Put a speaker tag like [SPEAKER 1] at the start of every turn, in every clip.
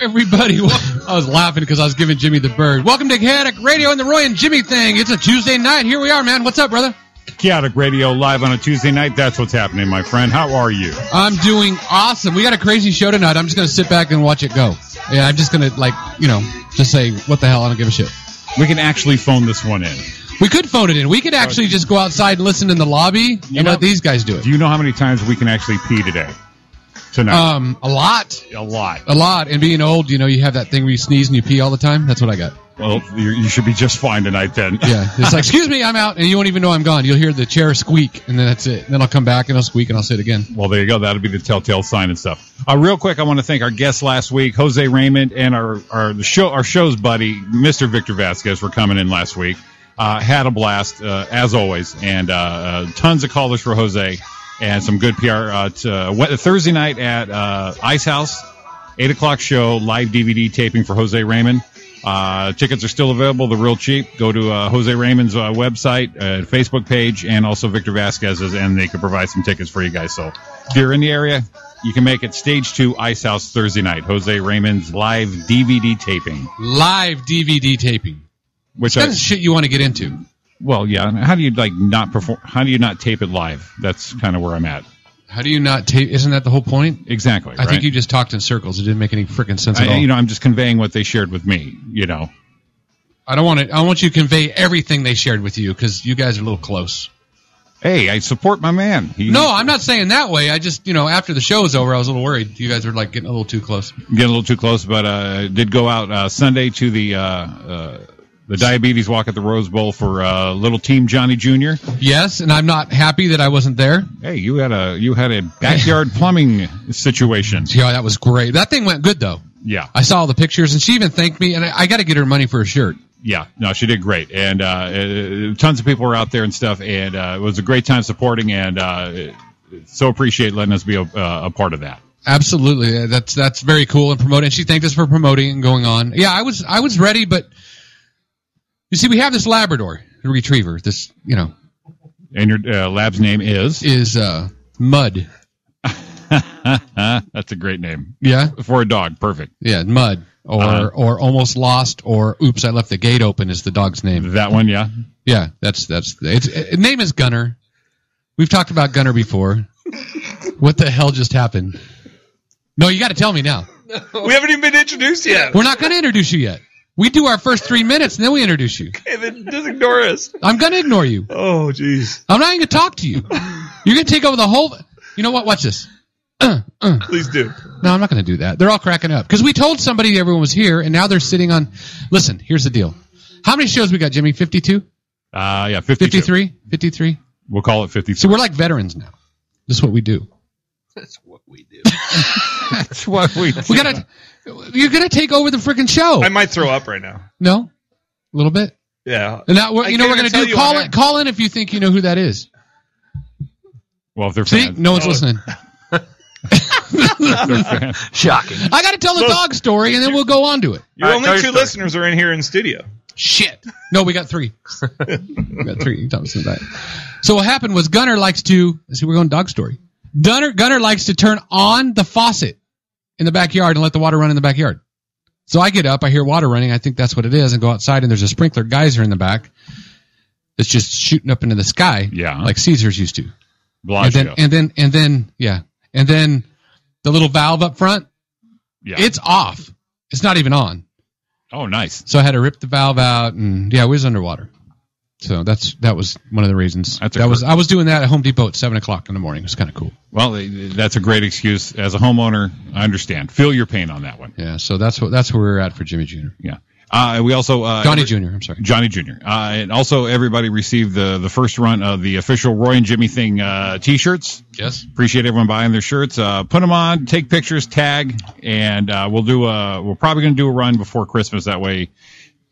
[SPEAKER 1] everybody. I was laughing because I was giving Jimmy the bird. Welcome to Chaotic Radio and the Roy and Jimmy thing. It's a Tuesday night. Here we are, man. What's up, brother?
[SPEAKER 2] Chaotic Radio live on a Tuesday night. That's what's happening, my friend. How are you?
[SPEAKER 1] I'm doing awesome. We got a crazy show tonight. I'm just gonna sit back and watch it go. Yeah, I'm just gonna like, you know, just say what the hell. I don't give a shit.
[SPEAKER 2] We can actually phone this one in.
[SPEAKER 1] We could phone it in. We could actually just go outside and listen in the lobby
[SPEAKER 2] You
[SPEAKER 1] and
[SPEAKER 2] know-
[SPEAKER 1] let these guys do it.
[SPEAKER 2] Do you know how many times we can actually pee today? Tonight,
[SPEAKER 1] Um, a lot,
[SPEAKER 2] a lot.
[SPEAKER 1] a lot. And being old, you know, you have that thing where you sneeze and you pee all the time. That's what I got.
[SPEAKER 2] Well, you you should be just fine tonight then.
[SPEAKER 1] Yeah, it's like, excuse me, I'm out, and you won't even know I'm gone. You'll hear the chair squeak, and then that's it. Then I'll come back and I'll squeak and I'll sit again.
[SPEAKER 2] Well, there you go. That'll be the telltale sign and stuff. Uh, real quick, I want to thank our guests last week, Jose Raymond, and our our the show our show's buddy, Mr. Victor Vasquez, for coming in last week. Uh, had a blast uh, as always, and uh, uh, tons of callers for Jose, and some good PR. Uh, to, Wed- Thursday night at uh, Ice House, eight o'clock show, live DVD taping for Jose Raymond. Uh, tickets are still available. They're real cheap. Go to uh, Jose Raymond's uh, website, uh, Facebook page, and also Victor Vasquez's, and they can provide some tickets for you guys. So if you're in the area, you can make it Stage 2 Ice House Thursday night. Jose Raymond's live DVD taping.
[SPEAKER 1] Live DVD taping.
[SPEAKER 2] Which
[SPEAKER 1] It's
[SPEAKER 2] I,
[SPEAKER 1] kind of shit you want to get into.
[SPEAKER 2] well, yeah. How do you like not perform? How do you not tape it live? That's kind of where I'm at.
[SPEAKER 1] How do you not tape? Isn't that the whole point?
[SPEAKER 2] Exactly.
[SPEAKER 1] I think you just talked in circles. It didn't make any freaking sense at all.
[SPEAKER 2] I, you know, I'm just conveying what they shared with me. You know,
[SPEAKER 1] I don't want it. I want you to convey everything they shared with you because you guys are a little close.
[SPEAKER 2] hey, I support my man. He,
[SPEAKER 1] No, I'm not saying that way. I just, you know, after the show was over, I was a little worried. You guys were like getting a little too close.
[SPEAKER 2] getting a little too close, but uh, did go out uh, Sunday to the uh, uh, the diabetes walk at the Rose Bowl for uh, little team Johnny Jr.
[SPEAKER 1] Yes, and I'm not happy that I wasn't there.
[SPEAKER 2] Hey, you had a you had a backyard plumbing situation.
[SPEAKER 1] Yeah, that was great. That thing went good though.
[SPEAKER 2] Yeah,
[SPEAKER 1] I saw all the pictures, and she even thanked me. And I, I got to get her money for a shirt.
[SPEAKER 2] yeah. No, she did great, and uh, uh, tons of people were out there and stuff, and uh, it was a great time supporting, and uh, so appreciate letting us be a, uh, a part of that.
[SPEAKER 1] Absolutely, Uh, that's that's very cool and promoting. And she thanked us for promoting and going on. Yeah, I was I was ready, but you see, we have this Labrador retriever. This you know
[SPEAKER 2] And your uh, lab's name is
[SPEAKER 1] is uh, Mud.
[SPEAKER 2] that's a great name
[SPEAKER 1] Yeah,
[SPEAKER 2] for a dog. Perfect.
[SPEAKER 1] yeah, Mud or
[SPEAKER 2] Uh-huh.
[SPEAKER 1] or almost lost or oops, I left the gate open is the dog's name.
[SPEAKER 2] That one, yeah.
[SPEAKER 1] Yeah, that's that's it's it, name is Gunner. We've talked about Gunner before. what the hell just happened? No, you got to tell me now.
[SPEAKER 3] We haven't even been introduced yet.
[SPEAKER 1] We're not going to introduce you yet. We do our first three minutes and then we introduce you.
[SPEAKER 3] Hey, then just ignore us.
[SPEAKER 1] I'm going to ignore you.
[SPEAKER 3] Oh, jeez.
[SPEAKER 1] I'm not even going to talk to you. You're going to take over the whole. You know what? Watch this. Uh,
[SPEAKER 3] Please do.
[SPEAKER 1] No, I'm not going to do that. They're all cracking up because we told somebody everyone was here and now they're sitting on. Listen, here's the deal. How many shows we got, Jimmy? 52?
[SPEAKER 2] Uh, yeah, 52.
[SPEAKER 1] 53? 53?
[SPEAKER 2] We'll call it 53.
[SPEAKER 1] So we're like veterans now. This is what we do.
[SPEAKER 3] That's what we do.
[SPEAKER 2] That's what we
[SPEAKER 1] We got to. You're going to take over the freaking show.
[SPEAKER 3] I might throw up right now.
[SPEAKER 1] no? A little bit?
[SPEAKER 3] Yeah.
[SPEAKER 1] And now, what-
[SPEAKER 3] I
[SPEAKER 1] you know what
[SPEAKER 3] can't
[SPEAKER 1] we're
[SPEAKER 3] even
[SPEAKER 1] going
[SPEAKER 3] tell
[SPEAKER 1] to do?
[SPEAKER 3] you
[SPEAKER 1] Call
[SPEAKER 3] on
[SPEAKER 1] in,
[SPEAKER 3] air.
[SPEAKER 1] call in if you think you know who that is.
[SPEAKER 2] Well, if they're
[SPEAKER 1] See?
[SPEAKER 2] fans,
[SPEAKER 1] No one's listening.
[SPEAKER 2] they're fans.
[SPEAKER 4] Shocking.
[SPEAKER 1] I got to tell the
[SPEAKER 3] Look.
[SPEAKER 1] dog story, and then we'll go on to it.
[SPEAKER 3] Your
[SPEAKER 4] All right,
[SPEAKER 3] only
[SPEAKER 4] tell
[SPEAKER 3] two
[SPEAKER 4] your story.
[SPEAKER 3] listeners are in here in studio.
[SPEAKER 1] Shit. No, we got three. we got three. Thompson back. So what happened was Gunner likes to. See, we're going dog story. Gunner Gunner likes to turn on the faucet in the backyard and let the water run in the backyard. So I get up, I hear water running, I think that's what it is, and go outside, and there's a sprinkler geyser in the back. that's just shooting up into the sky,
[SPEAKER 2] Yeah.
[SPEAKER 1] like Caesar's used to. And
[SPEAKER 2] Blasio.
[SPEAKER 1] then, and then, and then, yeah, and then the little valve up front,
[SPEAKER 2] yeah.
[SPEAKER 1] it's off. It's not even on.
[SPEAKER 2] oh, nice.
[SPEAKER 1] So I had to rip the valve out, and yeah, it was underwater. So that's that was one of the reasons.
[SPEAKER 2] That's a
[SPEAKER 1] that was
[SPEAKER 2] cur-
[SPEAKER 1] I was doing that at Home Depot at seven o'clock in the morning. It was kind of cool.
[SPEAKER 2] Well, that's a great excuse. As a homeowner, I understand. Feel your pain on that one.
[SPEAKER 1] Yeah. So that's what that's where we were at for Jimmy Jr.
[SPEAKER 2] Yeah. Uh, we also uh,
[SPEAKER 1] Johnny
[SPEAKER 2] every-
[SPEAKER 1] Jr. I'm sorry.
[SPEAKER 2] Johnny Jr. Uh, and also, everybody received the the first run of the official Roy and Jimmy thing uh, T-shirts.
[SPEAKER 1] Yes.
[SPEAKER 2] Appreciate everyone buying their shirts. Uh, put them on, take pictures, tag, and uh, we'll do a. We're probably going to do a run before Christmas. That way,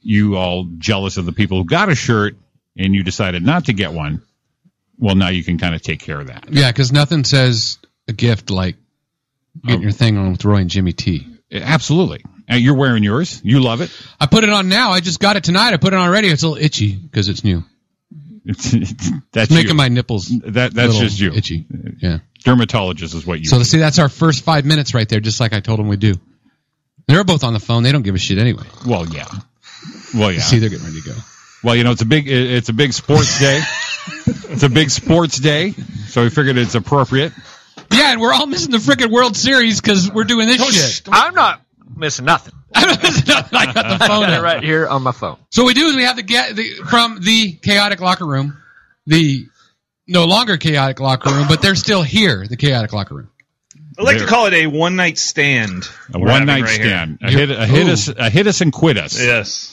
[SPEAKER 2] you all jealous of the people who got a shirt and you decided not to get one. Well, now you can kind of take care of that.
[SPEAKER 1] Yeah, because nothing says a gift like getting your thing on with Roy and Jimmy T.
[SPEAKER 2] Oh. Eh, Absolutely. Uh, you're wearing yours. You love it.
[SPEAKER 1] I put it on now. I just got it tonight. I put it on already. It's a little itchy because it's new.
[SPEAKER 2] that's
[SPEAKER 1] It's making
[SPEAKER 2] you.
[SPEAKER 1] my nipples.
[SPEAKER 2] that that's
[SPEAKER 1] little
[SPEAKER 2] just you.
[SPEAKER 1] Itchy. Yeah.
[SPEAKER 2] Dermatologist is what you.
[SPEAKER 1] So see, that's our first five minutes right there, just like I told him we do. They're both on the phone. They don't give a shit anyway.
[SPEAKER 2] Well, yeah. Well, yeah.
[SPEAKER 1] See, they're getting ready to go.
[SPEAKER 2] Well, you know, it's a big it- it's a big sports day. it's a big sports day, so we figured it's appropriate.
[SPEAKER 1] Yeah, and we're all missing the freaking World Series because we're doing this shit.
[SPEAKER 4] Oh, I'm not missing nothing.
[SPEAKER 1] I got the
[SPEAKER 4] I
[SPEAKER 1] phone
[SPEAKER 4] got it
[SPEAKER 1] out.
[SPEAKER 4] right here on my phone.
[SPEAKER 1] So what we do is we have to get the, from the chaotic locker room, the no longer chaotic locker room, but they're still here, the chaotic locker room.
[SPEAKER 3] I like
[SPEAKER 2] There.
[SPEAKER 3] to call it a one night stand.
[SPEAKER 2] A
[SPEAKER 3] we're having
[SPEAKER 2] one night
[SPEAKER 3] right here.
[SPEAKER 2] stand. A hit, a hit us, a hit us and quit us.
[SPEAKER 3] Yes.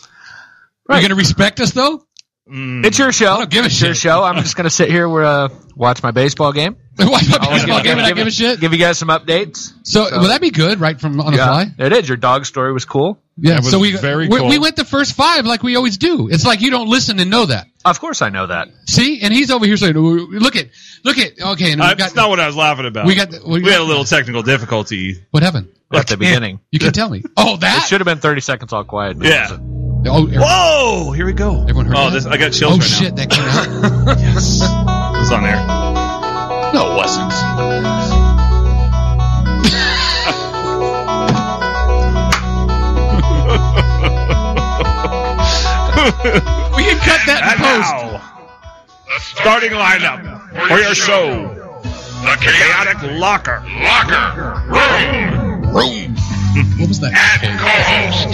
[SPEAKER 1] Are you
[SPEAKER 4] Right.
[SPEAKER 1] going to respect us though?
[SPEAKER 3] Mm.
[SPEAKER 4] It's your show.
[SPEAKER 1] I don't give a
[SPEAKER 4] it's your
[SPEAKER 1] shit.
[SPEAKER 4] show. I'm just gonna sit here, where, uh, watch my baseball game.
[SPEAKER 1] Watch my
[SPEAKER 4] I'll
[SPEAKER 1] baseball game and I give a shit.
[SPEAKER 4] Give you guys some updates.
[SPEAKER 1] So will that be good, right from on the fly?
[SPEAKER 4] it is. Your dog story was cool.
[SPEAKER 1] Yeah.
[SPEAKER 2] That was
[SPEAKER 1] So we
[SPEAKER 2] very
[SPEAKER 1] we,
[SPEAKER 2] cool.
[SPEAKER 1] we went the first five like we always do. It's like you don't listen and know that.
[SPEAKER 4] Of course, I know that.
[SPEAKER 1] See, and he's over here saying, "Ooh, "Look at, look at." Okay, and we
[SPEAKER 3] Uh,
[SPEAKER 1] got
[SPEAKER 3] that's not what I was laughing about.
[SPEAKER 1] we got the- we-
[SPEAKER 3] we had a little technical difficulty.
[SPEAKER 1] what happened.
[SPEAKER 4] At the beginning,
[SPEAKER 1] You can tell me. Oh,
[SPEAKER 4] it
[SPEAKER 1] that.
[SPEAKER 4] should have been 30 seconds all quiet. and it
[SPEAKER 3] Yeah.
[SPEAKER 4] wasn't.
[SPEAKER 1] Oh, everyone,
[SPEAKER 3] Whoa! Here we go.
[SPEAKER 1] everyone heard
[SPEAKER 3] Oh,
[SPEAKER 1] that?
[SPEAKER 3] this I got chills
[SPEAKER 1] oh
[SPEAKER 3] right
[SPEAKER 1] shit, that came out.
[SPEAKER 3] now. yes. It was on there.
[SPEAKER 1] No, it wasn't. We can cut that
[SPEAKER 3] And
[SPEAKER 1] in post.
[SPEAKER 3] now, starting lineup for your show, the chaotic locker.
[SPEAKER 5] Locker Room
[SPEAKER 1] What was that?
[SPEAKER 5] at co-host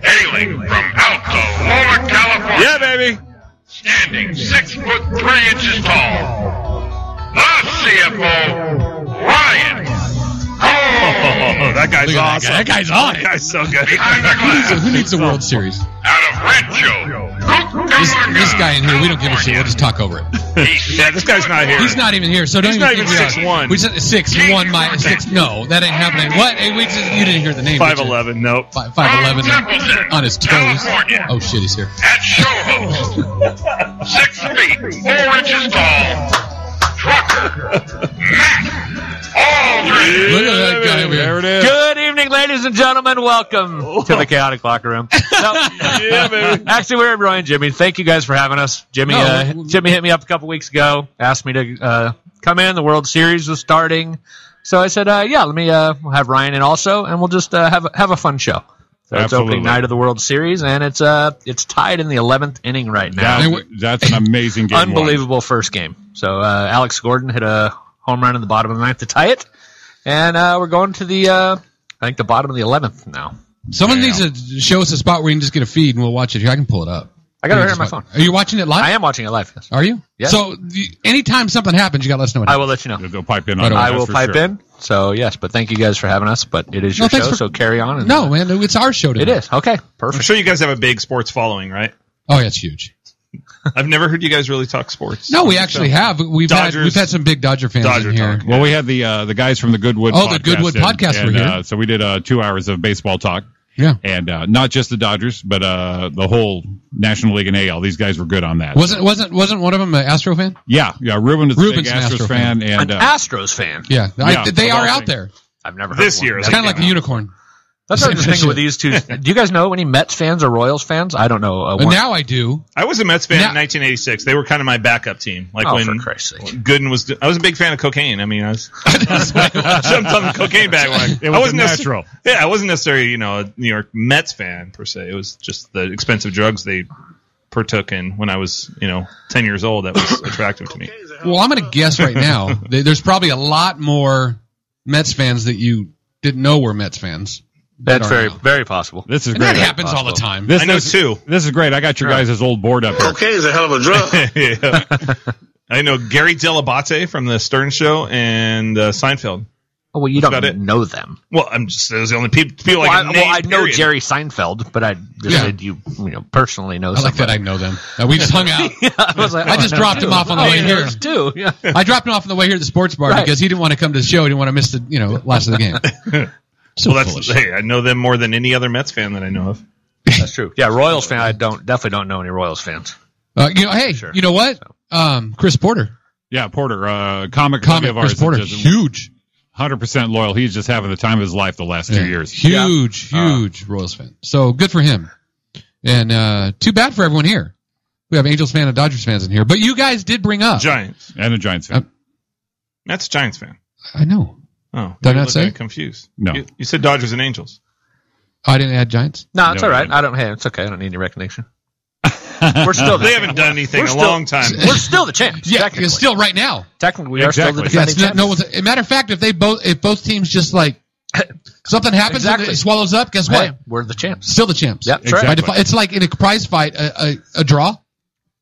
[SPEAKER 5] hailing from Alto, Loma, California,
[SPEAKER 3] Yeah, baby.
[SPEAKER 5] standing six foot three inches tall. The CFO Ryan
[SPEAKER 3] Oh,
[SPEAKER 5] Cole
[SPEAKER 3] that guy's
[SPEAKER 1] Look at
[SPEAKER 3] awesome.
[SPEAKER 1] that guy. That guy's on it.
[SPEAKER 3] guy's so good.
[SPEAKER 5] Behind the glass.
[SPEAKER 1] Who needs the World Series?
[SPEAKER 5] out of Rancho.
[SPEAKER 1] This, this guy in here, we don't give a shit. We'll just talk over it.
[SPEAKER 3] Yeah, this guy's not here.
[SPEAKER 1] He's not even here, so don't
[SPEAKER 3] He's
[SPEAKER 1] even
[SPEAKER 3] not
[SPEAKER 1] think
[SPEAKER 3] even
[SPEAKER 1] we are.
[SPEAKER 3] 6'1".
[SPEAKER 1] We said six one my six. No, that ain't happening. What? Hey, we just you didn't hear the name. did you?
[SPEAKER 3] five eleven. Nope.
[SPEAKER 1] Five five eleven. On his toes.
[SPEAKER 5] California.
[SPEAKER 1] Oh shit, he's here.
[SPEAKER 5] at show host. Six feet, four inches tall. Trucker Matt Aldridge.
[SPEAKER 1] Look at that guy over
[SPEAKER 2] There it
[SPEAKER 1] here.
[SPEAKER 2] is.
[SPEAKER 4] Good evening, ladies and gentlemen. Welcome to
[SPEAKER 3] Oh.
[SPEAKER 4] the Chaotic Locker Room. So-
[SPEAKER 3] Yeah, baby.
[SPEAKER 4] Actually, we're at Brian Jimmy. Thank you guys for having us. Jimmy,
[SPEAKER 1] No,
[SPEAKER 4] uh,
[SPEAKER 1] we-
[SPEAKER 4] Jimmy hit me up a couple weeks ago, asked me to uh, come in. The World Series was starting, so I said, uh, "Yeah, let me uh, we'll have Ryan in also, and we'll just uh, have a, have a fun show." So it's
[SPEAKER 2] Absolutely.
[SPEAKER 4] opening night of the World Series, and it's uh it's tied in the eleventh inning right now.
[SPEAKER 1] They
[SPEAKER 2] That,
[SPEAKER 1] were-
[SPEAKER 2] that's an amazing game. one.
[SPEAKER 4] Unbelievable first game. So uh, Alex Gordon hit a home run in the bottom of the ninth to tie it, and uh, we're going to the uh, I think the bottom of the eleventh now.
[SPEAKER 1] Someone needs to show us a spot where we can just get a feed and we'll watch it here. I can pull it up.
[SPEAKER 4] I got it right on
[SPEAKER 1] Just
[SPEAKER 4] my phone.
[SPEAKER 1] watch- Are you watching it live?
[SPEAKER 4] I am watching it live. Yes.
[SPEAKER 1] Are you?
[SPEAKER 4] Yeah.
[SPEAKER 1] So the, anytime something happens, you got to let us know. What
[SPEAKER 4] I
[SPEAKER 1] happened.
[SPEAKER 4] will let you know.
[SPEAKER 2] They'll pipe in
[SPEAKER 1] Right
[SPEAKER 2] on
[SPEAKER 1] on.
[SPEAKER 2] that,
[SPEAKER 4] I
[SPEAKER 2] that's
[SPEAKER 4] will
[SPEAKER 2] for
[SPEAKER 4] pipe
[SPEAKER 2] sure.
[SPEAKER 4] in. So yes, but thank you guys for having us. But it is
[SPEAKER 1] No,
[SPEAKER 4] your
[SPEAKER 1] thanks
[SPEAKER 4] show,
[SPEAKER 1] for-
[SPEAKER 4] so carry on. And,
[SPEAKER 1] no, man, it's our show
[SPEAKER 4] it
[SPEAKER 1] today.
[SPEAKER 4] is okay.
[SPEAKER 3] I'm
[SPEAKER 4] Perfect.
[SPEAKER 3] sure you guys have a big sports following, right?
[SPEAKER 1] Oh, yeah, it's huge.
[SPEAKER 3] I've never heard you guys really talk sports.
[SPEAKER 1] No, we actually have. We've had
[SPEAKER 3] Dodgers-
[SPEAKER 1] we've had some big Dodger fans
[SPEAKER 3] Dodger
[SPEAKER 1] in here.
[SPEAKER 3] talk.
[SPEAKER 2] Well, we had the uh, the guys from the Goodwood.
[SPEAKER 1] Oh, the Goodwood
[SPEAKER 2] and-
[SPEAKER 1] podcast
[SPEAKER 2] and,
[SPEAKER 1] were here.
[SPEAKER 2] Uh, so we did uh, two hours of baseball talk,
[SPEAKER 1] Yeah.
[SPEAKER 2] and uh, not just the Dodgers, but uh, the whole National League and AL. These guys were good on that.
[SPEAKER 1] Wasn't wasn't wasn't one of them an Astro fan?
[SPEAKER 2] yeah, yeah. Ruben is a big
[SPEAKER 1] Ruben's an
[SPEAKER 2] Astros
[SPEAKER 1] Astro
[SPEAKER 2] fan, and
[SPEAKER 4] An
[SPEAKER 2] uh,
[SPEAKER 4] Astros fan.
[SPEAKER 1] Yeah,
[SPEAKER 2] Yeah,
[SPEAKER 1] I, they
[SPEAKER 2] of all
[SPEAKER 1] are out
[SPEAKER 2] things.
[SPEAKER 1] there.
[SPEAKER 4] I've never heard
[SPEAKER 3] This
[SPEAKER 4] of one.
[SPEAKER 3] year is
[SPEAKER 4] Never
[SPEAKER 1] Kind of like
[SPEAKER 4] came
[SPEAKER 1] a
[SPEAKER 4] out.
[SPEAKER 1] unicorn.
[SPEAKER 4] That's what I was thinking with these two. Do you guys know any Mets fans or Royals fans? I don't know. Uh,
[SPEAKER 1] But
[SPEAKER 4] one.
[SPEAKER 1] now I do.
[SPEAKER 3] I was a Mets fan
[SPEAKER 1] Now-
[SPEAKER 3] in 1986. They were kind of my backup team. Like
[SPEAKER 4] oh,
[SPEAKER 3] when
[SPEAKER 4] for Christ's sake!
[SPEAKER 3] Gooden was, I was a big fan of cocaine. I mean, I was jumped on the cocaine bandwagon.
[SPEAKER 2] it was
[SPEAKER 3] I wasn't
[SPEAKER 2] a
[SPEAKER 3] necess-
[SPEAKER 2] natural.
[SPEAKER 3] Yeah, I wasn't necessarily you know a New York Mets fan per se. It was just the expensive drugs they partook in when I was you know 10 years old. That was attractive to me.
[SPEAKER 1] Well, I'm going to guess right now. th- there's probably a lot more Mets fans that you didn't know were Mets fans.
[SPEAKER 4] That's
[SPEAKER 1] are
[SPEAKER 4] very
[SPEAKER 1] now.
[SPEAKER 4] very possible.
[SPEAKER 2] this is
[SPEAKER 1] And that
[SPEAKER 2] great.
[SPEAKER 1] happens all the time.
[SPEAKER 2] This
[SPEAKER 3] I know
[SPEAKER 2] is,
[SPEAKER 3] two.
[SPEAKER 2] This is great. I got your guys' old board up here.
[SPEAKER 6] Cocaine is a hell of a drug.
[SPEAKER 3] Yeah. I know Gary Delabate from the Stern Show and uh, Seinfeld.
[SPEAKER 4] Oh, well, you
[SPEAKER 3] about it.
[SPEAKER 4] don't know them.
[SPEAKER 3] Well, I'm just those are the only people, people
[SPEAKER 4] well,
[SPEAKER 3] I,
[SPEAKER 4] I,
[SPEAKER 3] can
[SPEAKER 4] well,
[SPEAKER 3] name,
[SPEAKER 4] I know
[SPEAKER 3] period.
[SPEAKER 4] Jerry Seinfeld, but I just
[SPEAKER 1] Yeah.
[SPEAKER 4] said you you know personally know
[SPEAKER 1] I like that I
[SPEAKER 4] somebody.
[SPEAKER 1] know them. Uh, we just hung out.
[SPEAKER 4] I, was like,
[SPEAKER 1] I
[SPEAKER 4] oh,
[SPEAKER 1] just
[SPEAKER 4] know
[SPEAKER 1] dropped
[SPEAKER 4] two.
[SPEAKER 1] him off on the
[SPEAKER 4] Oh,
[SPEAKER 1] way
[SPEAKER 4] yeah,
[SPEAKER 1] here.
[SPEAKER 4] there's two. Yeah.
[SPEAKER 1] I dropped him off on the way here to the sports bar
[SPEAKER 4] Right.
[SPEAKER 1] because he didn't want to come to the show. He didn't want to miss the you know last of the game. So
[SPEAKER 3] Well,
[SPEAKER 1] full
[SPEAKER 3] that's
[SPEAKER 1] of shit.
[SPEAKER 3] hey, I know them more than any other Mets fan that I know of.
[SPEAKER 4] That's true. Yeah, Royals fan. I don't definitely don't know any Royals fans.
[SPEAKER 1] Uh, you know, hey,
[SPEAKER 4] Sure.
[SPEAKER 1] you know what? Um, Chris Porter,
[SPEAKER 2] Yeah, Porter, uh, comic buddy
[SPEAKER 1] comic
[SPEAKER 2] of
[SPEAKER 1] Chris
[SPEAKER 2] ours,
[SPEAKER 1] Porter, huge,
[SPEAKER 2] hundred percent loyal. He's just having the time of his life the last two
[SPEAKER 1] Yeah.
[SPEAKER 2] years.
[SPEAKER 1] huge,
[SPEAKER 4] Uh.
[SPEAKER 2] Yeah.
[SPEAKER 1] huge Royals fan. So good for him, and uh, too bad for everyone here. We have Angels fan and Dodgers fans in here, but you guys did bring up.
[SPEAKER 3] Giants.
[SPEAKER 2] And a Giants fan.
[SPEAKER 1] Uh,
[SPEAKER 3] That's a Giants fan.
[SPEAKER 1] I know.
[SPEAKER 3] Oh,
[SPEAKER 1] Did I
[SPEAKER 3] you
[SPEAKER 1] not
[SPEAKER 3] look
[SPEAKER 1] say?
[SPEAKER 3] confused?
[SPEAKER 2] No.
[SPEAKER 3] you, you said Dodgers and Angels.
[SPEAKER 1] Oh, I didn't add Giants.
[SPEAKER 4] No, it's
[SPEAKER 2] No,
[SPEAKER 4] all right.
[SPEAKER 2] no.
[SPEAKER 4] I don't. Hey, it's okay. I don't need any recognition. We're still. the
[SPEAKER 3] They haven't done anything
[SPEAKER 4] We're
[SPEAKER 3] in a
[SPEAKER 4] still-
[SPEAKER 3] long time.
[SPEAKER 4] We're still the champs.
[SPEAKER 1] Yeah,
[SPEAKER 4] technically.
[SPEAKER 1] it's still right now.
[SPEAKER 4] technically we
[SPEAKER 2] Exactly.
[SPEAKER 4] are
[SPEAKER 1] Yeah,
[SPEAKER 4] still the
[SPEAKER 1] it's
[SPEAKER 4] defending
[SPEAKER 1] not,
[SPEAKER 4] champs.
[SPEAKER 1] no one's. a matter of fact, if they both, if both teams just like something happens and
[SPEAKER 4] Exactly.
[SPEAKER 1] it swallows up, guess
[SPEAKER 4] Hey,
[SPEAKER 1] what?
[SPEAKER 4] we're the champs.
[SPEAKER 1] Still the champs.
[SPEAKER 4] Yep. that's right.
[SPEAKER 1] By
[SPEAKER 2] Exactly.
[SPEAKER 1] default, it's like in a prize fight, a, a, a draw.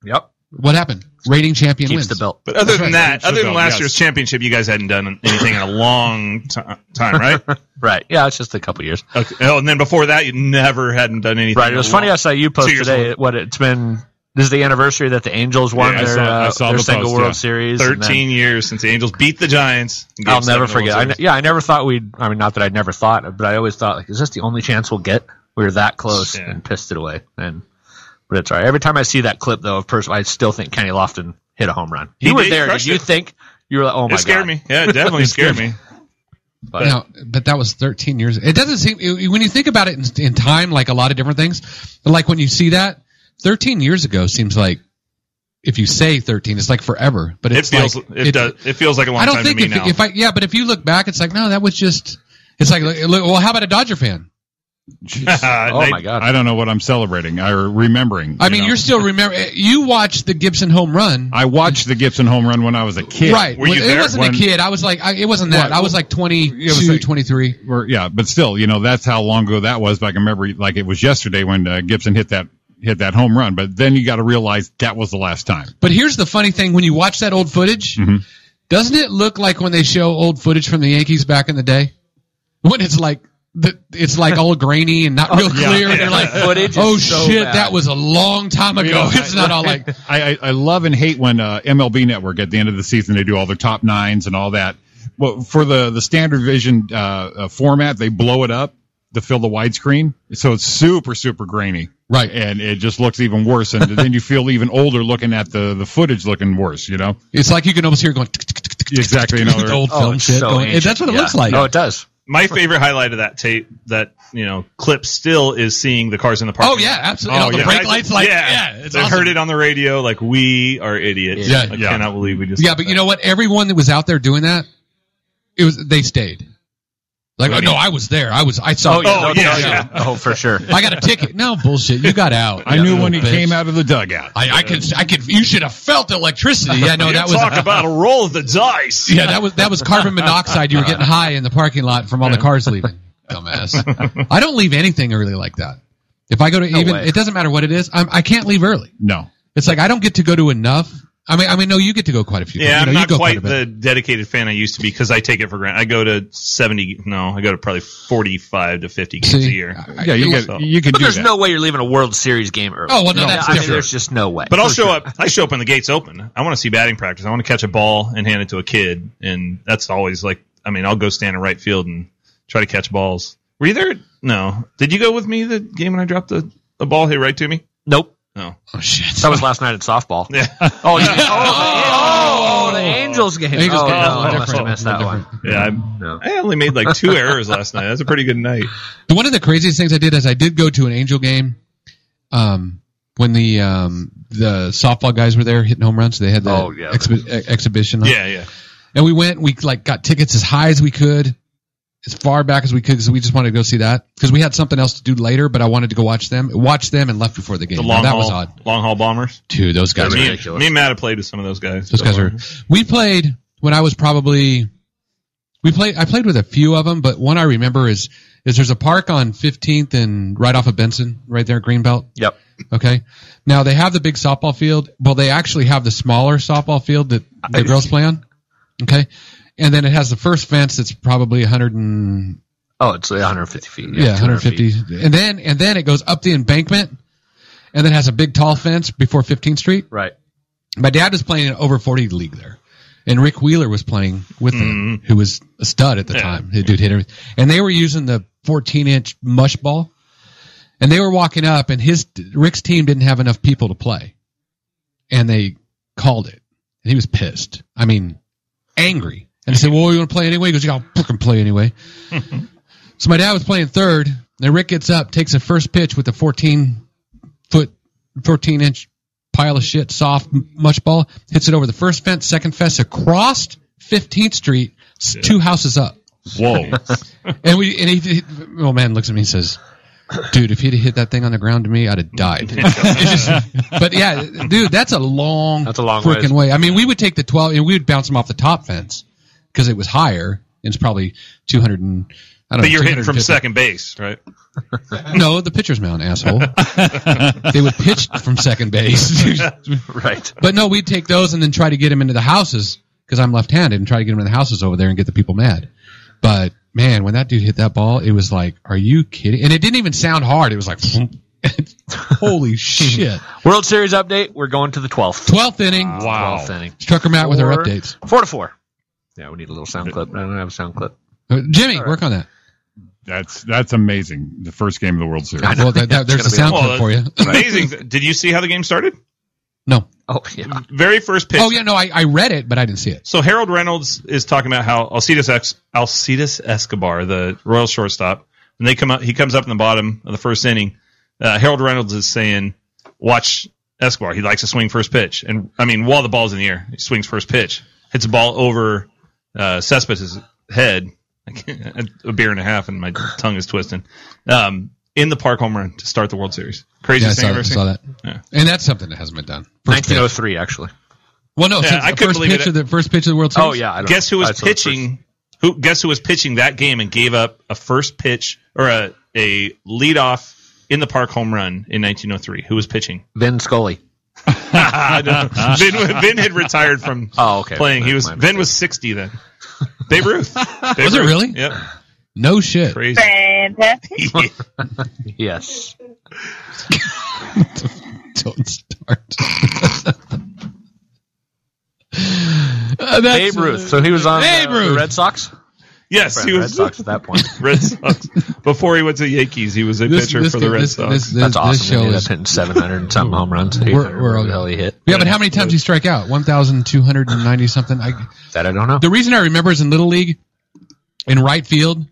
[SPEAKER 4] Yep.
[SPEAKER 1] What happened? Rating champion
[SPEAKER 4] Keeps
[SPEAKER 1] wins.
[SPEAKER 4] the belt.
[SPEAKER 3] But other than that, other than
[SPEAKER 2] Roosevelt,
[SPEAKER 3] last
[SPEAKER 2] yes.
[SPEAKER 3] year's championship, you guys hadn't done anything in a long ti time, right?
[SPEAKER 4] Right. Yeah, it's just a couple years.
[SPEAKER 3] Okay. Oh, and then before that, you never hadn't done anything.
[SPEAKER 4] Right.
[SPEAKER 3] in
[SPEAKER 4] It
[SPEAKER 3] a
[SPEAKER 4] was
[SPEAKER 3] long-
[SPEAKER 4] funny. I saw you post
[SPEAKER 3] Two years
[SPEAKER 4] today. What it's been. This is the anniversary that the Angels won
[SPEAKER 2] Yeah, I
[SPEAKER 4] their,
[SPEAKER 2] saw- I
[SPEAKER 4] uh,
[SPEAKER 2] saw
[SPEAKER 4] their
[SPEAKER 2] the
[SPEAKER 4] single
[SPEAKER 2] post,
[SPEAKER 4] World
[SPEAKER 2] yeah.
[SPEAKER 4] Series. and then-
[SPEAKER 3] Thirteen years since the Angels beat the Giants. in Game
[SPEAKER 4] I'll
[SPEAKER 3] Seven
[SPEAKER 4] never
[SPEAKER 3] of the World
[SPEAKER 4] forget. I, ne-
[SPEAKER 3] Series.
[SPEAKER 4] yeah, I never thought we'd. I mean, not that I never thought, but I always thought like, is this the only chance we'll get? We were that close
[SPEAKER 3] Yeah.
[SPEAKER 4] and pissed it away. And but it's all right. Every time I see that clip though of person, I still think Kenny Lofton hit a home run. You
[SPEAKER 3] He
[SPEAKER 4] were
[SPEAKER 3] did,
[SPEAKER 4] there. Did
[SPEAKER 3] crushed
[SPEAKER 4] you
[SPEAKER 3] it.
[SPEAKER 4] think you were like, oh my
[SPEAKER 3] it scared
[SPEAKER 4] god?
[SPEAKER 3] me. Yeah, it definitely scared me.
[SPEAKER 4] But-
[SPEAKER 1] No, but that was 13 years. It doesn't seem it- when you think about it in, in time, like a lot of different things. Like when you see that 13 years ago seems like if you say 13, it's like forever. But
[SPEAKER 3] It
[SPEAKER 1] it's
[SPEAKER 3] feels
[SPEAKER 1] like,
[SPEAKER 3] it, does. It feels like a long
[SPEAKER 1] I don't
[SPEAKER 3] time
[SPEAKER 1] think
[SPEAKER 3] to me
[SPEAKER 1] if,
[SPEAKER 3] now.
[SPEAKER 1] if I yeah, but if you look back, it's like no, that was just. It's like look, look, well, how about a Dodger fan?
[SPEAKER 2] Jeez.
[SPEAKER 4] oh
[SPEAKER 3] They-
[SPEAKER 4] my god!
[SPEAKER 2] I don't know what I'm celebrating or remembering.
[SPEAKER 1] I mean,
[SPEAKER 2] know.
[SPEAKER 1] you're still remember you watched the Gibson home run.
[SPEAKER 2] I watched the Gibson home run when I was a kid.
[SPEAKER 1] Right,
[SPEAKER 3] Were you
[SPEAKER 1] it
[SPEAKER 3] there
[SPEAKER 1] wasn't
[SPEAKER 2] when-
[SPEAKER 1] a kid. I was like, I, it wasn't that.
[SPEAKER 2] Right.
[SPEAKER 1] I was like 22,
[SPEAKER 2] It was like-
[SPEAKER 1] 23.
[SPEAKER 2] Or- yeah, but still, you know, that's how long ago that was. But I can remember like it was yesterday when uh, Gibson hit that hit that home run. But then you got to realize that was the last time.
[SPEAKER 1] But here's the funny thing: when you watch that old footage,
[SPEAKER 2] Mhm.
[SPEAKER 1] doesn't it look like when they show old footage from the Yankees back in the day, when it's like the, it's like all grainy and not real
[SPEAKER 2] Oh, yeah.
[SPEAKER 1] clear? and
[SPEAKER 3] Yeah.
[SPEAKER 1] They're like,
[SPEAKER 4] footage. is
[SPEAKER 1] "Oh
[SPEAKER 4] so
[SPEAKER 1] shit,
[SPEAKER 4] bad.
[SPEAKER 1] that was a long time ago."
[SPEAKER 2] know,
[SPEAKER 1] it's not all like
[SPEAKER 2] I, I, I love and hate when uh, MLB Network at the end of the season they do all their top nines and all that. Well, for the the standard vision uh, uh, format, they blow it up to fill the widescreen, so it's super super grainy,
[SPEAKER 1] right.
[SPEAKER 2] and it just looks even worse. And then you feel even older looking at the the footage looking worse. You know
[SPEAKER 1] It's like you can almost hear it going
[SPEAKER 2] exactly. You know, they're-
[SPEAKER 1] old
[SPEAKER 4] Oh,
[SPEAKER 1] film
[SPEAKER 4] it's
[SPEAKER 1] shit.
[SPEAKER 4] so
[SPEAKER 1] going-
[SPEAKER 4] ancient.
[SPEAKER 1] That's what it
[SPEAKER 4] Yeah.
[SPEAKER 1] looks like.
[SPEAKER 4] Oh, it does.
[SPEAKER 3] my favorite highlight of that tape, that you know clip, still is seeing the cars in the park.
[SPEAKER 1] Oh yeah, absolutely. And all the
[SPEAKER 2] yeah.
[SPEAKER 1] brake lights, like yeah, it's
[SPEAKER 3] they
[SPEAKER 1] awesome.
[SPEAKER 3] heard it on the radio. Like we are idiots.
[SPEAKER 1] Yeah.
[SPEAKER 3] I
[SPEAKER 2] Yeah.
[SPEAKER 3] cannot believe we just.
[SPEAKER 1] Yeah, but you know what? Everyone that was out there doing that, it was they stayed. Like,
[SPEAKER 3] What
[SPEAKER 1] oh,
[SPEAKER 3] do you
[SPEAKER 1] no,
[SPEAKER 3] mean?
[SPEAKER 1] I was there. I was. I saw.
[SPEAKER 4] Oh yeah.
[SPEAKER 3] Oh,
[SPEAKER 4] no,
[SPEAKER 3] yeah,
[SPEAKER 4] no,
[SPEAKER 3] yeah.
[SPEAKER 4] yeah. Oh for sure.
[SPEAKER 1] I got a ticket. No bullshit. You got out.
[SPEAKER 2] I
[SPEAKER 1] you
[SPEAKER 2] knew
[SPEAKER 1] little
[SPEAKER 2] when he
[SPEAKER 1] bitch.
[SPEAKER 2] came out of the dugout.
[SPEAKER 1] I, I could. I could. You should have felt electricity. Yeah, no,
[SPEAKER 3] You
[SPEAKER 1] that was.
[SPEAKER 3] talk about a roll of the dice.
[SPEAKER 1] yeah, that was that was carbon monoxide. You were getting high in the parking lot from all the cars leaving. Dumbass. I don't leave anything early like that. If I go to even,
[SPEAKER 4] way.
[SPEAKER 1] it doesn't matter what it is. I'm, I can't leave early.
[SPEAKER 2] No,
[SPEAKER 1] It's like I don't get to go to enough. I mean, I mean, no, you get to go quite a few.
[SPEAKER 3] Yeah,
[SPEAKER 1] times.
[SPEAKER 3] I'm
[SPEAKER 1] you know, you
[SPEAKER 3] not
[SPEAKER 1] go
[SPEAKER 3] quite
[SPEAKER 1] a bit.
[SPEAKER 3] the dedicated fan I used to be because I take it for granted. I go to 70, no, I go to probably 45 to 50 games a
[SPEAKER 1] See,
[SPEAKER 3] year.
[SPEAKER 1] I-
[SPEAKER 2] yeah, you
[SPEAKER 3] So-
[SPEAKER 2] could you could
[SPEAKER 4] But
[SPEAKER 2] do
[SPEAKER 4] there's
[SPEAKER 2] that.
[SPEAKER 4] no way you're leaving a World Series game early.
[SPEAKER 1] Oh, well, no,
[SPEAKER 4] Yeah,
[SPEAKER 1] that's
[SPEAKER 4] I mean,
[SPEAKER 1] different.
[SPEAKER 4] there's just no way.
[SPEAKER 3] But I'll
[SPEAKER 4] For
[SPEAKER 3] show
[SPEAKER 4] sure.
[SPEAKER 3] up. I show up when the gates open. I want to see batting practice. I want to catch a ball and hand it to a kid. And that's always like, I mean, I'll go stand in right field and try to catch balls. Were you there? No. Did you go with me the game when I dropped the, the ball hit right to me?
[SPEAKER 4] Nope.
[SPEAKER 3] No.
[SPEAKER 1] Oh shit.
[SPEAKER 4] That was last night at softball.
[SPEAKER 3] Yeah.
[SPEAKER 4] Oh, yeah. oh, oh, the Angels game.
[SPEAKER 1] Angels
[SPEAKER 4] oh,
[SPEAKER 1] game.
[SPEAKER 4] no, I
[SPEAKER 1] Different,
[SPEAKER 4] must have missed that
[SPEAKER 1] different.
[SPEAKER 4] one.
[SPEAKER 3] yeah. I'm-
[SPEAKER 4] No.
[SPEAKER 3] I only made like two errors last night. That's a pretty good night.
[SPEAKER 1] One of the craziest things I did is I did go to an Angel game, um, when the um the softball guys were there hitting home runs. They had the
[SPEAKER 4] Oh, yeah.
[SPEAKER 1] exhi- e- exhibition. on.
[SPEAKER 3] Yeah, yeah.
[SPEAKER 1] and we went. and We like got tickets as high as we could, as far back as we could, because we just wanted to go see that because we had something else to do later. But I wanted to go watch them, watch them, and left before the game.
[SPEAKER 3] The
[SPEAKER 1] Now,
[SPEAKER 3] long
[SPEAKER 1] that
[SPEAKER 3] haul,
[SPEAKER 1] was odd.
[SPEAKER 3] long haul bombers.
[SPEAKER 1] Dude, those guys
[SPEAKER 4] They're
[SPEAKER 1] are
[SPEAKER 3] Me,
[SPEAKER 4] ridiculous.
[SPEAKER 3] me and Matt have played with some of those guys.
[SPEAKER 1] Those guys are. We played when I was probably. We played. I played with a few of them, but one I remember is is there's a park on 15th and right off of Benson, right there at Greenbelt.
[SPEAKER 4] Yep.
[SPEAKER 1] Okay. Now they have the big softball field. Well, they actually have the smaller softball field that the girls play on. Okay. And then it has the first fence that's probably 100 and
[SPEAKER 4] Oh, it's 150 feet.
[SPEAKER 1] yeah,
[SPEAKER 4] 200
[SPEAKER 1] 150.
[SPEAKER 4] feet.
[SPEAKER 1] And then and then it goes up the embankment, and then has a big tall fence before 15th Street
[SPEAKER 4] Right.
[SPEAKER 1] my dad was playing in an over 40 league there and rick wheeler was playing with him who was a stud at the
[SPEAKER 3] Yeah.
[SPEAKER 1] time the dude hit everything and they were using the 14 inch mush ball and they were walking up and his rick's team didn't have enough people to play and they called it and he was pissed i mean angry and they said well you want to play anyway he goes yeah i'll fucking play anyway so my dad was playing third and rick gets up takes the first pitch with the 14 foot 14 inch pile of shit, soft m- mush ball, hits it over the first fence, second fence, across 15th Street, s- two houses up.
[SPEAKER 2] Whoa,
[SPEAKER 1] And we and he, he- old man oh, looks at me and says, dude, if he'd have hit that thing on the ground to me, I'd have died. It's just- but yeah, dude, that's a long,
[SPEAKER 4] That's a long
[SPEAKER 1] freaking way. I mean, we would take the 12 and we would bounce them off the top fence because it was higher. It's probably 200 and I
[SPEAKER 3] But
[SPEAKER 1] don't know.
[SPEAKER 3] you're hitting from
[SPEAKER 1] 250.
[SPEAKER 3] second base, right?
[SPEAKER 1] No, the pitcher's mound, asshole. they would pitch from second base.
[SPEAKER 4] right.
[SPEAKER 1] but no, we'd take those and then try to get them into the houses because I'm left-handed and try to get them in the houses over there and get the people mad. But man, when that dude hit that ball, it was like, are you kidding? And it didn't even sound hard. It was like, holy shit.
[SPEAKER 4] World Series update. We're going to the 12th.
[SPEAKER 1] 12th inning.
[SPEAKER 3] Wow.
[SPEAKER 4] 12th inning.
[SPEAKER 1] Struck him out with our
[SPEAKER 4] Four-
[SPEAKER 1] updates.
[SPEAKER 4] Four to four. Yeah, we need a little sound clip. I don't have a sound clip.
[SPEAKER 1] Uh, Jimmy, work on that.
[SPEAKER 2] That's that's amazing. The first game of the World Series.
[SPEAKER 1] Well, that, that, there's a
[SPEAKER 4] It's gonna
[SPEAKER 1] sound
[SPEAKER 3] be-
[SPEAKER 1] clip for you.
[SPEAKER 3] Amazing. th- Did you see how the game started?
[SPEAKER 1] No.
[SPEAKER 4] Oh yeah.
[SPEAKER 3] Very first pitch.
[SPEAKER 1] Oh, yeah, no, I, I read it, but I didn't see it.
[SPEAKER 3] So Harold Reynolds is talking about how Alcides, Ex- Alcides Escobar, the Royal shortstop, and they come up. He comes up in the bottom of the first inning. Uh, Harold Reynolds is saying, "Watch Escobar. He likes to swing first pitch." And I mean, while the ball's in the air, he swings first pitch, hits a ball over uh, Cespedes' head. I can't- a beer and a half, and my tongue is twisting. Um, in the park home run to start the World Series.
[SPEAKER 1] Yeah, I
[SPEAKER 3] Craziest
[SPEAKER 1] saw,
[SPEAKER 3] thing
[SPEAKER 1] I
[SPEAKER 3] I've
[SPEAKER 1] saw
[SPEAKER 3] ever seen.
[SPEAKER 1] that.
[SPEAKER 3] Yeah.
[SPEAKER 1] And that's something that hasn't been done. First pitch.
[SPEAKER 4] 1903 actually.
[SPEAKER 1] Well, no,
[SPEAKER 3] Yeah,
[SPEAKER 1] since
[SPEAKER 3] I
[SPEAKER 1] the
[SPEAKER 3] couldn't
[SPEAKER 1] first
[SPEAKER 3] believe
[SPEAKER 1] pitch
[SPEAKER 3] it.
[SPEAKER 1] of the first pitch of the World Series.
[SPEAKER 4] Oh yeah. I don't
[SPEAKER 3] Guess who
[SPEAKER 4] know.
[SPEAKER 3] was
[SPEAKER 4] I saw the first-
[SPEAKER 3] pitching? Who guess who was pitching that game and gave up a first pitch or a a leadoff in the park home run in 1903? Who was pitching?
[SPEAKER 4] Vin Scully.
[SPEAKER 3] Ah, no. Vin, Vin had retired from
[SPEAKER 4] Oh okay.
[SPEAKER 3] playing. He
[SPEAKER 4] My
[SPEAKER 3] was
[SPEAKER 4] mistake.
[SPEAKER 3] Vin was 60 then. Babe Ruth. Babe
[SPEAKER 1] Was it
[SPEAKER 3] Ruth.
[SPEAKER 1] really?
[SPEAKER 3] Yep.
[SPEAKER 1] No shit.
[SPEAKER 3] Crazy.
[SPEAKER 5] Fantastic.
[SPEAKER 4] Yes.
[SPEAKER 1] Don't start. Uh, that's-
[SPEAKER 4] Babe Ruth. So he was on
[SPEAKER 1] Babe
[SPEAKER 4] uh, the
[SPEAKER 1] Ruth.
[SPEAKER 4] Red Sox.
[SPEAKER 3] yes, he
[SPEAKER 4] Red
[SPEAKER 3] was
[SPEAKER 4] Sox at that point.
[SPEAKER 3] Red Sox. Before he went to the Yankees, he was a
[SPEAKER 1] this-
[SPEAKER 3] pitcher
[SPEAKER 1] this
[SPEAKER 3] for the
[SPEAKER 1] guy-
[SPEAKER 3] Red
[SPEAKER 1] this-
[SPEAKER 3] Sox.
[SPEAKER 1] This, this,
[SPEAKER 4] That's
[SPEAKER 1] this
[SPEAKER 4] awesome.
[SPEAKER 1] show
[SPEAKER 4] he ended
[SPEAKER 1] is-
[SPEAKER 4] up hitting 700 and something home runs.
[SPEAKER 1] We're-
[SPEAKER 4] 800,
[SPEAKER 1] we're
[SPEAKER 4] whatever
[SPEAKER 1] okay.
[SPEAKER 4] the hell he hit.
[SPEAKER 1] yeah, but how many times did he strike out? 1,290 something. I,
[SPEAKER 4] That I don't know.
[SPEAKER 1] the reason I remember is in Little League, in right field,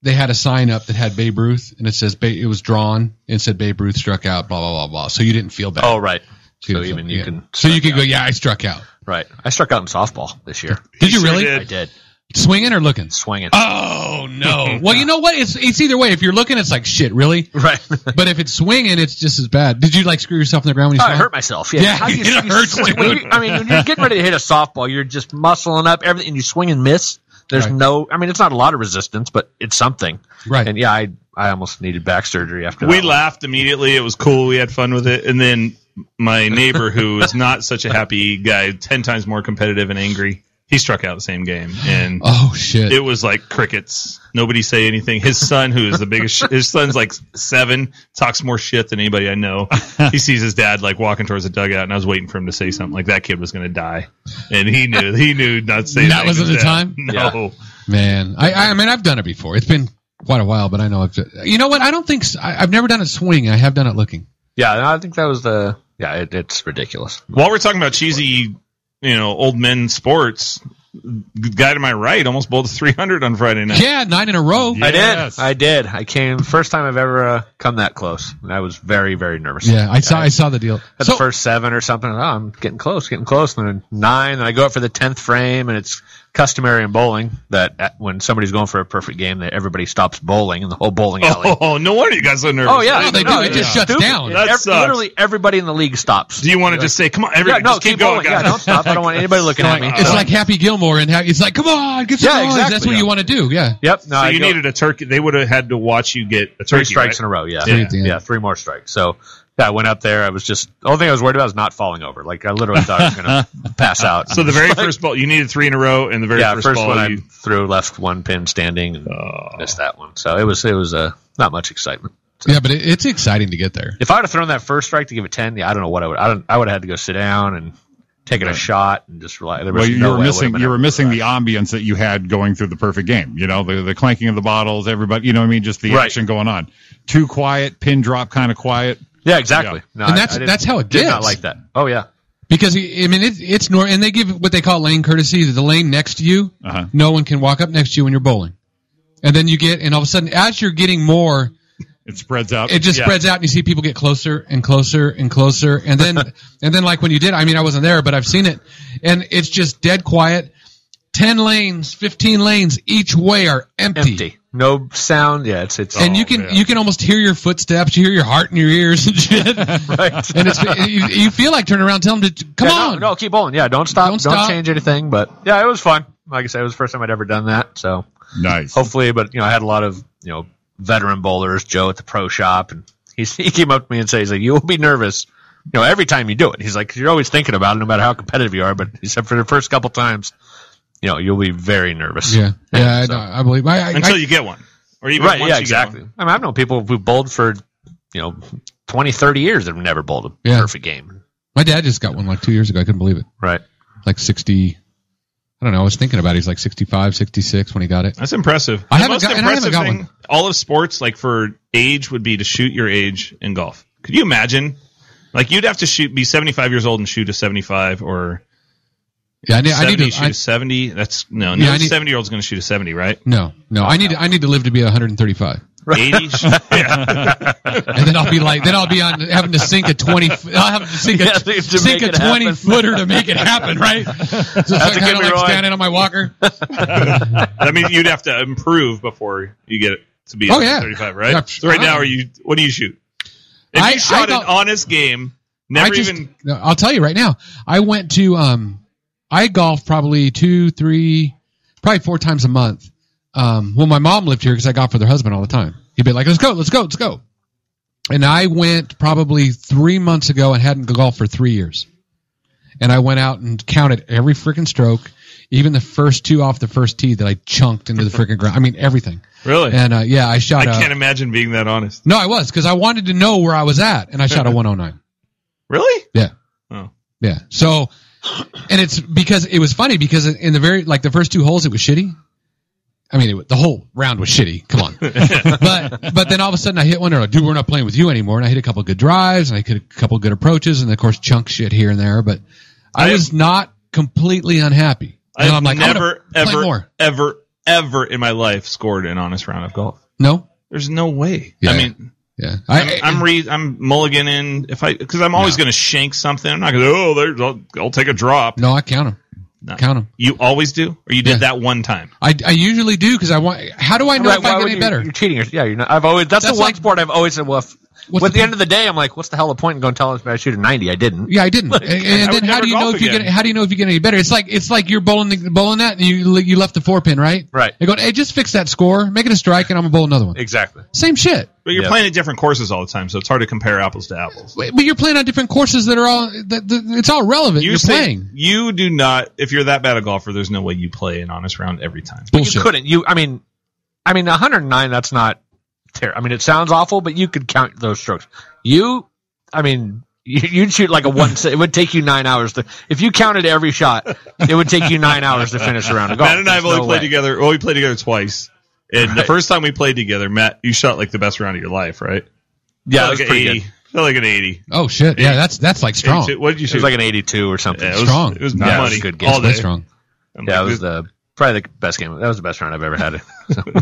[SPEAKER 1] they had a sign up that had Babe Ruth, and it says ba- it was drawn and said Babe Ruth struck out, blah blah blah blah. So you didn't feel bad.
[SPEAKER 4] Oh right.
[SPEAKER 1] You
[SPEAKER 4] So
[SPEAKER 1] didn't feel-
[SPEAKER 4] even you
[SPEAKER 1] yeah.
[SPEAKER 4] can.
[SPEAKER 1] So you
[SPEAKER 4] strike
[SPEAKER 1] could go,
[SPEAKER 4] out.
[SPEAKER 1] yeah, I struck out.
[SPEAKER 4] Right. I struck out in softball this year.
[SPEAKER 1] Did you
[SPEAKER 3] sure
[SPEAKER 1] really
[SPEAKER 3] did.
[SPEAKER 4] I did.
[SPEAKER 1] swinging or looking?
[SPEAKER 4] Swinging.
[SPEAKER 1] Oh no! well, you know what? It's it's either way. If you're looking, it's like shit, really.
[SPEAKER 4] right.
[SPEAKER 1] But if it's swinging, it's just as bad. Did you like screw yourself in the ground when you
[SPEAKER 4] Oh,
[SPEAKER 1] swung?
[SPEAKER 4] I hurt myself. Yeah,
[SPEAKER 1] Yeah,
[SPEAKER 4] How do
[SPEAKER 1] it hurts,
[SPEAKER 4] swing-
[SPEAKER 1] dude.
[SPEAKER 4] when you- I mean, when you're getting ready to hit a softball, you're just muscling up everything, and you swing and miss. There's
[SPEAKER 1] Right.
[SPEAKER 4] no. I mean, it's not a lot of resistance, but it's something.
[SPEAKER 1] Right.
[SPEAKER 4] And yeah, I I almost needed back surgery after
[SPEAKER 3] we
[SPEAKER 4] that. one.
[SPEAKER 3] laughed immediately. It was cool. We had fun with it. And then my neighbor, who is not such a happy guy, ten times more competitive and angry, he struck out the same game, and
[SPEAKER 1] oh shit!
[SPEAKER 3] it was like crickets. Nobody say anything. His son, who is the biggest, his son's like seven, talks more shit than anybody I know. He sees his dad like walking towards the dugout, and I was waiting for him to say something like that kid was going to die, and he knew he knew not to say anything
[SPEAKER 1] That wasn't
[SPEAKER 3] to his
[SPEAKER 1] the
[SPEAKER 3] dad.
[SPEAKER 1] time?
[SPEAKER 3] No,
[SPEAKER 1] Man, I, I I mean, I've done it before. It's been quite a while, but I know I've. You know what? I don't think s- I, have never done it swinging. I have done it looking.
[SPEAKER 4] Yeah, and I think that was the. Yeah, it, it's ridiculous.
[SPEAKER 3] While we're talking about cheesy, you know, old men sports, the guy to my right almost bowled a 300 on Friday night.
[SPEAKER 1] Yeah, nine in a row. Yeah,
[SPEAKER 4] I
[SPEAKER 2] Yes.
[SPEAKER 4] did. I did. I came first time I've ever uh, come that close, and I was very very nervous.
[SPEAKER 1] I saw. I saw the deal.
[SPEAKER 4] At
[SPEAKER 1] So,
[SPEAKER 4] the first seven or something, oh, I'm getting close, getting close. And then nine, and I go up for the tenth frame, and it's customary in bowling that at, when somebody's going for a perfect game, that everybody stops bowling in the whole bowling alley.
[SPEAKER 3] Oh, no wonder you got so nervous.
[SPEAKER 4] Oh, yeah,
[SPEAKER 1] No, they do. It just shuts
[SPEAKER 4] Stupid.
[SPEAKER 1] down.
[SPEAKER 3] That
[SPEAKER 4] Ev-
[SPEAKER 3] sucks.
[SPEAKER 4] Literally everybody in the league stops.
[SPEAKER 3] Do you want to just say, come on, everybody,
[SPEAKER 4] yeah, no,
[SPEAKER 3] just keep, going,
[SPEAKER 4] bowling. Yeah,
[SPEAKER 3] guys.
[SPEAKER 4] don't stop. I don't want anybody looking at me.
[SPEAKER 1] it's like Happy Gilmore, and ha- it's like, come on, get some
[SPEAKER 4] Yeah,
[SPEAKER 1] noise.
[SPEAKER 4] exactly,
[SPEAKER 1] That's what
[SPEAKER 4] yeah.
[SPEAKER 1] you want to do. Yeah.
[SPEAKER 4] yep.
[SPEAKER 3] so
[SPEAKER 4] No, I
[SPEAKER 3] you
[SPEAKER 4] go-
[SPEAKER 3] needed a turkey. They would have had to watch you get a
[SPEAKER 4] three
[SPEAKER 3] turkey.
[SPEAKER 4] strikes in
[SPEAKER 3] right?
[SPEAKER 4] a row. Yeah.
[SPEAKER 1] Three at the
[SPEAKER 4] Yeah.
[SPEAKER 1] end.
[SPEAKER 4] three more strikes. So yeah, I went up there. I was just the only thing I was worried about was not falling over. Like I literally thought I was going to pass out.
[SPEAKER 3] So the very first ball, you needed three in a row, and the very
[SPEAKER 4] yeah,
[SPEAKER 3] first,
[SPEAKER 4] first,
[SPEAKER 3] ball,
[SPEAKER 4] one I
[SPEAKER 3] you,
[SPEAKER 4] threw left one pin standing and missed that one. So it was it was uh, not much excitement.
[SPEAKER 1] Yeah, but it, it's exciting to get there.
[SPEAKER 4] If I would have thrown that first strike to give it ten, yeah, I don't know what I would. I don't. I would have had to go sit down and taken a shot and just rely. There was
[SPEAKER 2] Well, you
[SPEAKER 4] no
[SPEAKER 2] were
[SPEAKER 4] way I would've
[SPEAKER 2] missing
[SPEAKER 4] been
[SPEAKER 2] you
[SPEAKER 4] able
[SPEAKER 2] were
[SPEAKER 4] to do
[SPEAKER 2] missing
[SPEAKER 4] that.
[SPEAKER 2] the ambience that you had going through the perfect game. You know the the clanking of the bottles, everybody. You know what I mean? Just the
[SPEAKER 4] Right.
[SPEAKER 2] action going on. Too quiet, pin drop, kind of quiet.
[SPEAKER 4] Yeah, exactly.
[SPEAKER 2] Yeah.
[SPEAKER 4] No,
[SPEAKER 1] And
[SPEAKER 4] I-
[SPEAKER 1] that's-
[SPEAKER 4] I didn't-
[SPEAKER 1] that's how it
[SPEAKER 4] did not
[SPEAKER 1] gets.
[SPEAKER 4] like that. Oh yeah,
[SPEAKER 1] Because I mean, it, it's nor and they give what they call lane courtesy. The lane next to you,
[SPEAKER 2] Uh-huh.
[SPEAKER 1] no one can walk up next to you when you're bowling. And then you get, and all of a sudden, as you're getting more,
[SPEAKER 2] It spreads out.
[SPEAKER 1] it just spreads out, and you see people get closer and closer and closer, and then and then like when you did, I mean, I wasn't there, but I've seen it, and it's just dead quiet. 10 lanes, 15 lanes each way are empty.
[SPEAKER 4] Empty. No sound. Yeah, it's it's
[SPEAKER 1] And you can
[SPEAKER 3] man.
[SPEAKER 1] you can almost hear your footsteps, you hear your heart in your ears and shit.
[SPEAKER 4] right.
[SPEAKER 1] And it's you, you feel like turning around, tell them to come
[SPEAKER 4] Yeah, no,
[SPEAKER 1] on.
[SPEAKER 4] No, keep going. Yeah, don't stop.
[SPEAKER 1] Don't
[SPEAKER 4] Don't,
[SPEAKER 1] stop.
[SPEAKER 4] change anything. But yeah, it was fun. Like I said, it was the first time I'd ever done that. So
[SPEAKER 2] Nice.
[SPEAKER 4] hopefully, but you know, I had a lot of you know veteran bowlers. Joe at the pro shop, and he he came up to me and said, he's like, you will be nervous. You know, every time you do it, he's like, you you're always thinking about it, no matter how competitive you are. But he said, for the first couple times, you know, you'll be very nervous.
[SPEAKER 1] Yeah, yeah, I,
[SPEAKER 4] So-
[SPEAKER 1] know, I believe. I, I,
[SPEAKER 3] until
[SPEAKER 1] I-
[SPEAKER 3] you get one, or even
[SPEAKER 4] Right.
[SPEAKER 3] once
[SPEAKER 4] Yeah.
[SPEAKER 3] you
[SPEAKER 4] Exactly.
[SPEAKER 3] Get one.
[SPEAKER 4] I mean, I've known people who bowled for you know 20, 30 years that have never bowled a
[SPEAKER 1] Yeah.
[SPEAKER 4] perfect game.
[SPEAKER 1] my dad just got one like two years ago. I couldn't believe it.
[SPEAKER 4] Right.
[SPEAKER 1] Like sixty, I don't know. I was thinking about. it. He's like 65, 66 when he got it.
[SPEAKER 3] That's impressive.
[SPEAKER 1] I
[SPEAKER 3] The
[SPEAKER 1] haven't
[SPEAKER 3] most
[SPEAKER 1] got- and I haven't
[SPEAKER 3] impressive
[SPEAKER 1] got
[SPEAKER 3] thing,
[SPEAKER 1] one.
[SPEAKER 3] all of sports, like for age, would be to shoot your age in golf. Could you imagine? Like you'd have to shoot, be seventy-five years old and shoot a seventy-five, or
[SPEAKER 1] Yeah, I need, I need
[SPEAKER 3] 70,
[SPEAKER 1] to.
[SPEAKER 3] shoot
[SPEAKER 1] I,
[SPEAKER 3] a seventy. That's no,
[SPEAKER 1] Yeah,
[SPEAKER 3] no
[SPEAKER 1] I need-
[SPEAKER 3] seventy-year-old's going to shoot a seventy, right?
[SPEAKER 1] no, no. I need. to- I need to live to be one hundred and thirty-five,
[SPEAKER 3] Eighty. yeah.
[SPEAKER 1] and then I'll be like, then I'll be on having to sink a twenty. f- I'll have to sink a
[SPEAKER 4] Yeah, to
[SPEAKER 1] sink
[SPEAKER 4] make
[SPEAKER 1] a
[SPEAKER 4] it happen.
[SPEAKER 1] twenty footer to make it happen, right? Just like,
[SPEAKER 4] get
[SPEAKER 1] kind of
[SPEAKER 4] me
[SPEAKER 1] like
[SPEAKER 4] right.
[SPEAKER 1] standing on my walker.
[SPEAKER 3] I mean, you'd have to improve before you get it to be
[SPEAKER 1] Oh, yeah.
[SPEAKER 3] thirty-five, right?
[SPEAKER 1] Yeah,
[SPEAKER 3] so right now, are you? What do you shoot? If
[SPEAKER 1] I- I
[SPEAKER 3] you shot
[SPEAKER 1] don't-
[SPEAKER 3] an honest game, never
[SPEAKER 1] I just,
[SPEAKER 3] even
[SPEAKER 1] no, I'll tell you right now. I went to um, I golfed probably two, three, probably four times a month. Um, well, my mom lived here because I golfed with her husband all the time. He'd be like, "Let's go, let's go, let's go," and I went probably three months ago and hadn't golfed for three years. And I went out and counted every freaking stroke, even the first two off the first tee that I chunked into the freaking ground. I mean everything.
[SPEAKER 3] really.
[SPEAKER 1] And uh, yeah, I shot.
[SPEAKER 3] I
[SPEAKER 1] a-
[SPEAKER 3] can't imagine being that honest.
[SPEAKER 1] no, I was because I wanted to know where I was at, and I shot a 109.
[SPEAKER 3] Really?
[SPEAKER 1] Yeah.
[SPEAKER 3] Oh.
[SPEAKER 1] Yeah. So, and it's because it was funny because in the very like the first two holes it was shitty. I mean, it, wa- the whole round was shitty. Come on, but but then all of a sudden I hit one. They're like, dude, we're not playing with you anymore. And I hit a couple good drives and I hit a couple good approaches and of course chunk shit here and there. But I,
[SPEAKER 3] I
[SPEAKER 1] was not completely unhappy.
[SPEAKER 3] I've
[SPEAKER 1] and I'm like, I'm gonna
[SPEAKER 3] never,
[SPEAKER 1] play
[SPEAKER 3] ever,
[SPEAKER 1] more.
[SPEAKER 3] ever, ever in my life scored an honest round of golf.
[SPEAKER 1] No.
[SPEAKER 3] There's no way.
[SPEAKER 1] Yeah.
[SPEAKER 3] I mean,
[SPEAKER 1] Yeah.
[SPEAKER 3] I'm, I'm re, I'm mulliganing if I because I'm always going to shank something. I'm not going to oh there's I'll, I'll take a drop.
[SPEAKER 1] no, I count them.
[SPEAKER 3] No.
[SPEAKER 1] Count them.
[SPEAKER 3] You always do, or you did
[SPEAKER 1] Yeah.
[SPEAKER 3] that one time.
[SPEAKER 1] I, I usually do because I want. How do I know
[SPEAKER 4] Right,
[SPEAKER 1] if
[SPEAKER 4] why
[SPEAKER 1] I get
[SPEAKER 4] would
[SPEAKER 1] any
[SPEAKER 4] you-
[SPEAKER 1] better?
[SPEAKER 4] You're cheating. yourself. Yeah, you're not, I've always that's,
[SPEAKER 1] That's
[SPEAKER 4] the one
[SPEAKER 1] like-
[SPEAKER 4] sport I've always said. Well, if,
[SPEAKER 1] What's
[SPEAKER 4] well, at
[SPEAKER 1] the
[SPEAKER 4] the
[SPEAKER 1] point?
[SPEAKER 4] end of the day, I'm like, what's the hell of point in going to tell us I shoot a 90? I didn't.
[SPEAKER 1] Yeah, I didn't. and and
[SPEAKER 3] I
[SPEAKER 1] then
[SPEAKER 3] would
[SPEAKER 1] how
[SPEAKER 3] never
[SPEAKER 1] do you know
[SPEAKER 3] golf
[SPEAKER 1] if you
[SPEAKER 3] again.
[SPEAKER 1] get how do you know if you get any better? It's like it's like you're bowling the, bowling that and you you left the four pin right.
[SPEAKER 4] Right.
[SPEAKER 1] You're going, hey, just fix that score, make it a strike, and I'm gonna bowl another one.
[SPEAKER 4] Exactly.
[SPEAKER 1] Same shit.
[SPEAKER 3] But you're
[SPEAKER 4] Yeah.
[SPEAKER 3] playing at different courses all the time, so it's hard to compare apples to apples.
[SPEAKER 1] But but you're playing on different courses that are all that, that it's all relevant. You are
[SPEAKER 3] say-
[SPEAKER 1] playing
[SPEAKER 3] You do not. If you're that bad a golfer, there's no way you play an honest round every time.
[SPEAKER 1] bullshit.
[SPEAKER 4] You couldn't. You. I mean, I mean, 109. That's not terrible. I mean, it sounds awful, but you could count those strokes. You. I mean. you- You'd shoot like a one. se- it would take you nine hours to. If you counted every shot, it would take you nine hours to finish a round of golf.
[SPEAKER 3] Matt and I have
[SPEAKER 4] There's
[SPEAKER 3] only
[SPEAKER 4] no
[SPEAKER 3] played
[SPEAKER 4] way.
[SPEAKER 3] together. Well, we played together twice. And the first time we played together, Matt, you shot like the best round of your life, right?
[SPEAKER 4] Yeah, it
[SPEAKER 3] Felt
[SPEAKER 4] was
[SPEAKER 3] like an
[SPEAKER 4] pretty good.
[SPEAKER 3] eighty. Felt like an eighty.
[SPEAKER 1] Oh shit. Yeah, that's that's like strong.
[SPEAKER 3] Eighty- What did you
[SPEAKER 4] It was
[SPEAKER 3] shoot?
[SPEAKER 4] like an 82 or something.
[SPEAKER 3] Yeah,
[SPEAKER 4] Yeah,
[SPEAKER 3] it was,
[SPEAKER 1] strong.
[SPEAKER 3] It was
[SPEAKER 4] Yeah, it was
[SPEAKER 3] money.
[SPEAKER 4] a good game.
[SPEAKER 3] all
[SPEAKER 1] It's way
[SPEAKER 3] day.
[SPEAKER 1] strong.
[SPEAKER 3] I'm
[SPEAKER 4] it
[SPEAKER 3] like,
[SPEAKER 4] was
[SPEAKER 3] this-
[SPEAKER 4] the probably the best game. That was the best round I've ever had.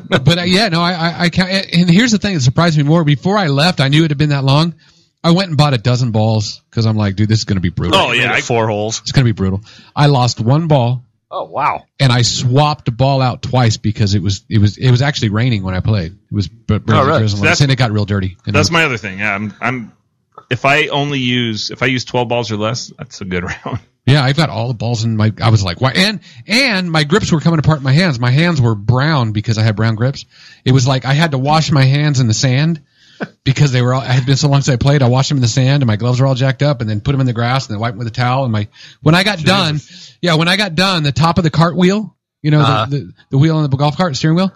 [SPEAKER 1] But uh, yeah, no, I I, I count. And here's the thing that surprised me more. Before I left, I knew it had been that long. I went and bought a dozen balls because I'm like, dude, this is gonna be brutal.
[SPEAKER 3] Oh, yeah, I-
[SPEAKER 4] four holes.
[SPEAKER 1] It's gonna be brutal. I lost one ball.
[SPEAKER 4] Oh wow.
[SPEAKER 1] and I swapped a ball out twice because it was it was it was actually raining when I played. It was b-
[SPEAKER 4] Oh, really?
[SPEAKER 1] drizzling,
[SPEAKER 3] That's-
[SPEAKER 1] and it got real dirty. And
[SPEAKER 3] that's
[SPEAKER 1] it
[SPEAKER 3] my other thing. Yeah, I'm. I'm. If I only use if I use twelve balls or less, that's a good round.
[SPEAKER 1] was- yeah, I've got all the balls in my. I was like, why? And and my grips were coming apart. In my hands, my hands were brown because I had brown grips. It was like I had to wash my hands in the sand because they were. All, I had been so long since I played. I washed them in the sand, and my gloves were all jacked up, and then put them in the grass, and then wiped them with a towel. And my when I got done, yeah, when I got done, the top of the cartwheel, you know,
[SPEAKER 4] Uh-huh.
[SPEAKER 1] the, the the wheel on the golf cart, steering wheel,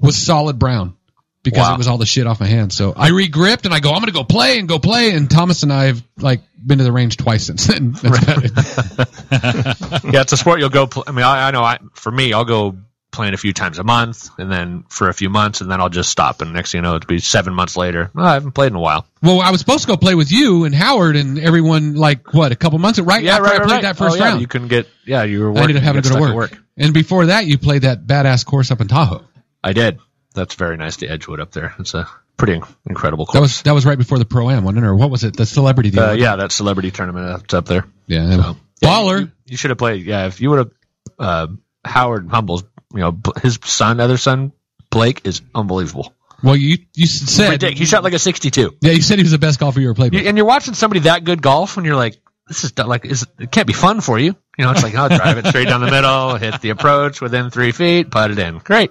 [SPEAKER 1] was solid brown. because
[SPEAKER 4] Wow.
[SPEAKER 1] it was all the shit off my hands. So I regripped and I go, I'm gonna go play and go play. And Thomas and I have like been to the range twice since then. That's about it.
[SPEAKER 4] yeah, it's a sport you'll go. Pl- I mean, I, I know. I for me, I'll go playing a few times a month, and then for a few months, and then I'll just stop. And next thing you know, it'll be seven months later. "Oh, I haven't played in a while.
[SPEAKER 1] Well, I was supposed to go play with you and Howard and everyone like what a couple months right
[SPEAKER 4] Yeah,
[SPEAKER 1] after
[SPEAKER 4] right.
[SPEAKER 1] I
[SPEAKER 4] right,
[SPEAKER 1] played
[SPEAKER 4] right.
[SPEAKER 1] that first
[SPEAKER 4] Oh, yeah,
[SPEAKER 1] round.
[SPEAKER 4] You couldn't get. Yeah, you were.
[SPEAKER 1] I
[SPEAKER 4] Working,
[SPEAKER 1] ended up having
[SPEAKER 4] you
[SPEAKER 1] to
[SPEAKER 4] got
[SPEAKER 1] go to
[SPEAKER 4] stuck
[SPEAKER 1] work.
[SPEAKER 4] at
[SPEAKER 1] And before that, you played that badass course up in Tahoe.
[SPEAKER 4] I did. That's very nice to Edgewood up there. It's a pretty inc- incredible
[SPEAKER 1] That was
[SPEAKER 4] course.
[SPEAKER 1] that was right before the pro am, wasn't it? Or what was it? The celebrity deal?
[SPEAKER 4] uh, yeah, that celebrity tournament that's up there.
[SPEAKER 1] yeah. Baller.
[SPEAKER 4] You should have played. Yeah, if you would have uh, Howard Humble's, you know, b- his son, other son, Blake, is unbelievable.
[SPEAKER 1] Well, you you said
[SPEAKER 4] Ridic- He shot like a 62.
[SPEAKER 1] yeah, you said he was the best golfer you ever played
[SPEAKER 4] You,
[SPEAKER 1] with.
[SPEAKER 4] and you're watching somebody that good golf, and you're like, this is not like is, it can't be fun for you. You know, it's like I'll drive it straight down the middle, hit the approach within three feet, putt it in. Great.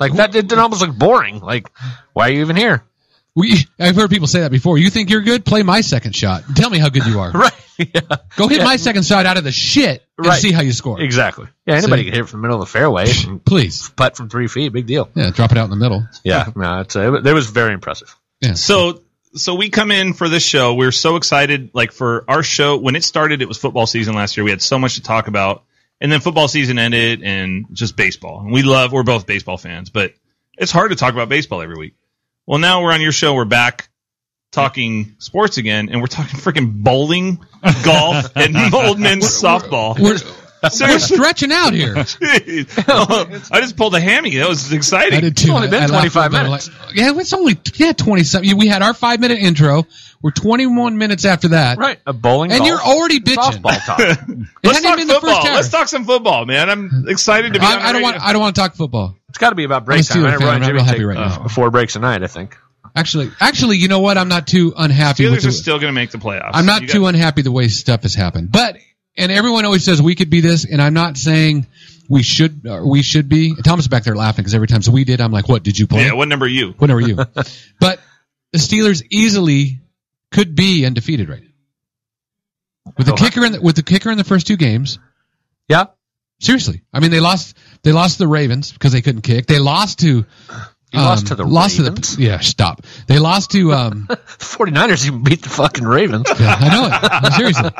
[SPEAKER 4] Like that, it, it almost looked boring. Like, why are you even here?
[SPEAKER 1] We, I've heard people say that before. You think you're good? Play my second shot. Tell me how good you are.
[SPEAKER 4] Right. Yeah.
[SPEAKER 1] Go hit my second shot out of the shit and
[SPEAKER 4] Right.
[SPEAKER 1] see how you score.
[SPEAKER 4] Exactly. Yeah. Anybody
[SPEAKER 1] So-
[SPEAKER 4] can hit it from the middle of the fairway, and
[SPEAKER 1] Please.
[SPEAKER 4] putt from three feet. Big deal.
[SPEAKER 1] Yeah, drop it out in the middle.
[SPEAKER 4] Yeah. No, it's uh, it was very impressive.
[SPEAKER 1] Yeah.
[SPEAKER 3] So so we come in for this show. We're so excited. Like for our show, when it started, it was football season last year. We had so much to talk about, and then football season ended, and just baseball. And we love. We're both baseball fans, but it's hard to talk about baseball every week. Well, now we're on your show. We're back talking sports again, and we're talking freaking bowling, golf, and old men's softball.
[SPEAKER 1] We're, we're
[SPEAKER 3] Seriously.
[SPEAKER 1] stretching out here.
[SPEAKER 3] I just pulled a hammy. That was
[SPEAKER 1] I
[SPEAKER 3] exciting.
[SPEAKER 1] did too.
[SPEAKER 4] only been
[SPEAKER 1] I laughed
[SPEAKER 4] 25
[SPEAKER 1] at them.
[SPEAKER 4] minutes.
[SPEAKER 1] Like, yeah, it's only yeah twenty seven. We had our five minute intro. We're twenty one minutes after that,
[SPEAKER 4] Right. A bowling.
[SPEAKER 1] and
[SPEAKER 4] golf,
[SPEAKER 1] you're already bitching.
[SPEAKER 4] softball talk.
[SPEAKER 1] It
[SPEAKER 3] Let's
[SPEAKER 1] hadn't
[SPEAKER 3] talk
[SPEAKER 1] even been the
[SPEAKER 3] football.
[SPEAKER 1] first hour.
[SPEAKER 3] Let's talk some football, man. I'm excited to be. on the
[SPEAKER 1] I, I
[SPEAKER 3] radio.
[SPEAKER 1] don't want. I don't want to talk football.
[SPEAKER 4] it's got to be about break
[SPEAKER 1] Let's do
[SPEAKER 4] time.
[SPEAKER 1] it,
[SPEAKER 4] I
[SPEAKER 1] fam.
[SPEAKER 4] run
[SPEAKER 1] I'm
[SPEAKER 4] Jimmy
[SPEAKER 1] real happy
[SPEAKER 4] take
[SPEAKER 1] right now.
[SPEAKER 4] uh, four breaks a night. I think.
[SPEAKER 1] Actually, actually, you know what? I'm not too unhappy with
[SPEAKER 3] Steelers
[SPEAKER 1] the,
[SPEAKER 3] are still going to make the playoffs.
[SPEAKER 1] I'm not
[SPEAKER 3] You
[SPEAKER 1] too
[SPEAKER 3] got-
[SPEAKER 1] unhappy the way stuff has happened. But and everyone always says we could be this, and I'm not saying we should. Or we should be. Thomas back there laughing because every time so we did, I'm like, "What did you play?
[SPEAKER 3] Yeah, what number are you?
[SPEAKER 1] When are you?" but the Steelers easily could be undefeated right now with the
[SPEAKER 4] Oh,
[SPEAKER 1] kicker in the, with the kicker in the first two games.
[SPEAKER 4] Yeah.
[SPEAKER 1] Seriously, I mean they lost. They lost to the Ravens because they couldn't kick. They lost to. um,
[SPEAKER 4] You lost to the
[SPEAKER 1] lost
[SPEAKER 4] Ravens.
[SPEAKER 1] to the yeah. Stop. They lost to um.
[SPEAKER 4] The 49ers even beat the fucking Ravens.
[SPEAKER 1] Yeah, I know it. No, seriously.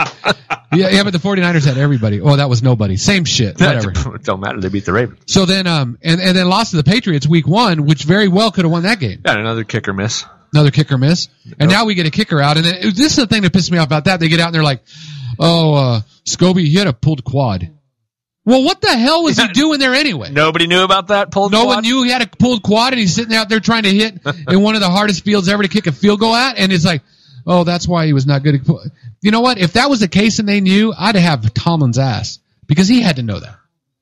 [SPEAKER 1] Yeah, yeah, but the 49ers had everybody. Oh, that was nobody. Same shit. Whatever.
[SPEAKER 4] it don't matter. They beat the Ravens.
[SPEAKER 1] So then, um, and, and then lost to the Patriots week one, which very well could have won that game.
[SPEAKER 4] Got another kicker miss.
[SPEAKER 1] Another kicker miss. And now we get a kicker out. And then this is the thing that pissed me off about that. They get out and they're like, oh, uh, Scobie, he had a pulled quad. Well, what the hell was he doing there anyway?
[SPEAKER 4] Nobody knew about that pulled
[SPEAKER 1] No
[SPEAKER 4] quad?
[SPEAKER 1] one knew he had a pulled quad, and he's sitting out there trying to hit in one of the hardest fields ever to kick a field goal at. And it's like, oh, that's why he was not good. At, pu- you know what? If that was the case and they knew, I'd have Tomlin's ass because he had to know that.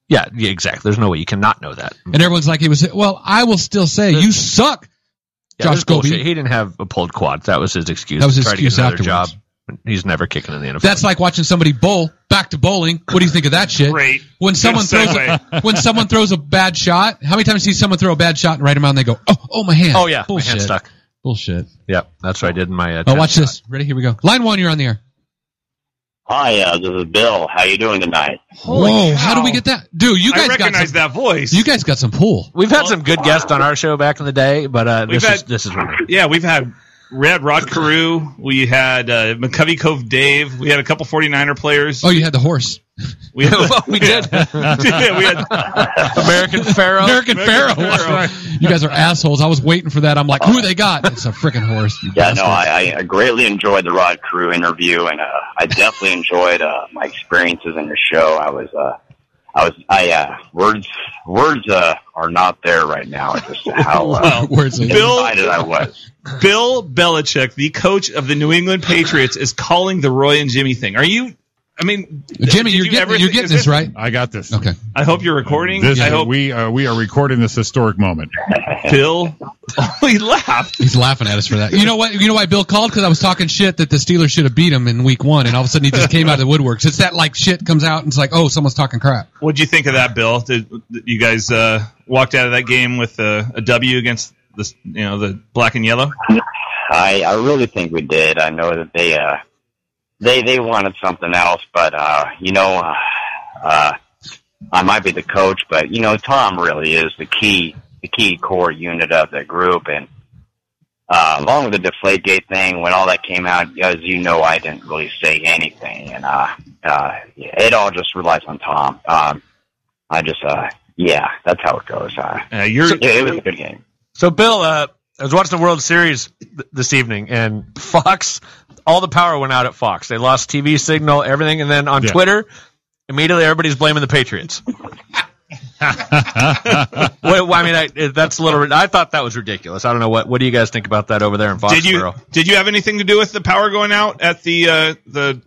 [SPEAKER 4] Yeah, yeah, exactly. There's no way you cannot know that.
[SPEAKER 1] And everyone's like, he was. Well, I will still say you suck.
[SPEAKER 4] Yeah,
[SPEAKER 1] Josh
[SPEAKER 4] this bullshit.
[SPEAKER 1] Gobey.
[SPEAKER 4] He didn't have a pulled quad. That was his excuse.
[SPEAKER 1] That was his
[SPEAKER 4] Try
[SPEAKER 1] excuse
[SPEAKER 4] to get another
[SPEAKER 1] afterwards.
[SPEAKER 4] job. He's never kicking in the NFL.
[SPEAKER 1] That's like watching somebody bowl. Back to bowling. What do you think of that shit?
[SPEAKER 3] Great.
[SPEAKER 1] When someone
[SPEAKER 3] Good
[SPEAKER 1] throws a, when someone throws a bad shot, how many times do you see someone throw a bad shot and write them out and they go, oh, oh my hand.
[SPEAKER 4] oh, yeah.
[SPEAKER 1] bullshit.
[SPEAKER 4] My hand stuck.
[SPEAKER 1] Bullshit.
[SPEAKER 4] Yeah, that's what I did in my. Uh,
[SPEAKER 1] Oh,
[SPEAKER 4] tenth
[SPEAKER 1] watch
[SPEAKER 4] shot.
[SPEAKER 1] this. Ready? Here we go. Line one. You're on the air.
[SPEAKER 5] Hi, uh, this is Bill. How you doing tonight?
[SPEAKER 1] Whoa! How do we get that, dude? Oh, You
[SPEAKER 3] I
[SPEAKER 1] guys got
[SPEAKER 3] recognize
[SPEAKER 1] some,
[SPEAKER 3] that voice.
[SPEAKER 1] You guys got some pull.
[SPEAKER 4] We've had some good guests on our show back in the day, but uh,
[SPEAKER 3] We've
[SPEAKER 4] this, is,
[SPEAKER 3] had-
[SPEAKER 4] this is one.
[SPEAKER 3] yeah, we've had we had Rod Carew. We had uh, McCovey Cove Dave. We had a couple 49er players.
[SPEAKER 1] Oh, you had the horse,
[SPEAKER 3] We, had,
[SPEAKER 4] we did.
[SPEAKER 3] yeah, we had
[SPEAKER 4] American Pharaoh.
[SPEAKER 1] American Pharaoh.
[SPEAKER 3] Pharaoh.
[SPEAKER 1] you guys are assholes. I was waiting for that. I'm like, who they got? It's a freaking horse. you
[SPEAKER 5] Yeah, no,
[SPEAKER 1] bastards.
[SPEAKER 5] I, I greatly enjoyed the Rod Crew interview, and uh, I definitely enjoyed uh, my experiences in your show. I was, uh, I was, I uh, words, words uh, are not there right now. It's just how uh,
[SPEAKER 1] Words like-
[SPEAKER 3] Bill-
[SPEAKER 5] excited I was.
[SPEAKER 3] Bill Belichick, the coach of the New England Patriots, is calling the Roy and Jimmy thing. Are you? I mean,
[SPEAKER 1] Jimmy,
[SPEAKER 3] did you
[SPEAKER 1] you're getting
[SPEAKER 3] ever
[SPEAKER 1] you're
[SPEAKER 3] think-
[SPEAKER 1] getting
[SPEAKER 3] is
[SPEAKER 1] this right.
[SPEAKER 2] I got this.
[SPEAKER 1] Okay.
[SPEAKER 3] I hope you're recording.
[SPEAKER 2] This,
[SPEAKER 3] I hope
[SPEAKER 2] we uh, we are recording this historic moment.
[SPEAKER 3] Bill. Oh, he laughed.
[SPEAKER 1] He's laughing at us for that. You know what? You know why Bill called? Because I was talking shit that the Steelers should have beat him in Week One, and all of a sudden he just came out of the woodworks. It's that like shit comes out and it's like, oh, someone's talking crap.
[SPEAKER 3] What'd you think of that, Bill? Did, did you guys uh, walked out of that game with a, a W against the you know the black and yellow?
[SPEAKER 5] I, I really think we did. I know that they, uh, they, they wanted something else, but uh, you know, uh, uh, I might be the coach, but you know, Tom really is the key, the key core unit of the group, and uh, along with the Deflategate thing, when all that came out, as you know, I didn't really say anything, and uh, uh, it all just relies on Tom. Um, I just, uh, yeah, that's how it goes. Uh,
[SPEAKER 3] Uh, you're
[SPEAKER 5] it, it was a good game.
[SPEAKER 4] So, Bill, uh, I was watching the World Series th- this evening, and Fox, all the power went out at Fox. They lost TV signal, everything, and then on
[SPEAKER 2] Yeah.
[SPEAKER 4] Twitter, immediately everybody's blaming the Patriots. well, I mean, I, that's a little. I thought that was ridiculous. I don't know what. What do you guys think about that over there in Foxborough?
[SPEAKER 3] did you did you have anything to do with the power going out at the uh, the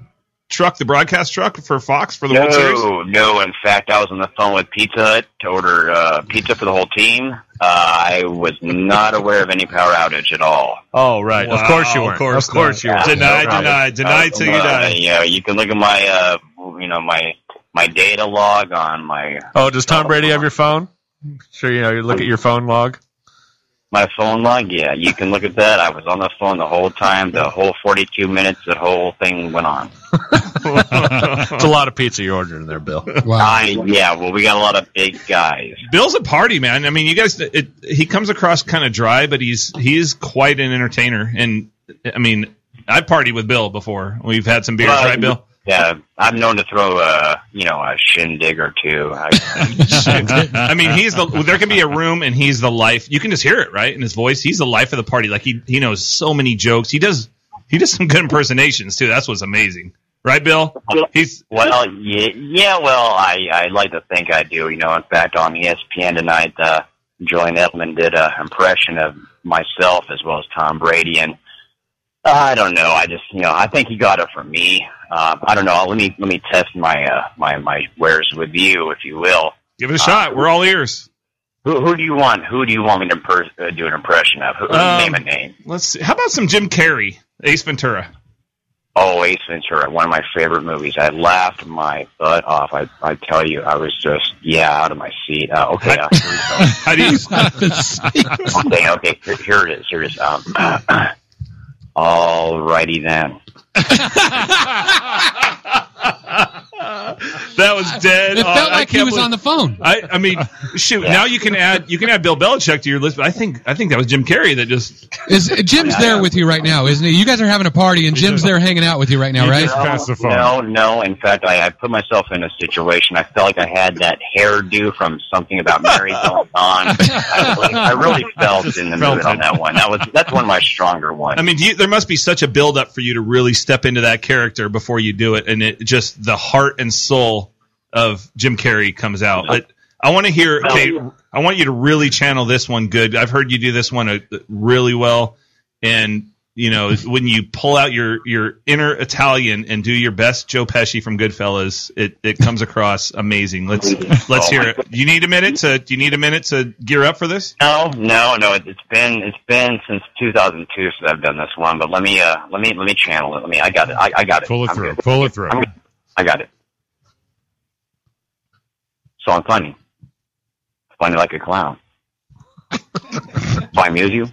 [SPEAKER 3] truck, the broadcast truck for Fox for the World Series?
[SPEAKER 5] No, no. In fact, I was on the phone with Pizza Hut to order uh, pizza for the whole team. Uh, I was not aware of any power outage at all.
[SPEAKER 3] Oh, right. of course you were. Of course, you were.
[SPEAKER 5] not.
[SPEAKER 3] Deny,
[SPEAKER 5] No
[SPEAKER 3] deny, deny till you
[SPEAKER 5] Uh,
[SPEAKER 3] die.
[SPEAKER 5] You know, you can look at my, uh, you know, my my data log on my
[SPEAKER 4] Oh, does Tom Brady have your phone? Sure, you know, you look at your phone log.
[SPEAKER 5] my phone log. Yeah, you can look at that. I was on the phone the whole time, the whole 42 minutes, the whole thing went on.
[SPEAKER 4] It's a lot of pizza you're ordering there, Bill.
[SPEAKER 1] Wow.
[SPEAKER 5] I yeah. Well, we got a lot of big guys.
[SPEAKER 3] Bill's a party man. I mean, you guys, it, he comes across kind of dry, but he's he is quite an entertainer. And I mean, I partied with Bill before. We've had some beers,
[SPEAKER 5] Well,
[SPEAKER 3] right, Bill?
[SPEAKER 5] Yeah, I'm known to throw a you know a shindig or two. I,
[SPEAKER 3] I mean, he's the. There can be a room, and he's the life. You can just hear it, right, in his voice. He's the life of the party. Like he he knows so many jokes. He does he does some good impersonations too. That's what's amazing, right, Bill? He's
[SPEAKER 5] well, yeah, yeah. Well, I I like to think I do. You know, in fact, on E ESPN tonight, uh, Joy Edelman did a impression of myself as well as Tom Brady, and uh, I don't know. I just you know I think he got it from me. Uh, I don't know. Let me let me test my uh, my my wares with you, if you will.
[SPEAKER 3] give it a shot. We're all ears.
[SPEAKER 5] Who, who do you want? Who do you want me to per- uh, do an impression of? Who,
[SPEAKER 3] Um,
[SPEAKER 5] name a name.
[SPEAKER 3] Let's see. How about some Jim Carrey, Ace Ventura?
[SPEAKER 5] Oh, Ace Ventura, one of my favorite movies. I laughed my butt off. I, I tell you, I was just yeah out of my seat. Uh, okay, uh, here we go.
[SPEAKER 3] How do you?
[SPEAKER 5] okay, okay. Here, here it is. Here it is. Um, all righty then.
[SPEAKER 3] that was dead.
[SPEAKER 1] It
[SPEAKER 3] on.
[SPEAKER 1] felt
[SPEAKER 3] I
[SPEAKER 1] like he
[SPEAKER 3] can't
[SPEAKER 1] was
[SPEAKER 3] believe-
[SPEAKER 1] on the phone.
[SPEAKER 3] I, I mean, shoot. Now you can add you can add Bill Belichick to your list, but I think I think that was Jim Carrey that just
[SPEAKER 1] Is Jim's there with you right now, isn't he? You guys are having a party, and Jim's there hanging out with you right now,
[SPEAKER 2] You
[SPEAKER 1] right?
[SPEAKER 2] just- Pass the phone.
[SPEAKER 5] No, no. In fact, I, I put myself in a situation. I felt like I had that hairdo from something about Mary going on. I, really- I really felt in the
[SPEAKER 2] Felt
[SPEAKER 5] mood
[SPEAKER 2] it.
[SPEAKER 5] on that one. That was that's one of my stronger ones.
[SPEAKER 3] I mean, do you, there must be such a buildup for you to really step into that character before you do it, and it just the heart and soul of Jim Carrey comes out. But I want to hear. Okay, I want you to really channel this one good. I've heard you do this one uh, really well, and you know when you pull out your your inner Italian and do your best Joe Pesci from Goodfellas, it it comes across amazing. Let's let's hear it. You need a minute to. Do you need a minute to gear up for this?
[SPEAKER 5] No, no, no. It, it's been it's been since 2002 since I've done this one. But let me uh let me let me channel it. Let me. I got it. I, I got it.
[SPEAKER 2] Pull it
[SPEAKER 5] I'm
[SPEAKER 2] through.
[SPEAKER 5] good.
[SPEAKER 2] Pull it through.
[SPEAKER 5] I'm good. I got it. So I'm funny. Funny like a clown. Do I amuse you?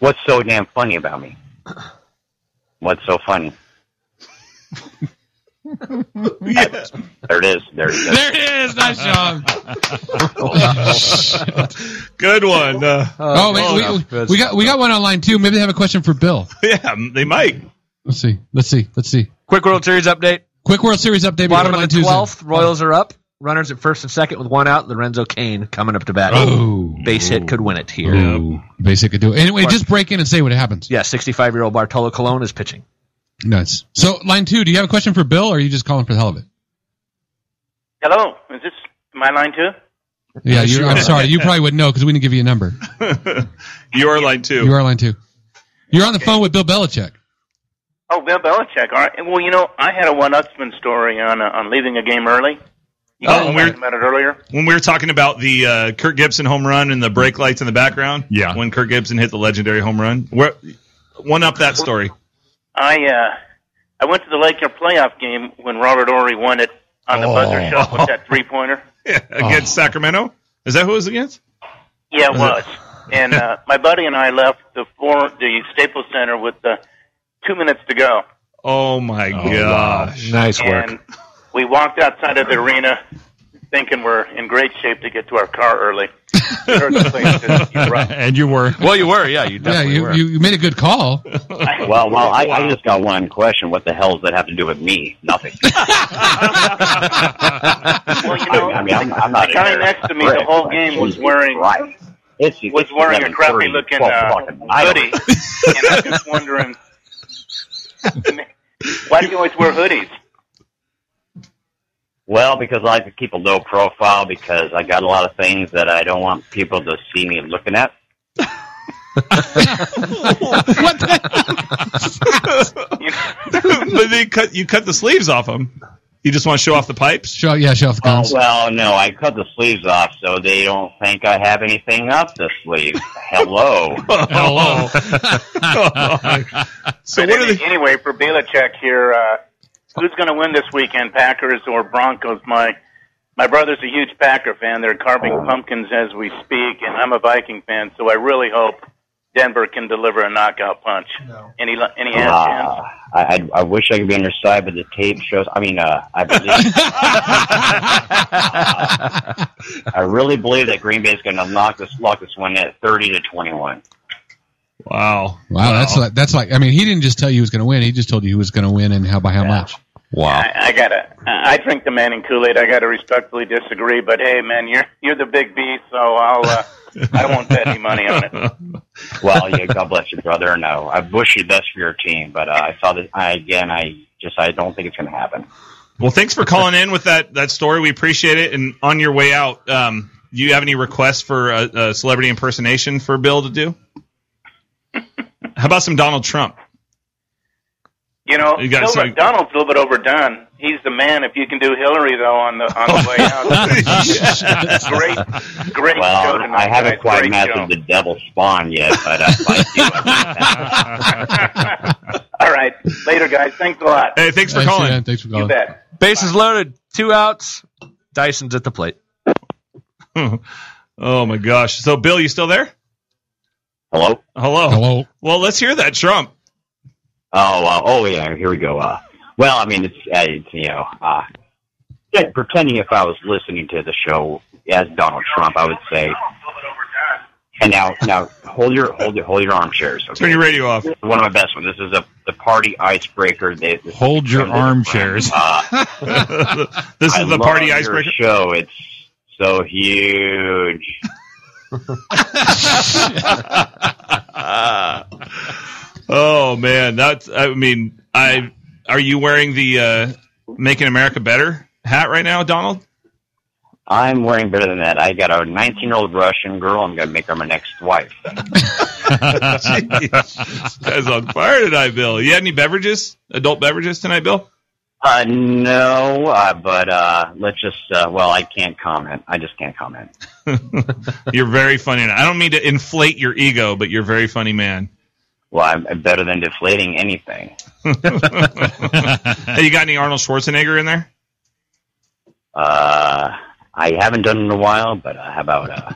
[SPEAKER 5] What's so damn funny about me? What's so funny?
[SPEAKER 3] Yeah.
[SPEAKER 5] There it is. There it is.
[SPEAKER 1] There it is. Nice job.
[SPEAKER 3] Good one. Uh,
[SPEAKER 1] Oh, wait, we, we got we got one online too. Maybe they have a question for Bill.
[SPEAKER 3] yeah, they might.
[SPEAKER 1] Let's see. Let's see. Let's see.
[SPEAKER 4] Quick World Series update.
[SPEAKER 1] Quick World Series update.
[SPEAKER 4] Bottom of
[SPEAKER 1] online
[SPEAKER 4] the
[SPEAKER 1] Tuesday.
[SPEAKER 4] twelfth. Royals are up. Runners at first and second with one out. Lorenzo Kane coming up to bat.
[SPEAKER 1] Oh,
[SPEAKER 4] Base hit could win it here.
[SPEAKER 1] Ooh. basic could do. it. Anyway, just break in and say what happens.
[SPEAKER 4] Yeah, sixty-five-year-old Bartolo Colon is pitching.
[SPEAKER 1] Nice. So line two. Do you have a question for Bill, or are you just calling for the hell of it?
[SPEAKER 6] Hello, is this my line too?
[SPEAKER 1] Yeah, you I'm sorry. You probably wouldn't know because we didn't give you a number.
[SPEAKER 3] Your line too.
[SPEAKER 1] You are line two. You're on the phone with Bill Belichick.
[SPEAKER 6] Oh, Bill Belichick. All right. Well, you know, I had a one-upsman story on uh, on leaving a game early. You
[SPEAKER 3] Oh,
[SPEAKER 6] guys were
[SPEAKER 3] we're-
[SPEAKER 6] talking about it earlier.
[SPEAKER 3] when we were talking about the uh, Kirk Gibson home run and the brake lights in the background.
[SPEAKER 2] Yeah.
[SPEAKER 3] When Kirk Gibson hit the legendary home run, where, one up that story.
[SPEAKER 6] I uh, I went to the Laker playoff game when Robert Ory won it on the buzzer shot with that three-pointer.
[SPEAKER 3] Oh. Yeah, against Sacramento. Is that who it was against?
[SPEAKER 6] Yeah, it was. And uh, my buddy and I left the four, the Staples Center with uh, two minutes to go.
[SPEAKER 3] Oh my gosh!
[SPEAKER 4] Nice
[SPEAKER 6] and we walked outside of the arena thinking we're in great shape to get to our car early. We heard the place that you brought.
[SPEAKER 2] and you were.
[SPEAKER 4] Well, you were. Yeah, you definitely
[SPEAKER 1] yeah, you,
[SPEAKER 4] were.
[SPEAKER 1] you, you made a good call.
[SPEAKER 5] Well, well, I, I just got one question. What the hell does that have to do with me? Nothing.
[SPEAKER 6] Well,
[SPEAKER 5] I,
[SPEAKER 6] you know,
[SPEAKER 5] I mean, I'm, I'm not
[SPEAKER 6] the
[SPEAKER 5] a
[SPEAKER 6] guy
[SPEAKER 5] hater.
[SPEAKER 6] next to me the whole game was wearing
[SPEAKER 5] Right. It's, it's
[SPEAKER 6] was wearing a
[SPEAKER 5] 11:30,
[SPEAKER 6] crappy looking
[SPEAKER 5] 12
[SPEAKER 6] uh,
[SPEAKER 5] o'clock in the night.
[SPEAKER 6] hoodie, and I'm just wondering, why do you always wear hoodies?
[SPEAKER 5] Well, because I like to keep a low profile because I got a lot of things that I don't want people to see me looking at.
[SPEAKER 1] what the?
[SPEAKER 3] You know? but they cut you cut the sleeves off them. You just want to show off the pipes.
[SPEAKER 1] Show, yeah, show off the
[SPEAKER 5] Oh,
[SPEAKER 1] guns.
[SPEAKER 5] well, no, I cut the sleeves off so they don't think I have anything up the sleeve. Hello.
[SPEAKER 3] Hello. so
[SPEAKER 6] But
[SPEAKER 3] what are
[SPEAKER 6] any-
[SPEAKER 3] they?
[SPEAKER 6] anyway, for Belichick here, uh, who's going to win this weekend, Packers or Broncos? My my brother's a huge Packer fan. They're carving pumpkins as we speak, and I'm a Viking fan, so I really hope Denver can deliver a knockout punch. Any any chance?
[SPEAKER 5] Uh, I, I, I wish I could be on your side, but the tape shows. I mean, uh, I believe. I really believe that Green Bay is going to knock this lock this one at thirty to twenty-one.
[SPEAKER 3] Wow.
[SPEAKER 1] Wow, that's like that's like. I mean, he didn't just tell you he was going to win. He just told you he was going to win and how by how much.
[SPEAKER 2] Wow.
[SPEAKER 6] I, I gotta. I I drink the Manning Kool Aid. I gotta respectfully disagree, but hey, man, you're you're the big B, so I'll. Uh, I won't bet any money on it.
[SPEAKER 5] Well, yeah, God bless you, brother. And uh, I wish you the best for your team, but uh, I saw this. I again, I just I don't think it's going to happen.
[SPEAKER 3] Well, thanks for calling in with that that story. We appreciate it. And on your way out, um, do you have any requests for a, a celebrity impersonation for Bill to do? How about some Donald Trump?
[SPEAKER 6] You know,
[SPEAKER 3] You gotta
[SPEAKER 6] Hillary-
[SPEAKER 3] say-
[SPEAKER 6] Donald's a little bit overdone. He's the man. If you can do Hillary though on the on the way out,
[SPEAKER 3] Oh,
[SPEAKER 6] great, great show
[SPEAKER 5] Well,
[SPEAKER 6] tonight.
[SPEAKER 5] I haven't
[SPEAKER 6] guys.
[SPEAKER 5] quite
[SPEAKER 6] Great
[SPEAKER 5] mastered
[SPEAKER 6] show.
[SPEAKER 5] the devil spawn yet, but uh, like you, I
[SPEAKER 6] All right, later, guys. Thanks a lot.
[SPEAKER 3] Hey, thanks for
[SPEAKER 1] Thanks,
[SPEAKER 3] calling.
[SPEAKER 1] man. Thanks for
[SPEAKER 6] You
[SPEAKER 1] calling.
[SPEAKER 6] bet.
[SPEAKER 4] Base is loaded. Two outs. Dyson's at the plate.
[SPEAKER 3] Oh my gosh. So Bill, you still there?
[SPEAKER 5] hello.
[SPEAKER 3] Hello.
[SPEAKER 1] Hello.
[SPEAKER 3] Well, let's hear that Trump.
[SPEAKER 5] Oh, uh, oh yeah, here we go. Uh, well, I mean, it's, uh, it's you know, uh, yeah, pretending if I was listening to the show as Donald Trump, I would say, and now, now hold your hold your hold your armchairs.
[SPEAKER 3] Turn
[SPEAKER 5] Okay,
[SPEAKER 3] your radio off.
[SPEAKER 5] one of my best ones. This is a the party icebreaker. They, this
[SPEAKER 2] Hold your armchairs.
[SPEAKER 5] Uh,
[SPEAKER 3] this
[SPEAKER 5] I
[SPEAKER 3] is the
[SPEAKER 5] love
[SPEAKER 3] party
[SPEAKER 5] your
[SPEAKER 3] icebreaker.
[SPEAKER 5] show. It's so huge.
[SPEAKER 3] Oh man, that's. I mean, I are you wearing the uh, "Making America Better" hat right now, Donald?
[SPEAKER 5] I'm wearing better than that. I got a 19 year old Russian girl. I'm gonna make her my next wife.
[SPEAKER 3] Jeez. Guys on fire tonight, Bill. You had any beverages, adult beverages tonight, Bill?
[SPEAKER 5] Uh, no, uh, but uh, let's just. Uh, well, I can't comment. I just can't comment.
[SPEAKER 3] You're very funny. And I don't mean to inflate your ego, but you're a very funny man.
[SPEAKER 5] Well, I'm I'm better than deflating anything.
[SPEAKER 3] Hey, you got any Arnold Schwarzenegger in there?
[SPEAKER 5] Uh, I haven't done it in a while, but uh, how about uh,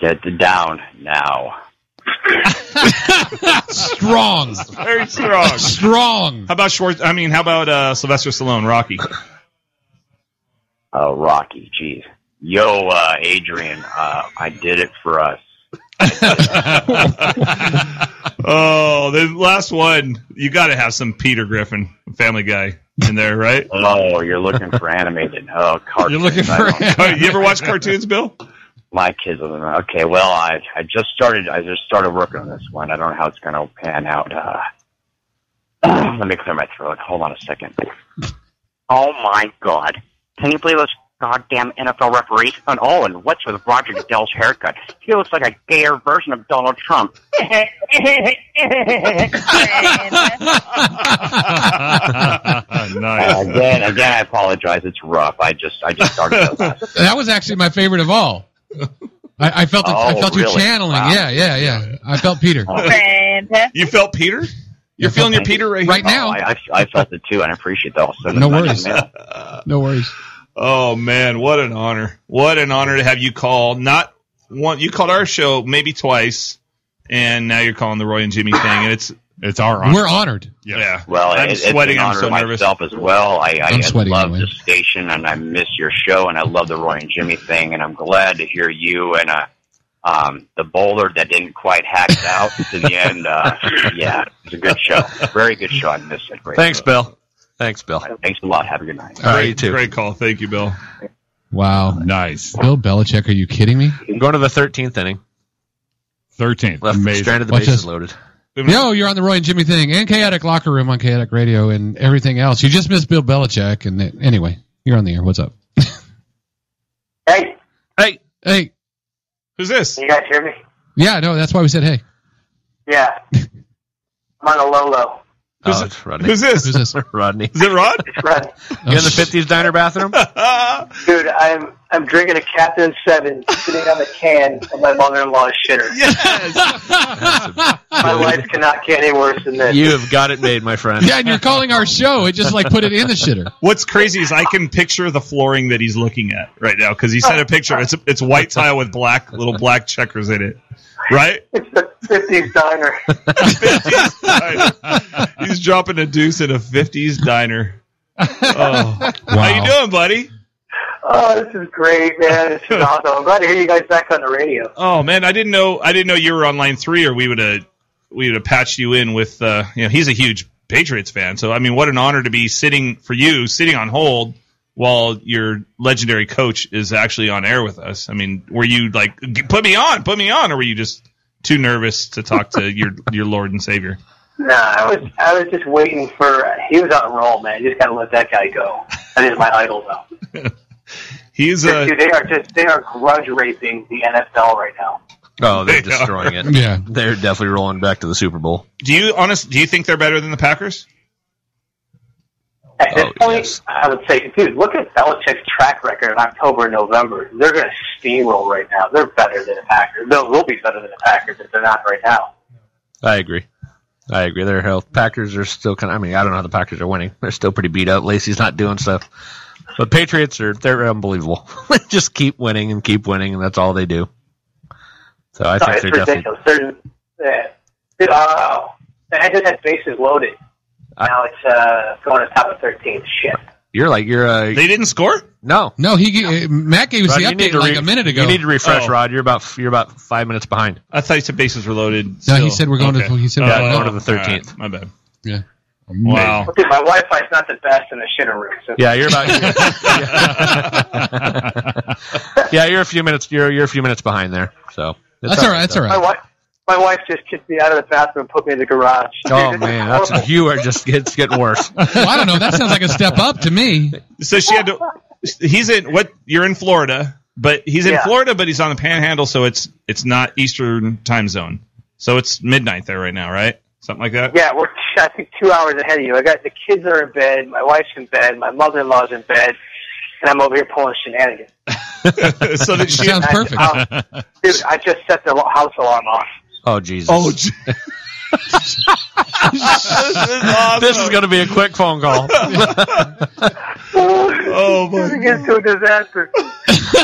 [SPEAKER 5] get the down now?
[SPEAKER 1] Strong.
[SPEAKER 3] Very strong.
[SPEAKER 1] Strong.
[SPEAKER 3] How about Schwarz? I mean, how about uh, Sylvester Stallone, Rocky?
[SPEAKER 5] Uh, Rocky, jeez. Yo, uh, Adrian, uh, I did it for us.
[SPEAKER 3] Oh, the last one. You got to have some Peter Griffin, Family Guy, in there, right?
[SPEAKER 5] Oh, you're looking for animated. Oh, cartoons.
[SPEAKER 1] You're looking
[SPEAKER 5] I
[SPEAKER 1] for.
[SPEAKER 5] don't-
[SPEAKER 3] Oh, you ever watch cartoons, Bill?
[SPEAKER 5] my kids. Are, like, okay, well, I I just started. I just started working on this one. I don't know how it's going to pan out. Uh, let me clear my throat. Hold on a second. Oh my God! Can you believe those goddamn NFL referees? And oh, and what's with Roger Goodell's haircut? He looks like a gayer version of Donald Trump.
[SPEAKER 2] nice.
[SPEAKER 5] again, again, I apologize. It's rough. I just I just started. those last-
[SPEAKER 1] That was actually my favorite of all. I, I felt. it- I
[SPEAKER 5] Oh,
[SPEAKER 1] felt you
[SPEAKER 5] really?
[SPEAKER 1] channeling.
[SPEAKER 5] Wow.
[SPEAKER 1] Yeah, yeah, yeah. I felt Peter
[SPEAKER 3] You felt Peter? You're feeling your Peter right,
[SPEAKER 1] right
[SPEAKER 5] Oh,
[SPEAKER 1] now.
[SPEAKER 5] I, I, I felt it too, and I appreciate that. Also,
[SPEAKER 1] No worries. No worries.
[SPEAKER 3] Oh man, what an honor! What an honor to have you call. Not one. You called our show maybe twice, and now you're calling the Roy and Jimmy thing, and it's
[SPEAKER 2] It's our honor.
[SPEAKER 1] We're honored.
[SPEAKER 2] Yes.
[SPEAKER 3] yeah.
[SPEAKER 5] Well,
[SPEAKER 3] I'm
[SPEAKER 5] it,
[SPEAKER 3] sweating.
[SPEAKER 5] It's an
[SPEAKER 3] I'm
[SPEAKER 5] honor
[SPEAKER 3] so
[SPEAKER 5] to
[SPEAKER 3] nervous.
[SPEAKER 5] myself as well. I, I,
[SPEAKER 1] I'm
[SPEAKER 5] I
[SPEAKER 1] sweating
[SPEAKER 5] love
[SPEAKER 1] anyway.
[SPEAKER 5] the station, and I miss your show, and I love the Roy and Jimmy thing, and I'm glad to hear you and uh, um, the bowler that didn't quite hack it out to the end. Uh, yeah, it's a good show, very good show. I miss it. Great
[SPEAKER 4] Thanks,
[SPEAKER 5] show.
[SPEAKER 4] Bill. Thanks, Bill. All
[SPEAKER 5] Thanks a lot. Have a good night.
[SPEAKER 4] right, you too.
[SPEAKER 3] Great call. Thank you, Bill.
[SPEAKER 1] Wow.
[SPEAKER 2] Nice.
[SPEAKER 1] Bill Belichick, are you kidding me?
[SPEAKER 4] Going to the 13th inning.
[SPEAKER 2] 13th.
[SPEAKER 4] Left
[SPEAKER 2] Amazing.
[SPEAKER 4] stranded. The
[SPEAKER 1] Watch
[SPEAKER 4] bases
[SPEAKER 1] this.
[SPEAKER 4] loaded.
[SPEAKER 1] No, you're on the Roy and Jimmy thing and Chaotic Locker Room on Chaotic Radio and everything else. You just missed Bill Belichick. And it- anyway, you're on the air. What's up?
[SPEAKER 6] Hey,
[SPEAKER 4] Hey,
[SPEAKER 1] Hey,
[SPEAKER 3] Who's this?
[SPEAKER 6] guys hear me?
[SPEAKER 1] Yeah, no, that's why we said, hey,
[SPEAKER 7] Yeah. I'm on a low low.
[SPEAKER 4] Oh, it's Rodney.
[SPEAKER 3] Who's this?
[SPEAKER 1] who's
[SPEAKER 3] Is
[SPEAKER 1] this?
[SPEAKER 4] Rodney.
[SPEAKER 3] it Rod?
[SPEAKER 7] It's Ren.
[SPEAKER 4] You in the 50s diner bathroom?
[SPEAKER 3] Ah.
[SPEAKER 7] Dude, I'm I'm drinking a Captain Seven sitting on the can of my mother in law's shitter. My life cannot get any worse than this.
[SPEAKER 4] You have got it made, my friend.
[SPEAKER 1] yeah, and you're calling our show. It just like put it in the shitter.
[SPEAKER 3] What's crazy is I can picture the flooring that he's looking at right now because he sent a picture. It's it's white tile with black little black checkers in it, right?
[SPEAKER 7] It's the fifties diner.
[SPEAKER 3] he's dropping a deuce in a fifties diner. Oh. How you doing, buddy?
[SPEAKER 7] Oh, this is great, man. This is awesome. I'm glad to hear you guys back on the radio.
[SPEAKER 3] Oh man, I didn't know I didn't know you were on line three, or we would have we would have patched you in with. Uh, you know, he's a huge Patriots fan, so I mean, what an honor to be sitting for you sitting on hold while your legendary coach is actually on air with us. I mean, were you like "G- put me on, put me on, or were you just too nervous to talk to your your Lord and Savior?
[SPEAKER 7] No, I was I was just waiting for he was on a roll, man. You just gotta let that guy go. That is my idol though.
[SPEAKER 3] He's uh, a
[SPEAKER 7] Dude, they are just they are grudge raping the NFL right now.
[SPEAKER 4] Oh, they're
[SPEAKER 3] They are.
[SPEAKER 4] destroying it.
[SPEAKER 1] Yeah.
[SPEAKER 4] They're definitely rolling back to the Super Bowl.
[SPEAKER 3] do you honest? Do you think they're better than the Packers?
[SPEAKER 7] At this
[SPEAKER 4] Oh,
[SPEAKER 7] point,
[SPEAKER 4] yes.
[SPEAKER 7] I would say, dude, look at Belichick's track record in October and November. They're going to steamroll right now. They're better than the Packers. They will be better than the Packers if they're not right now.
[SPEAKER 4] I agree. I agree. Their health. Packers are still kind of. I mean, I don't know how the Packers are winning. They're still pretty beat up. Lacey's not doing stuff. But Patriots are. They're unbelievable. they just keep winning and keep winning, and that's all they do. So I
[SPEAKER 7] No,
[SPEAKER 4] think
[SPEAKER 7] it's
[SPEAKER 4] they're definitely.
[SPEAKER 7] ridiculous. They're, yeah. Dude, oh, I just had bases loaded. Now it's uh, going to top of 13. Shit.
[SPEAKER 4] You're like you're a
[SPEAKER 3] They didn't score.
[SPEAKER 4] no.
[SPEAKER 1] No, he g- uh, Matt gave us
[SPEAKER 4] Rod,
[SPEAKER 1] the
[SPEAKER 4] you need
[SPEAKER 1] update
[SPEAKER 4] to
[SPEAKER 1] like
[SPEAKER 4] re-
[SPEAKER 1] a minute ago.
[SPEAKER 4] You need to refresh,
[SPEAKER 3] Oh.
[SPEAKER 4] Rod. You're about you're about five minutes behind.
[SPEAKER 3] I thought you said bases were loaded.
[SPEAKER 1] no,
[SPEAKER 3] still.
[SPEAKER 1] he said we're going
[SPEAKER 3] Okay.
[SPEAKER 1] to. He said
[SPEAKER 3] Oh,
[SPEAKER 1] we're
[SPEAKER 4] Yeah,
[SPEAKER 1] going
[SPEAKER 4] going
[SPEAKER 1] up.
[SPEAKER 4] to the thirteenth.
[SPEAKER 3] all right, my bad.
[SPEAKER 1] Yeah.
[SPEAKER 3] Wow.
[SPEAKER 7] Dude, my Wi Fi's not the best in the shitter room. So
[SPEAKER 4] Yeah, you're about. yeah, you're a few minutes. You're you're a few minutes behind there. So it's
[SPEAKER 1] That's all right. That's all
[SPEAKER 4] though.
[SPEAKER 7] my,
[SPEAKER 1] right.
[SPEAKER 7] wife, my wife just kicked me out of the bathroom and put me in the garage.
[SPEAKER 4] Oh
[SPEAKER 7] Dude, this is
[SPEAKER 4] man, that's
[SPEAKER 7] horrible.
[SPEAKER 4] you are just it's getting worse.
[SPEAKER 1] Well, I don't know. That sounds like a step up to me.
[SPEAKER 3] So she had to. He's in what? You're in Florida, but he's in
[SPEAKER 7] Yeah.
[SPEAKER 3] Florida, but he's on the Panhandle, so it's it's not Eastern time zone. So it's midnight there right now, right? Something like that.
[SPEAKER 7] Yeah, we're I think two hours ahead of you. I got the kids are in bed, my wife's in bed, my mother in law's in bed, and I'm over here pulling shenanigans.
[SPEAKER 3] so that she.
[SPEAKER 1] Sounds
[SPEAKER 7] I-
[SPEAKER 1] perfect.
[SPEAKER 7] I'll- dude, I just set the lo- house alarm off.
[SPEAKER 4] Oh Jesus!
[SPEAKER 3] gee. this is awesome.
[SPEAKER 4] this is going to be a quick phone call.
[SPEAKER 3] Oh
[SPEAKER 7] This
[SPEAKER 3] my.
[SPEAKER 7] gets to a disaster. this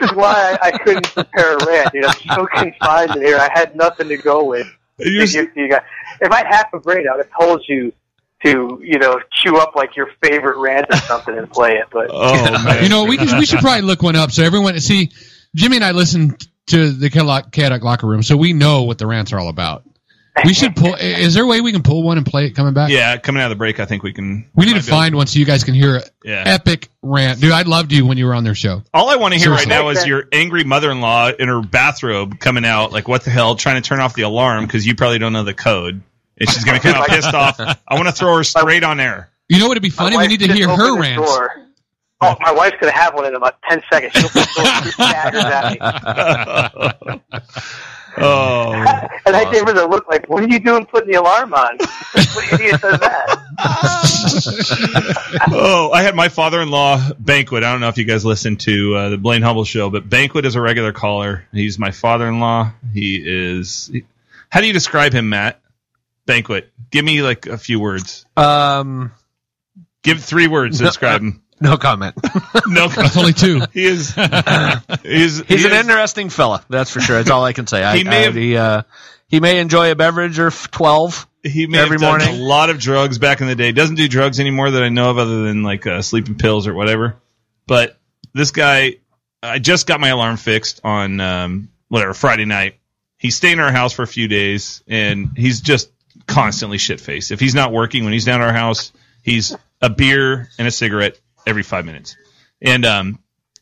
[SPEAKER 7] is why I, I couldn't prepare a rant, dude. I'm so confined in here. I had nothing to go with.
[SPEAKER 3] You're,
[SPEAKER 7] You- you got- if I had half a brain, I would have told you to, you know, queue up like your favorite rant or something and play it. But
[SPEAKER 3] oh man.
[SPEAKER 1] You know, we can, we should probably look one up so everyone see. Jimmy and I listen to the Caddock Caddock locker room, so we know what the rants are all about. We should pull. Is there a way we can pull one and play it coming back?
[SPEAKER 3] Yeah, coming out of the break, I think we can.
[SPEAKER 1] We need
[SPEAKER 3] might be
[SPEAKER 1] to
[SPEAKER 3] able-
[SPEAKER 1] find one so you guys can hear an
[SPEAKER 3] Yeah.
[SPEAKER 1] epic rant, dude. I loved you when you were on their show.
[SPEAKER 3] All I want to hear right
[SPEAKER 1] Seriously.
[SPEAKER 3] now is your angry mother-in-law in her bathrobe coming out, like what the hell, trying to turn off the alarm because you probably don't know the code, and she's gonna come out pissed off. I want to throw her straight on air.
[SPEAKER 1] You know what would be funny?
[SPEAKER 7] My
[SPEAKER 1] We
[SPEAKER 7] wife
[SPEAKER 1] need to
[SPEAKER 7] just
[SPEAKER 1] hear
[SPEAKER 7] opened
[SPEAKER 1] her
[SPEAKER 7] the
[SPEAKER 1] rants.
[SPEAKER 7] door. Oh, my wife's gonna have one in about ten seconds. She'll put the door- she staggers at me.
[SPEAKER 3] Oh,
[SPEAKER 7] And I gave her the look like, "What are you doing putting the alarm on? what idiot does that?"
[SPEAKER 3] oh! I had my father-in-law Banquet. I don't know if you guys listen to uh, the Blaine Hubble show, but Banquet is a regular caller. He's my father-in-law. He is. How do you describe him, Matt? Banquet. Give me like a few words.
[SPEAKER 4] Um,
[SPEAKER 3] Give three words to describe him.
[SPEAKER 4] no comment.
[SPEAKER 3] No.
[SPEAKER 1] That's only two.
[SPEAKER 3] He is. He is
[SPEAKER 4] He's
[SPEAKER 3] he
[SPEAKER 4] an
[SPEAKER 3] is-
[SPEAKER 4] interesting fella. That's for sure. That's all I can say. I,
[SPEAKER 3] He may
[SPEAKER 4] I-
[SPEAKER 3] have-
[SPEAKER 4] he, uh, he may enjoy a beverage or f- twelve.
[SPEAKER 3] He may
[SPEAKER 4] every
[SPEAKER 3] have done
[SPEAKER 4] morning.
[SPEAKER 3] a lot of drugs back in the day. Doesn't do drugs anymore that I know of, other than like uh, sleeping pills or whatever. But this guy, I just got my alarm fixed on um, whatever Friday night. He's staying in our house for a few days, and he's just constantly shit faced. If he's not working when he's down at our house, he's a beer and a cigarette every five minutes. And um,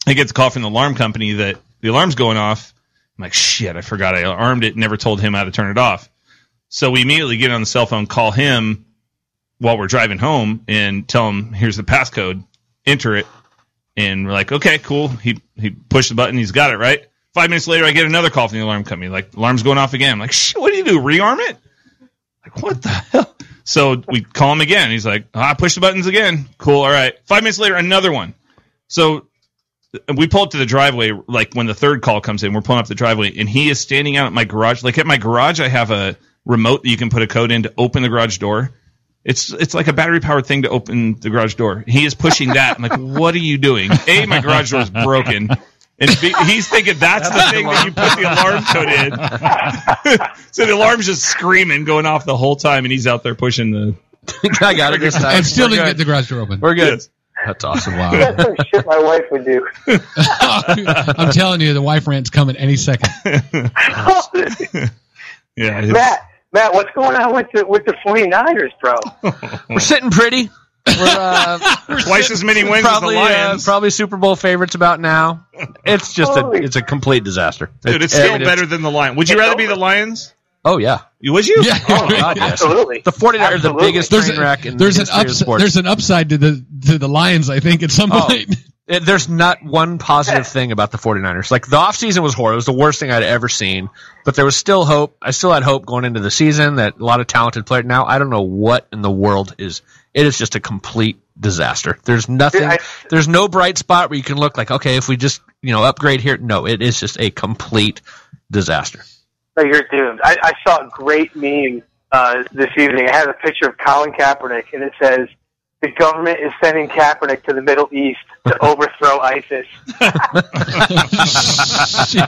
[SPEAKER 3] I get the call from the alarm company that the alarm's going off. I'm like, shit, I forgot I armed it. Never told him how to turn it off. So we immediately get on the cell phone, call him while we're driving home, and tell him, "Here's the passcode. Enter it." And we're like, "Okay, cool." He he pushed the button. He's got it right. Five minutes later, I get another call from the alarm company. Like, alarm's going off again. I'm like, shit, what do you do? Rearm it? Like, what the hell? So we call him again. He's like, ah, push the buttons again. Cool. All right. Five minutes later, another one. So th- we pull up to the driveway. Like when the third call comes in, we're pulling up the driveway, and he is standing out at my garage. Like at my garage, I have a remote that you can put a code in to open the garage door. It's it's like a battery powered thing to open the garage door. He is pushing that. I'm like, what are you doing? A, my garage door is broken. And B, he's thinking that's the thing that you put the alarm code in. so the alarm's just screaming, going off the whole time, and he's out there pushing the.
[SPEAKER 4] I got it this time.
[SPEAKER 1] And still
[SPEAKER 4] We're
[SPEAKER 1] didn't
[SPEAKER 4] good.
[SPEAKER 1] get the garage door open.
[SPEAKER 4] We're good.
[SPEAKER 3] Yes.
[SPEAKER 4] That's awesome.
[SPEAKER 7] That's
[SPEAKER 4] Wow.
[SPEAKER 7] some shit my wife would do.
[SPEAKER 1] I'm telling you, the wife rant's coming any second.
[SPEAKER 3] Yeah. it's-
[SPEAKER 7] Matt, Matt, what's going on with the with the 49ers, bro?
[SPEAKER 4] We're sitting pretty. We're uh,
[SPEAKER 3] Twice as many wins
[SPEAKER 4] probably
[SPEAKER 3] as the
[SPEAKER 4] uh,
[SPEAKER 3] Lions.
[SPEAKER 4] probably Super Bowl favorites about now. It's just a
[SPEAKER 7] Holy
[SPEAKER 4] it's a complete disaster.
[SPEAKER 3] Dude, it's still
[SPEAKER 4] It- it-
[SPEAKER 3] better than the Lions. Would you
[SPEAKER 7] It's
[SPEAKER 3] rather be
[SPEAKER 7] over.
[SPEAKER 3] the Lions?
[SPEAKER 4] Oh yeah.
[SPEAKER 3] Would you? Oh,
[SPEAKER 1] Yeah.
[SPEAKER 4] God, yes.
[SPEAKER 7] Absolutely.
[SPEAKER 4] The 49ers are the
[SPEAKER 7] Absolutely.
[SPEAKER 4] biggest
[SPEAKER 1] There's,
[SPEAKER 4] train
[SPEAKER 1] a,
[SPEAKER 4] wreck in
[SPEAKER 1] there's
[SPEAKER 4] the
[SPEAKER 1] an
[SPEAKER 4] history of
[SPEAKER 1] upside.
[SPEAKER 4] sports.
[SPEAKER 1] There's an upside to the to the Lions. I think at some
[SPEAKER 4] Oh.
[SPEAKER 1] point.
[SPEAKER 4] Uh, There's not one positive thing about the 49ers. Like, the offseason was horrible. It was the worst thing I'd ever seen. But there was still hope. I still had hope going into the season that a lot of talented players. Now, I don't know what in the world is. It is just a complete disaster. There's nothing.
[SPEAKER 7] Dude, I-
[SPEAKER 4] there's no bright spot where you can look like, okay, if we just, you know, upgrade here. No, it is just a complete disaster.
[SPEAKER 7] No, you're doomed. I, I saw a great meme uh, this evening. I had a picture of Colin Kaepernick, and it says, "The government is sending Kaepernick to the Middle East to overthrow ISIS."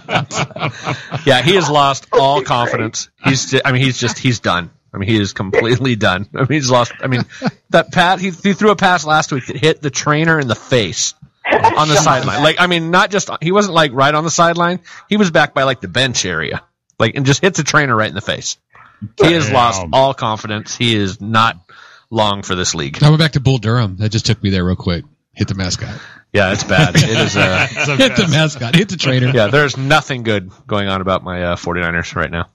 [SPEAKER 4] Yeah, he has lost all confidence. He's, ju- I mean, he's just, he's done. I mean, he is completely done. I mean, he's lost. I mean, that pat, he, he threw a pass last week that hit the trainer in the face on the sideline. Like, I mean, not just, he wasn't like right on the sideline. He was back by like the bench area, like, and just hit the trainer right in the face. He has lost
[SPEAKER 2] Damn.
[SPEAKER 4] all confidence. He is not long for this league.
[SPEAKER 1] I went back to Bull Durham. That just took me there real quick. Hit the mascot.
[SPEAKER 4] Yeah, it's bad. It is, uh,
[SPEAKER 1] Hit the mascot. Hit the trainer.
[SPEAKER 4] yeah, there's nothing good going on about my uh, 49ers right now.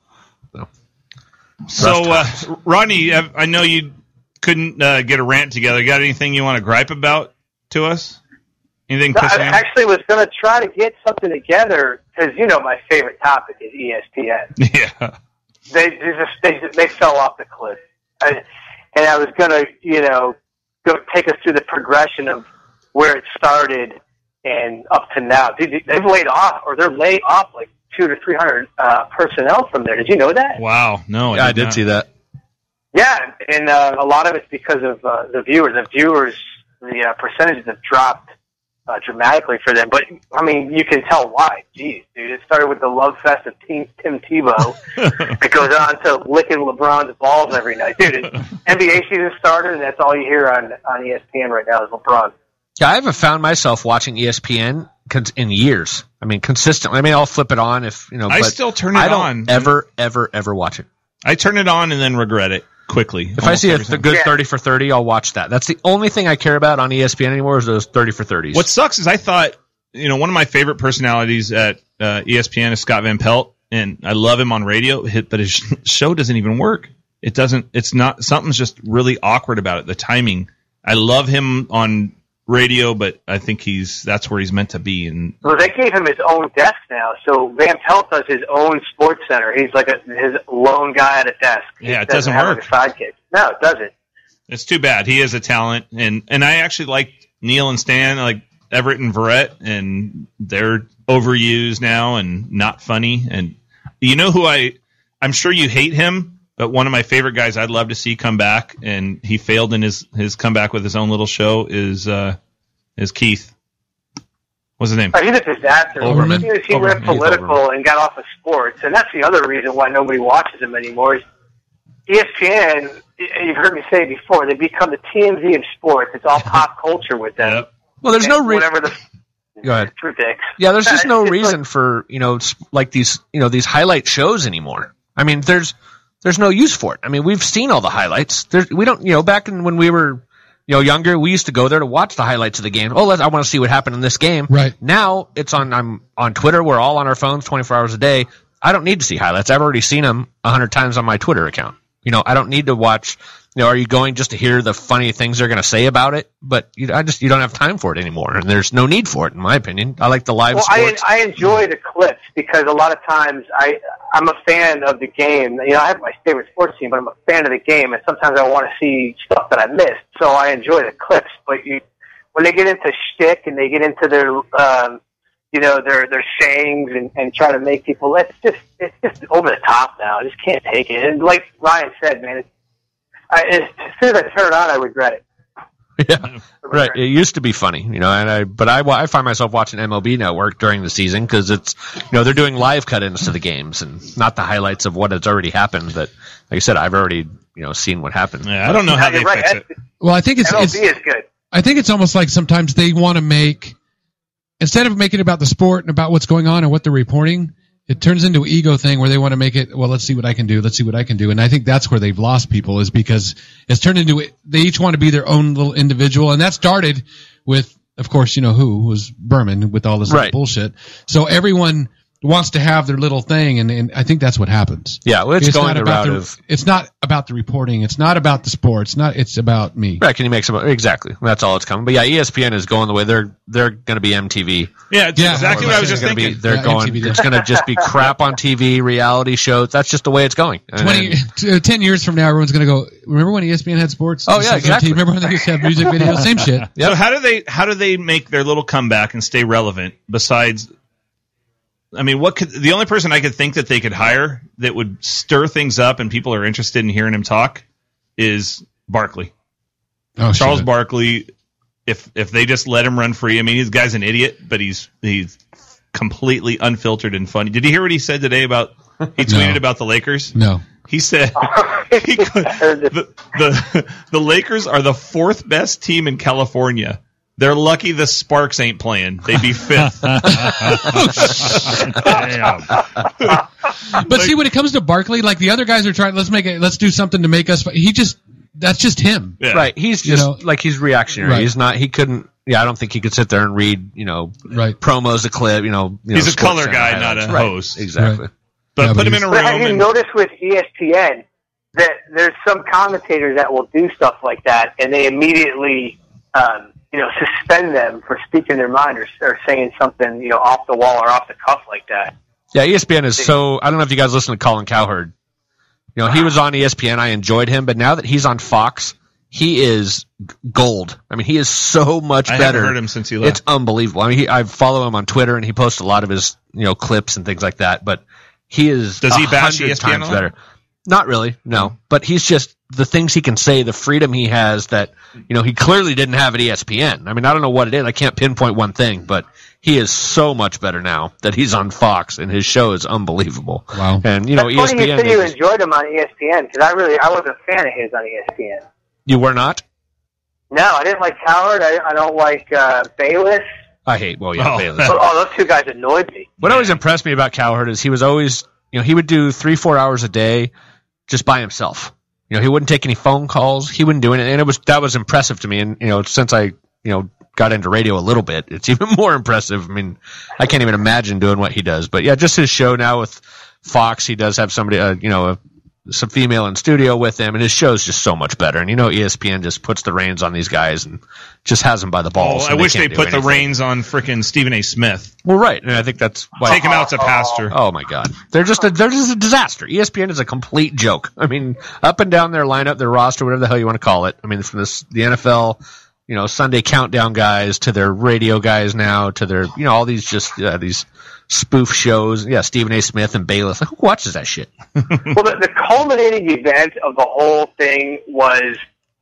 [SPEAKER 3] So, uh, Rodney, I I know you couldn't uh, get a rant together. Got anything you want to gripe about to us? Anything
[SPEAKER 7] No, I
[SPEAKER 3] pissing? you off?
[SPEAKER 7] actually was going to try to get something together because you know my favorite topic is E ESPN.
[SPEAKER 3] yeah.
[SPEAKER 7] They, they just they just- they fell off the cliff, I, and I was going to you know go take us through the progression of where it started and up to now. Dude, they- They've laid off or they're laid off like two to three hundred uh, personnel from there. Did you know that?
[SPEAKER 3] Wow. No,
[SPEAKER 4] Yeah, I did
[SPEAKER 3] not.
[SPEAKER 4] see that.
[SPEAKER 7] Yeah, and uh, a lot of it's because of uh, the viewers. The viewers, the uh, percentages have dropped uh, dramatically for them. But I mean, you can tell why. Jeez, dude, it started with the love fest of Team, Tim Tebow. it goes on to licking LeBron's balls every night, dude. It, NBA season started, and that's all you hear on on E ESPN right now is LeBron.
[SPEAKER 4] Yeah, I haven't found myself watching E ESPN cons- in years. I mean, consistently. I mean, I'll flip it on if you know.
[SPEAKER 3] I
[SPEAKER 4] but
[SPEAKER 3] still turn it
[SPEAKER 4] I don't
[SPEAKER 3] on.
[SPEAKER 4] Ever, ever, ever watch it.
[SPEAKER 3] I turn it on and then regret it quickly.
[SPEAKER 4] If I see a th- good
[SPEAKER 7] Yeah.
[SPEAKER 4] thirty for thirty, I'll watch that. That's the only thing I care about on E ESPN anymore is those thirty for thirties.
[SPEAKER 3] What sucks is I thought, you know, one of my favorite personalities at uh, ESPN is Scott Van Pelt, and I love him on radio, hit- but his sh- show doesn't even work. It doesn't, it's not, something's just really awkward about it, the timing. I love him on radio, but I think he's, that's where he's meant to be. And
[SPEAKER 7] Well, they gave him his own desk now, so Van Pelt does his own sports center. He's like a, his lone guy at a desk.
[SPEAKER 3] Yeah,
[SPEAKER 7] He
[SPEAKER 3] it doesn't
[SPEAKER 7] have
[SPEAKER 3] work.
[SPEAKER 7] A sidekick. No, it doesn't.
[SPEAKER 3] it's too bad. He is a talent. And, and I actually liked Neil and Stan, I like Everett and Verrett, and they're overused now and not funny. And you know who I, I'm sure you hate him, but one of my favorite guys I'd love to see come back, and he failed in his his comeback with his own little show is uh is Keith. What's his name?
[SPEAKER 7] Oh, he's a disaster.
[SPEAKER 1] Overman?
[SPEAKER 7] As soon as he
[SPEAKER 1] Overman.
[SPEAKER 7] went political and got off of sports, and that's the other reason why nobody watches him anymore. Is E ESPN, y- you've heard me say before, they become the TMZ of sports. It's all pop culture with them.
[SPEAKER 3] Yep.
[SPEAKER 4] well, there's no
[SPEAKER 7] And
[SPEAKER 4] reason.
[SPEAKER 7] Whatever the
[SPEAKER 4] Go ahead.
[SPEAKER 7] ridiculous.
[SPEAKER 4] Yeah, there's just no
[SPEAKER 7] It's like-
[SPEAKER 4] reason for you know s- like these you know these highlight shows anymore. I mean, there's there's no use for it. I mean, we've seen all the highlights. There's, we don't you know back in when we were you know younger, we used to go there to watch the highlights of the game. Oh, let I want to see what happened in this game.
[SPEAKER 1] Right.
[SPEAKER 4] now, it's on. I'm on Twitter. We're all on our phones 24 hours a day. I don't need to see highlights. I've already seen them hundred times on my Twitter account. You know, I don't need to watch. You know, are you going just to hear the funny things they're going to say about it? But you, I just you don't have time for it anymore, and there's no need for it, in my opinion. I like the live
[SPEAKER 7] Well, I,
[SPEAKER 4] sports.
[SPEAKER 7] I enjoy the clips because a lot of times I I'm a fan of the game. You know, I have my favorite sports team, but I'm a fan of the game, and sometimes I want to see stuff that I missed. So I enjoy the clips. But you, when they get into shtick and they get into their um, you know their their sayings and, and try to make people, it's just it's just over the top now. I just can't take it. And like Ryan said, man, it's, I, it's, as soon as I turn it on, I regret it.
[SPEAKER 4] yeah, right. It used to be funny, you know, and I but I, wa- I find myself watching MLB Network during the season because it's you know they're doing live cut-ins to the games and not the highlights of what has already happened. That like I said, I've already you know seen what happened.
[SPEAKER 3] Yeah, I don't know how they
[SPEAKER 7] You're right.
[SPEAKER 3] fix it.
[SPEAKER 7] That's-
[SPEAKER 1] Well, I think it's,
[SPEAKER 7] MLB
[SPEAKER 1] it's
[SPEAKER 7] is good.
[SPEAKER 1] I think it's almost like sometimes they want to make instead of making it about the sport and about what's going on and what they're reporting, it turns into an ego thing where they want to make it, well, let's see what I can do, let's see what I can do. And I think that's where they've lost people is because it's turned into they each want to be their own little individual and that started with of course, you know who was Berman with all this
[SPEAKER 4] Right.
[SPEAKER 1] bullshit. So everyone wants to have their little thing and, and I think that's what happens.
[SPEAKER 4] Yeah, well, it's, going
[SPEAKER 1] not
[SPEAKER 4] the
[SPEAKER 1] about
[SPEAKER 4] route
[SPEAKER 1] the,
[SPEAKER 4] of
[SPEAKER 1] it's not about the reporting, it's not about the sports, not it's about me.
[SPEAKER 4] Right? Can you make some? Exactly. That's all it's coming. But yeah, E ESPN is going the way they're they're going to be MTV.
[SPEAKER 3] Yeah, it's
[SPEAKER 1] Yeah.
[SPEAKER 3] exactly
[SPEAKER 1] Or
[SPEAKER 3] what I was
[SPEAKER 4] They're
[SPEAKER 3] just
[SPEAKER 4] gonna be-
[SPEAKER 3] thinking.
[SPEAKER 4] they're
[SPEAKER 1] Yeah,
[SPEAKER 4] going.
[SPEAKER 1] MTV, yeah.
[SPEAKER 4] It's going to just be crap on TV, reality shows. That's just the way it's going. And
[SPEAKER 1] 20,
[SPEAKER 4] then-
[SPEAKER 1] t- 10 years from now, everyone's going to go, remember when E ESPN had sports?
[SPEAKER 4] Oh, yeah, exactly.
[SPEAKER 1] Remember when they used to have music videos? Same shit.
[SPEAKER 3] So how do they how do they make their little comeback and stay relevant? Besides, I mean, what could the only person I could think that they could hire that would stir things up and people are interested in hearing him talk is Barkley,
[SPEAKER 1] Oh,
[SPEAKER 3] Charles
[SPEAKER 1] shit.
[SPEAKER 3] Barkley. If if they just let him run free, I mean, this guy's an idiot, but he's he's completely unfiltered and funny. Did you hear what he said today about? He tweeted about the Lakers.
[SPEAKER 1] No.
[SPEAKER 3] He said he could, the, the the Lakers are the fourth best team in California. They're lucky the Sparks ain't playing. They'd be fifth.
[SPEAKER 1] But see, when it comes to Barkley, like the other guys are trying, let's make it, let's do something to make us, he just, that's just him.
[SPEAKER 3] Yeah.
[SPEAKER 4] Right. He's
[SPEAKER 1] You
[SPEAKER 4] just
[SPEAKER 1] know-
[SPEAKER 4] like he's reactionary.
[SPEAKER 1] Right.
[SPEAKER 4] He's not. He couldn't. Yeah, I don't think he could sit there and read. You know,
[SPEAKER 1] Right.
[SPEAKER 4] promos, a clip. You know, you
[SPEAKER 3] He's
[SPEAKER 4] know,
[SPEAKER 3] a color
[SPEAKER 4] SportsCenter
[SPEAKER 3] guy, not a
[SPEAKER 4] highlights. Right,
[SPEAKER 3] host.
[SPEAKER 4] Exactly.
[SPEAKER 1] Right.
[SPEAKER 3] But
[SPEAKER 1] Yeah,
[SPEAKER 3] put
[SPEAKER 1] but
[SPEAKER 3] him in a room
[SPEAKER 7] But have you
[SPEAKER 3] and
[SPEAKER 7] noticed with E ESPN that there's some commentators that will do stuff like that, and they immediately, um, you know, suspend them for speaking their mind or, or saying something, you know, off the wall or off the cuff like that.
[SPEAKER 4] Yeah, E ESPN is so. I don't know if you guys listen to Colin Cowherd. You know, he was on E ESPN. I enjoyed him, but now that he's on Fox, he is g- gold. I mean, he is so much
[SPEAKER 3] I
[SPEAKER 4] better.
[SPEAKER 3] haven't heard him since he
[SPEAKER 4] It's
[SPEAKER 3] left.
[SPEAKER 4] unbelievable. I mean, he, I follow him on Twitter, and he posts a lot of his you know clips and things like that. But he is
[SPEAKER 3] Does he bash E
[SPEAKER 4] 100
[SPEAKER 3] ESPN a
[SPEAKER 4] times
[SPEAKER 3] lot?
[SPEAKER 4] better? Not really, no. But he's just the things he can say, the freedom he has that you know he clearly didn't have at E ESPN. I mean, I don't know what it is. I can't pinpoint one thing, but he is so much better now that he's on Fox, and his show is unbelievable.
[SPEAKER 1] Wow.
[SPEAKER 4] And you know, E
[SPEAKER 7] That's
[SPEAKER 3] E
[SPEAKER 7] funny you
[SPEAKER 4] ESPN.
[SPEAKER 7] said you
[SPEAKER 4] is-
[SPEAKER 7] enjoyed him on E ESPN because I really I was a fan of his on E ESPN.
[SPEAKER 4] you were not.
[SPEAKER 7] No, I didn't like Howard. I, I don't like uh, Bayless.
[SPEAKER 4] I hate. Well, yeah,
[SPEAKER 3] Oh.
[SPEAKER 4] Bayless.
[SPEAKER 7] But, oh, those two guys annoyed me.
[SPEAKER 4] What always impressed me about Cowherd is he was always, you know, he would do three, four hours a day just by himself. You know, he wouldn't take any phone calls. He wouldn't do anything. And it was, that was impressive to me. And, you know, since I, you know, got into radio a little bit, it's even more impressive. I mean, I can't even imagine doing what he does. But yeah, just his show now with Fox, he does have somebody, uh, you know, a, some female in studio with him. And his show's just so much better. And, you know, E ESPN just puts the reins on these guys and just has them by the balls.
[SPEAKER 3] Oh, I
[SPEAKER 4] and
[SPEAKER 3] wish they
[SPEAKER 4] can't do
[SPEAKER 3] put the
[SPEAKER 4] anything.
[SPEAKER 3] reins on frickin' Stephen A. Smith.
[SPEAKER 4] Well, right. And I think that's why.
[SPEAKER 3] Take him out to pasture.
[SPEAKER 4] Oh my God, they're just a, they're just a disaster. E ESPN is a complete joke. I mean, up and down their lineup, their roster, whatever the hell you want to call it. I mean, from this the NFL, you know, Sunday countdown guys to their radio guys now to their you know all these just uh, these spoof shows. Yeah, Stephen A. Smith and Bayless. Who watches that shit?
[SPEAKER 7] Well, the, the culminating event of the whole thing was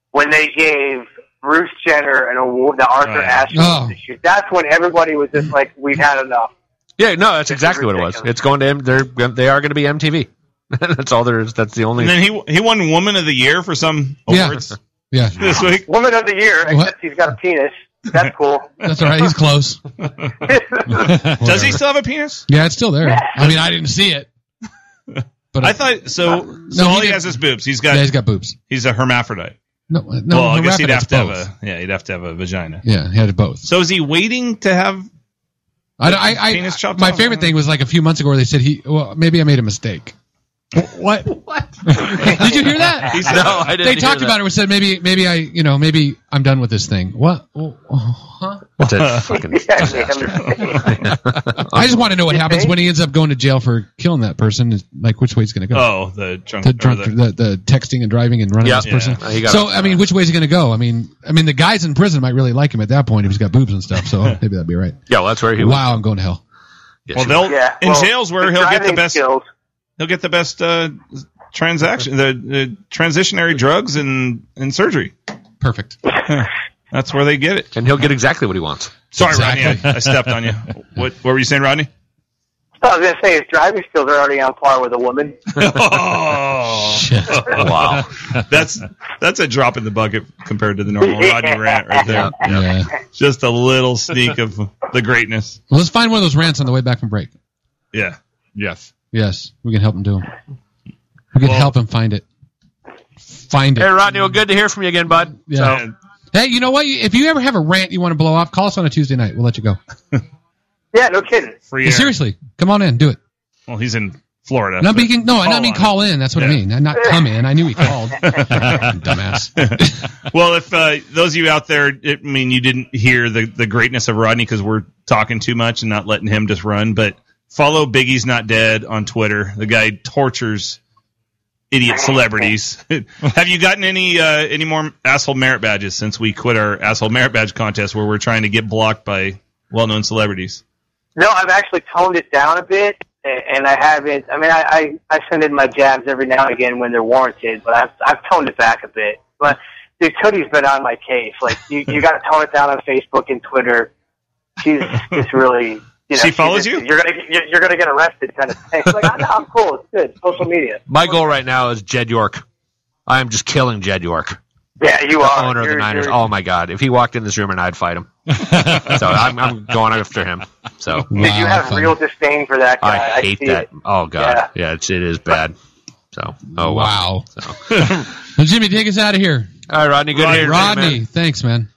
[SPEAKER 7] when they gave Bruce Jenner an award, the Arthur
[SPEAKER 3] Oh, yeah.
[SPEAKER 7] Ashe Award this year. That's when everybody was just like, "We've had enough."
[SPEAKER 4] Yeah, no, that's
[SPEAKER 7] This is
[SPEAKER 4] exactly what it was.
[SPEAKER 7] ridiculous.
[SPEAKER 4] It's going to M- they're they are going to be MTV. that's all there is. That's the only.
[SPEAKER 3] And then he he won Woman of the Year for some
[SPEAKER 1] Yeah.
[SPEAKER 3] awards
[SPEAKER 1] Yeah.
[SPEAKER 3] this week.
[SPEAKER 7] Woman of the year, except
[SPEAKER 1] What?
[SPEAKER 7] he's got a penis. That's cool.
[SPEAKER 1] That's all right. He's close.
[SPEAKER 3] Does he still have a penis?
[SPEAKER 1] Yeah, it's still there. I mean, I didn't see it. But Uh,
[SPEAKER 3] I thought so. So
[SPEAKER 1] he
[SPEAKER 3] all he
[SPEAKER 1] did-
[SPEAKER 3] has is boobs. He's
[SPEAKER 1] yeah,
[SPEAKER 3] got
[SPEAKER 1] he's got boobs.
[SPEAKER 3] he's a hermaphrodite.
[SPEAKER 1] No, no.
[SPEAKER 3] well, I guess
[SPEAKER 1] Rapid,
[SPEAKER 3] he'd have
[SPEAKER 1] it's
[SPEAKER 3] to have
[SPEAKER 1] both.
[SPEAKER 3] a yeah, he'd have to have a vagina.
[SPEAKER 1] Yeah, he had both.
[SPEAKER 3] So is he waiting to have
[SPEAKER 1] I, I, I-
[SPEAKER 3] Penis chopped
[SPEAKER 1] my
[SPEAKER 3] off.
[SPEAKER 1] favorite thing was like a few months ago where they said he, well, maybe I made a mistake. what? Did you hear that?
[SPEAKER 3] He said-
[SPEAKER 4] No, I didn't.
[SPEAKER 1] they talked about it. We said maybe, maybe I, you know, maybe I'm done with this thing. What? Oh, oh, huh?
[SPEAKER 4] It's a fucking
[SPEAKER 1] I just want to know what
[SPEAKER 7] You
[SPEAKER 1] happens
[SPEAKER 7] think?
[SPEAKER 1] when he ends up going to jail for killing that person. is- Like which way he's going to go?
[SPEAKER 3] Oh, the drunk.
[SPEAKER 1] the
[SPEAKER 3] or
[SPEAKER 1] drunk,
[SPEAKER 3] the-
[SPEAKER 1] the, the texting and driving and running
[SPEAKER 4] Yeah.
[SPEAKER 1] this person.
[SPEAKER 4] Yeah. He got
[SPEAKER 1] So
[SPEAKER 4] it.
[SPEAKER 1] I mean, which way is he going to go? I mean, I mean, the guys in prison might really like him at that point if he's got boobs and stuff. So maybe that'd be right.
[SPEAKER 4] Yeah, well, that's where he was.
[SPEAKER 1] Wow, I'm going to hell.
[SPEAKER 4] Yeah,
[SPEAKER 3] well,
[SPEAKER 4] she-
[SPEAKER 3] they'll
[SPEAKER 7] yeah.
[SPEAKER 3] in
[SPEAKER 7] well,
[SPEAKER 3] jails where he'll get the
[SPEAKER 7] driving
[SPEAKER 3] best.
[SPEAKER 7] skills.
[SPEAKER 3] He'll get the best uh, transaction, the, the transitionary drugs and and surgery.
[SPEAKER 1] Perfect.
[SPEAKER 3] That's where they get it.
[SPEAKER 4] and he'll get exactly what he wants.
[SPEAKER 3] Sorry,
[SPEAKER 1] Exactly.
[SPEAKER 3] Rodney, I, I stepped on you. What what were you saying, Rodney?
[SPEAKER 7] I was gonna say his driving skills are already on par with a woman.
[SPEAKER 3] Oh,
[SPEAKER 1] Shit.
[SPEAKER 4] Wow.
[SPEAKER 3] that's that's a drop in the bucket compared to the normal Rodney rant right there.
[SPEAKER 1] Yeah.
[SPEAKER 3] Just a little sneak of the greatness.
[SPEAKER 1] Well, let's find one of those rants on the way back from break.
[SPEAKER 3] Yeah.
[SPEAKER 2] Yes.
[SPEAKER 1] Yes, we can help him do them. We can
[SPEAKER 3] Well-
[SPEAKER 1] help him find it. Find
[SPEAKER 4] Hey,
[SPEAKER 1] it.
[SPEAKER 4] Rodney, well, good to hear from you again, bud.
[SPEAKER 1] Yeah.
[SPEAKER 3] And
[SPEAKER 1] Hey, you know what? You- If you ever have a rant you want to blow off, call us on a Tuesday night. We'll let you go.
[SPEAKER 7] Yeah, no kidding.
[SPEAKER 3] free air.
[SPEAKER 1] Seriously, come on in, do it.
[SPEAKER 3] Well, he's in Florida.
[SPEAKER 1] Not
[SPEAKER 3] but-
[SPEAKER 1] being, no, I
[SPEAKER 3] Call
[SPEAKER 1] not mean
[SPEAKER 3] on
[SPEAKER 1] call in. That's what I
[SPEAKER 3] Yeah.
[SPEAKER 1] mean. Not come in. I knew he called. Dumbass.
[SPEAKER 3] well, if uh, those of you out there, I mean, you didn't hear the, the greatness of Rodney because we're talking too much and not letting him just run. But follow Biggie's Not Dead on Twitter. The guy tortures idiot celebrities. Have you gotten any uh, any more asshole merit badges since we quit our asshole merit badge contest where we're trying to get blocked by well known celebrities?
[SPEAKER 7] No, I've actually toned it down a bit, a- and I haven't. I mean, I, I, I send in my jabs every now and again when they're warranted, but I've I've toned it back a bit. But dude, Cody's been on my case. Like you, you got to tone it down on Facebook and Twitter. She's just really. You know,
[SPEAKER 3] She follows
[SPEAKER 7] she's just-
[SPEAKER 3] you?
[SPEAKER 7] You're gonna you're, you're gonna get arrested, kind of thing. Like I'm, I'm cool. It's good. Social media.
[SPEAKER 4] My goal right now is Jed York. I am just killing Jed York,
[SPEAKER 7] Yeah, you
[SPEAKER 4] the
[SPEAKER 7] are
[SPEAKER 4] owner of the
[SPEAKER 7] You're-
[SPEAKER 4] Niners.
[SPEAKER 7] you're-
[SPEAKER 4] Oh my God! If he walked in this room and I'd fight him, so I'm, I'm going after him. So
[SPEAKER 7] Dude, you
[SPEAKER 1] Wow,
[SPEAKER 7] have
[SPEAKER 1] fun.
[SPEAKER 7] real disdain for that guy.
[SPEAKER 4] I hate
[SPEAKER 7] see
[SPEAKER 4] that.
[SPEAKER 7] it.
[SPEAKER 4] Oh God, yeah, it's, it is bad. So oh wow.
[SPEAKER 1] Wow. well, Jimmy, take us out of here.
[SPEAKER 4] All right, Rodney, good to hear from you, man.
[SPEAKER 1] Rodney, thanks, man.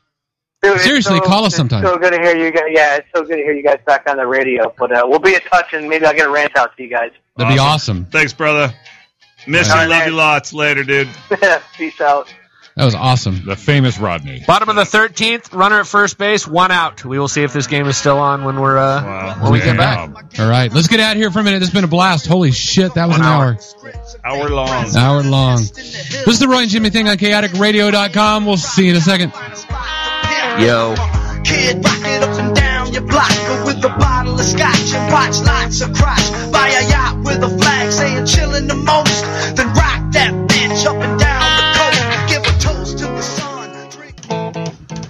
[SPEAKER 7] Dude, it's
[SPEAKER 1] Seriously,
[SPEAKER 7] so-
[SPEAKER 1] call us
[SPEAKER 7] it's
[SPEAKER 1] sometime.
[SPEAKER 7] So good to hear you guys. Yeah, it's so good to hear you guys back on the radio. But uh, we'll be in touch, and maybe I'll get a rant out to you guys.
[SPEAKER 1] That'd be awesome.
[SPEAKER 3] Thanks, brother. Miss
[SPEAKER 7] All
[SPEAKER 3] you,
[SPEAKER 7] right,
[SPEAKER 3] love
[SPEAKER 7] man.
[SPEAKER 3] you lots. Later, dude.
[SPEAKER 7] Peace out.
[SPEAKER 1] That was awesome.
[SPEAKER 2] The famous Rodney.
[SPEAKER 4] Bottom of the thirteenth, runner at first base, one out. We will see if this game is still on when we're uh, when we get back.
[SPEAKER 1] All right, let's get out of here for a minute. It's been a blast. Holy shit, that was an hour.
[SPEAKER 3] Hour long.
[SPEAKER 1] Hour long. This is the Roy and Jimmy thing on chaoticradio.com. We'll see you in a second.
[SPEAKER 4] Yo.
[SPEAKER 8] Kid, rock it up and down your block with a bottle of scotch and watch lots of crotch. Buy a yacht with a flag saying chillin' the most. Then rock that bitch up and down the coast. Give a toast to the sun. Drink-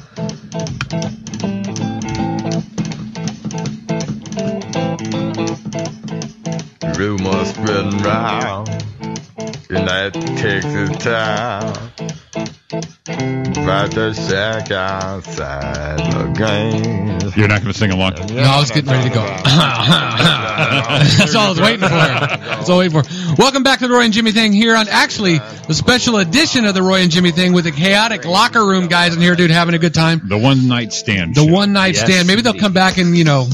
[SPEAKER 9] rumors spreading round in that Texas town about the shack outside the game.
[SPEAKER 2] You're not going to sing along.
[SPEAKER 1] No, I was getting ready to go. That's all I was waiting for. That's all I was waiting for. Welcome back to the Roy and Jimmy thing here on actually the special edition of the Roy and Jimmy thing with the chaotic locker room guys in here, dude, having a good time.
[SPEAKER 2] The one night stand.
[SPEAKER 1] The
[SPEAKER 2] shit.
[SPEAKER 1] one night
[SPEAKER 4] Yes,
[SPEAKER 1] stand. Maybe they'll
[SPEAKER 4] indeed.
[SPEAKER 1] come back and you know,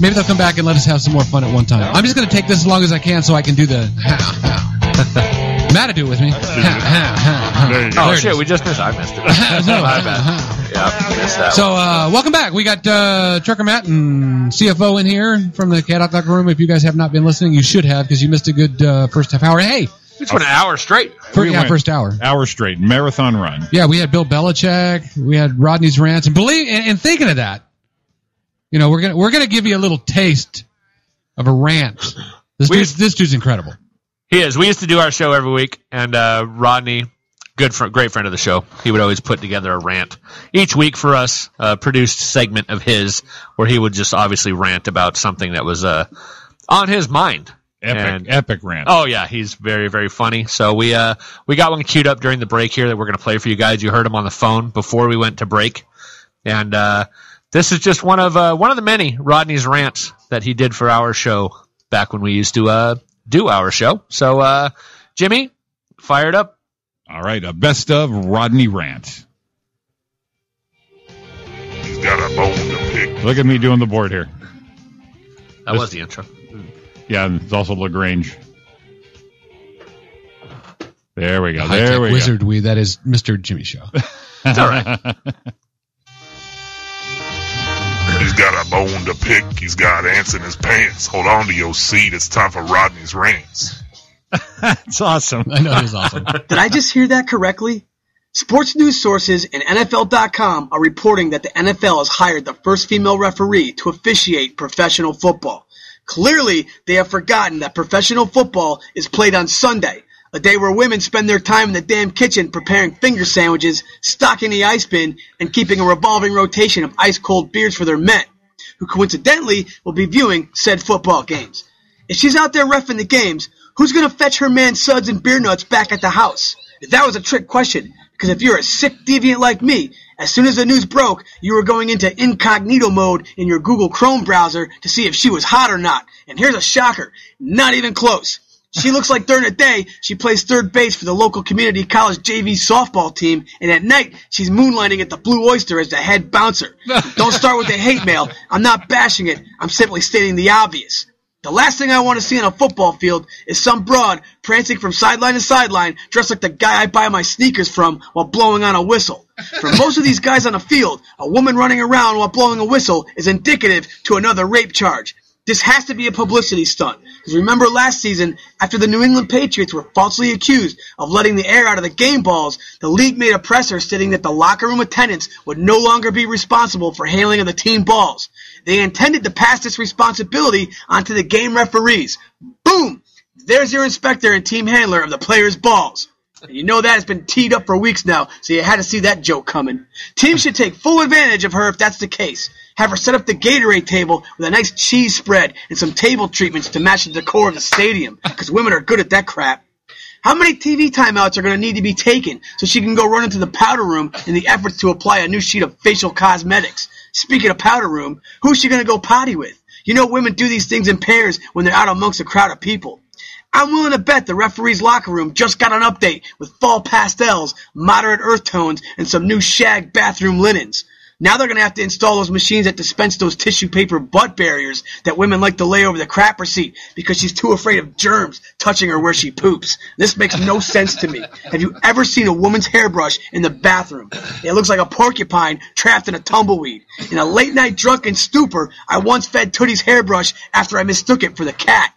[SPEAKER 1] maybe they'll come back and let us have some more fun at one time. I'm just gonna take this as long as I can so I can do the. Matt, do it with me.
[SPEAKER 2] There you go.
[SPEAKER 4] Oh
[SPEAKER 1] There it
[SPEAKER 4] shit,
[SPEAKER 1] is.
[SPEAKER 4] we just missed. I missed it.
[SPEAKER 1] No.
[SPEAKER 4] My bad. Yeah, missed that.
[SPEAKER 1] So, uh, welcome back. We got uh, Trucker Matt and CFO in here from the Cat Out Locker Room. If you guys have not been listening, you should have because you missed a good uh, first half hour. Hey,
[SPEAKER 4] it's been an hour straight.
[SPEAKER 1] first, yeah,
[SPEAKER 2] went-
[SPEAKER 1] first hour.
[SPEAKER 2] Hour straight. Marathon run.
[SPEAKER 1] Yeah, we had Bill Belichick. We had Rodney's rants. And believe, and, and thinking of that, you know, we're gonna we're gonna give you a little taste of a rant. This
[SPEAKER 4] We-
[SPEAKER 1] dude's, this dude's incredible.
[SPEAKER 4] He is. We used to do our show every week, and uh, Rodney, good fr- great friend of the show, he would always put together a rant each week for us, a produced segment of his where he would just obviously rant about something that was uh, on his mind.
[SPEAKER 2] Epic,
[SPEAKER 4] And-
[SPEAKER 2] epic rant.
[SPEAKER 4] Oh yeah, he's very very funny. So we uh we got one queued up during the break here that we're going to play for you guys. You heard him on the phone before we went to break, and uh, this is just one of uh, one of the many Rodney's rants that he did for our show back when we used to uh do our show. So uh, Jimmy, fired up.
[SPEAKER 2] All right. A best of Rodney rant.
[SPEAKER 10] He's got a bone to pick.
[SPEAKER 2] Look at me doing the board here.
[SPEAKER 4] That was the intro.
[SPEAKER 2] Yeah, and it's also Lagrange. There we go.
[SPEAKER 1] High
[SPEAKER 2] There
[SPEAKER 1] tech
[SPEAKER 2] we go.
[SPEAKER 1] wizard we that is Mr. Jimmy Shaw.
[SPEAKER 2] It's
[SPEAKER 4] all
[SPEAKER 10] He's got a bone to pick. He's got ants in his pants. Hold on to your seat. It's time for Rodney's rants.
[SPEAKER 2] That's awesome.
[SPEAKER 1] I know he's awesome.
[SPEAKER 8] Did I just hear that correctly? Sports news sources and NFL.com are reporting that the NFL has hired the first female referee to officiate professional football. Clearly, they have forgotten that professional football is played on Sunday, a day where women spend their time in the damn kitchen preparing finger sandwiches, stocking the ice bin, and keeping a revolving rotation of ice cold beers for their men, who coincidentally will be viewing said football games. If she's out there refing the games, who's going to fetch her man suds and beer nuts back at the house? That was a trick question, because if you're a sick deviant like me, as soon as the news broke, you were going into incognito mode in your Google Chrome browser to see if she was hot or not. And here's a shocker not even close. She looks like during the day she plays third base for the local community college JV softball team, and at night she's moonlighting at the Blue Oyster as the head bouncer. Don't start with the hate mail. I'm not bashing it. I'm simply stating the obvious. The last thing I want to see on a football field is some broad prancing from sideline to sideline dressed like the guy I buy my sneakers from while blowing on a whistle. For most of these guys on the field, a woman running around while blowing a whistle is indicative to another rape charge. This has to be a publicity stunt. Because remember last season, after the New England Patriots were falsely accused of letting the air out of the game balls, the league made a presser stating that the locker room attendants would no longer be responsible for handling of the team balls. They intended to pass this responsibility onto the game referees. Boom! There's your inspector and team handler of the players' balls. And you know that has been teed up for weeks now, so you had to see that joke coming. Teams should take full advantage of her if that's the case. Have her set up the Gatorade table with a nice cheese spread and some table treatments to match the decor of the stadium, because women are good at that crap. How many TV timeouts are going to need to be taken so she can go run into the powder room in the efforts to apply a new sheet of facial cosmetics? Speaking of powder room, who's she going to go potty with? You know women do these things in pairs when they're out amongst a crowd of people. I'm willing to bet the referee's locker room just got an update with fall pastels, moderate earth tones, and some new shag bathroom linens. Now they're going to have to install those machines that dispense those tissue paper butt barriers that women like to lay over the crapper seat because she's too afraid of germs touching her where she poops. This makes no sense to me. Have you ever seen a woman's hairbrush in the bathroom? It looks like a porcupine trapped in a tumbleweed. In a late night drunken stupor, I once fed Tootie's hairbrush after I mistook it for the cat.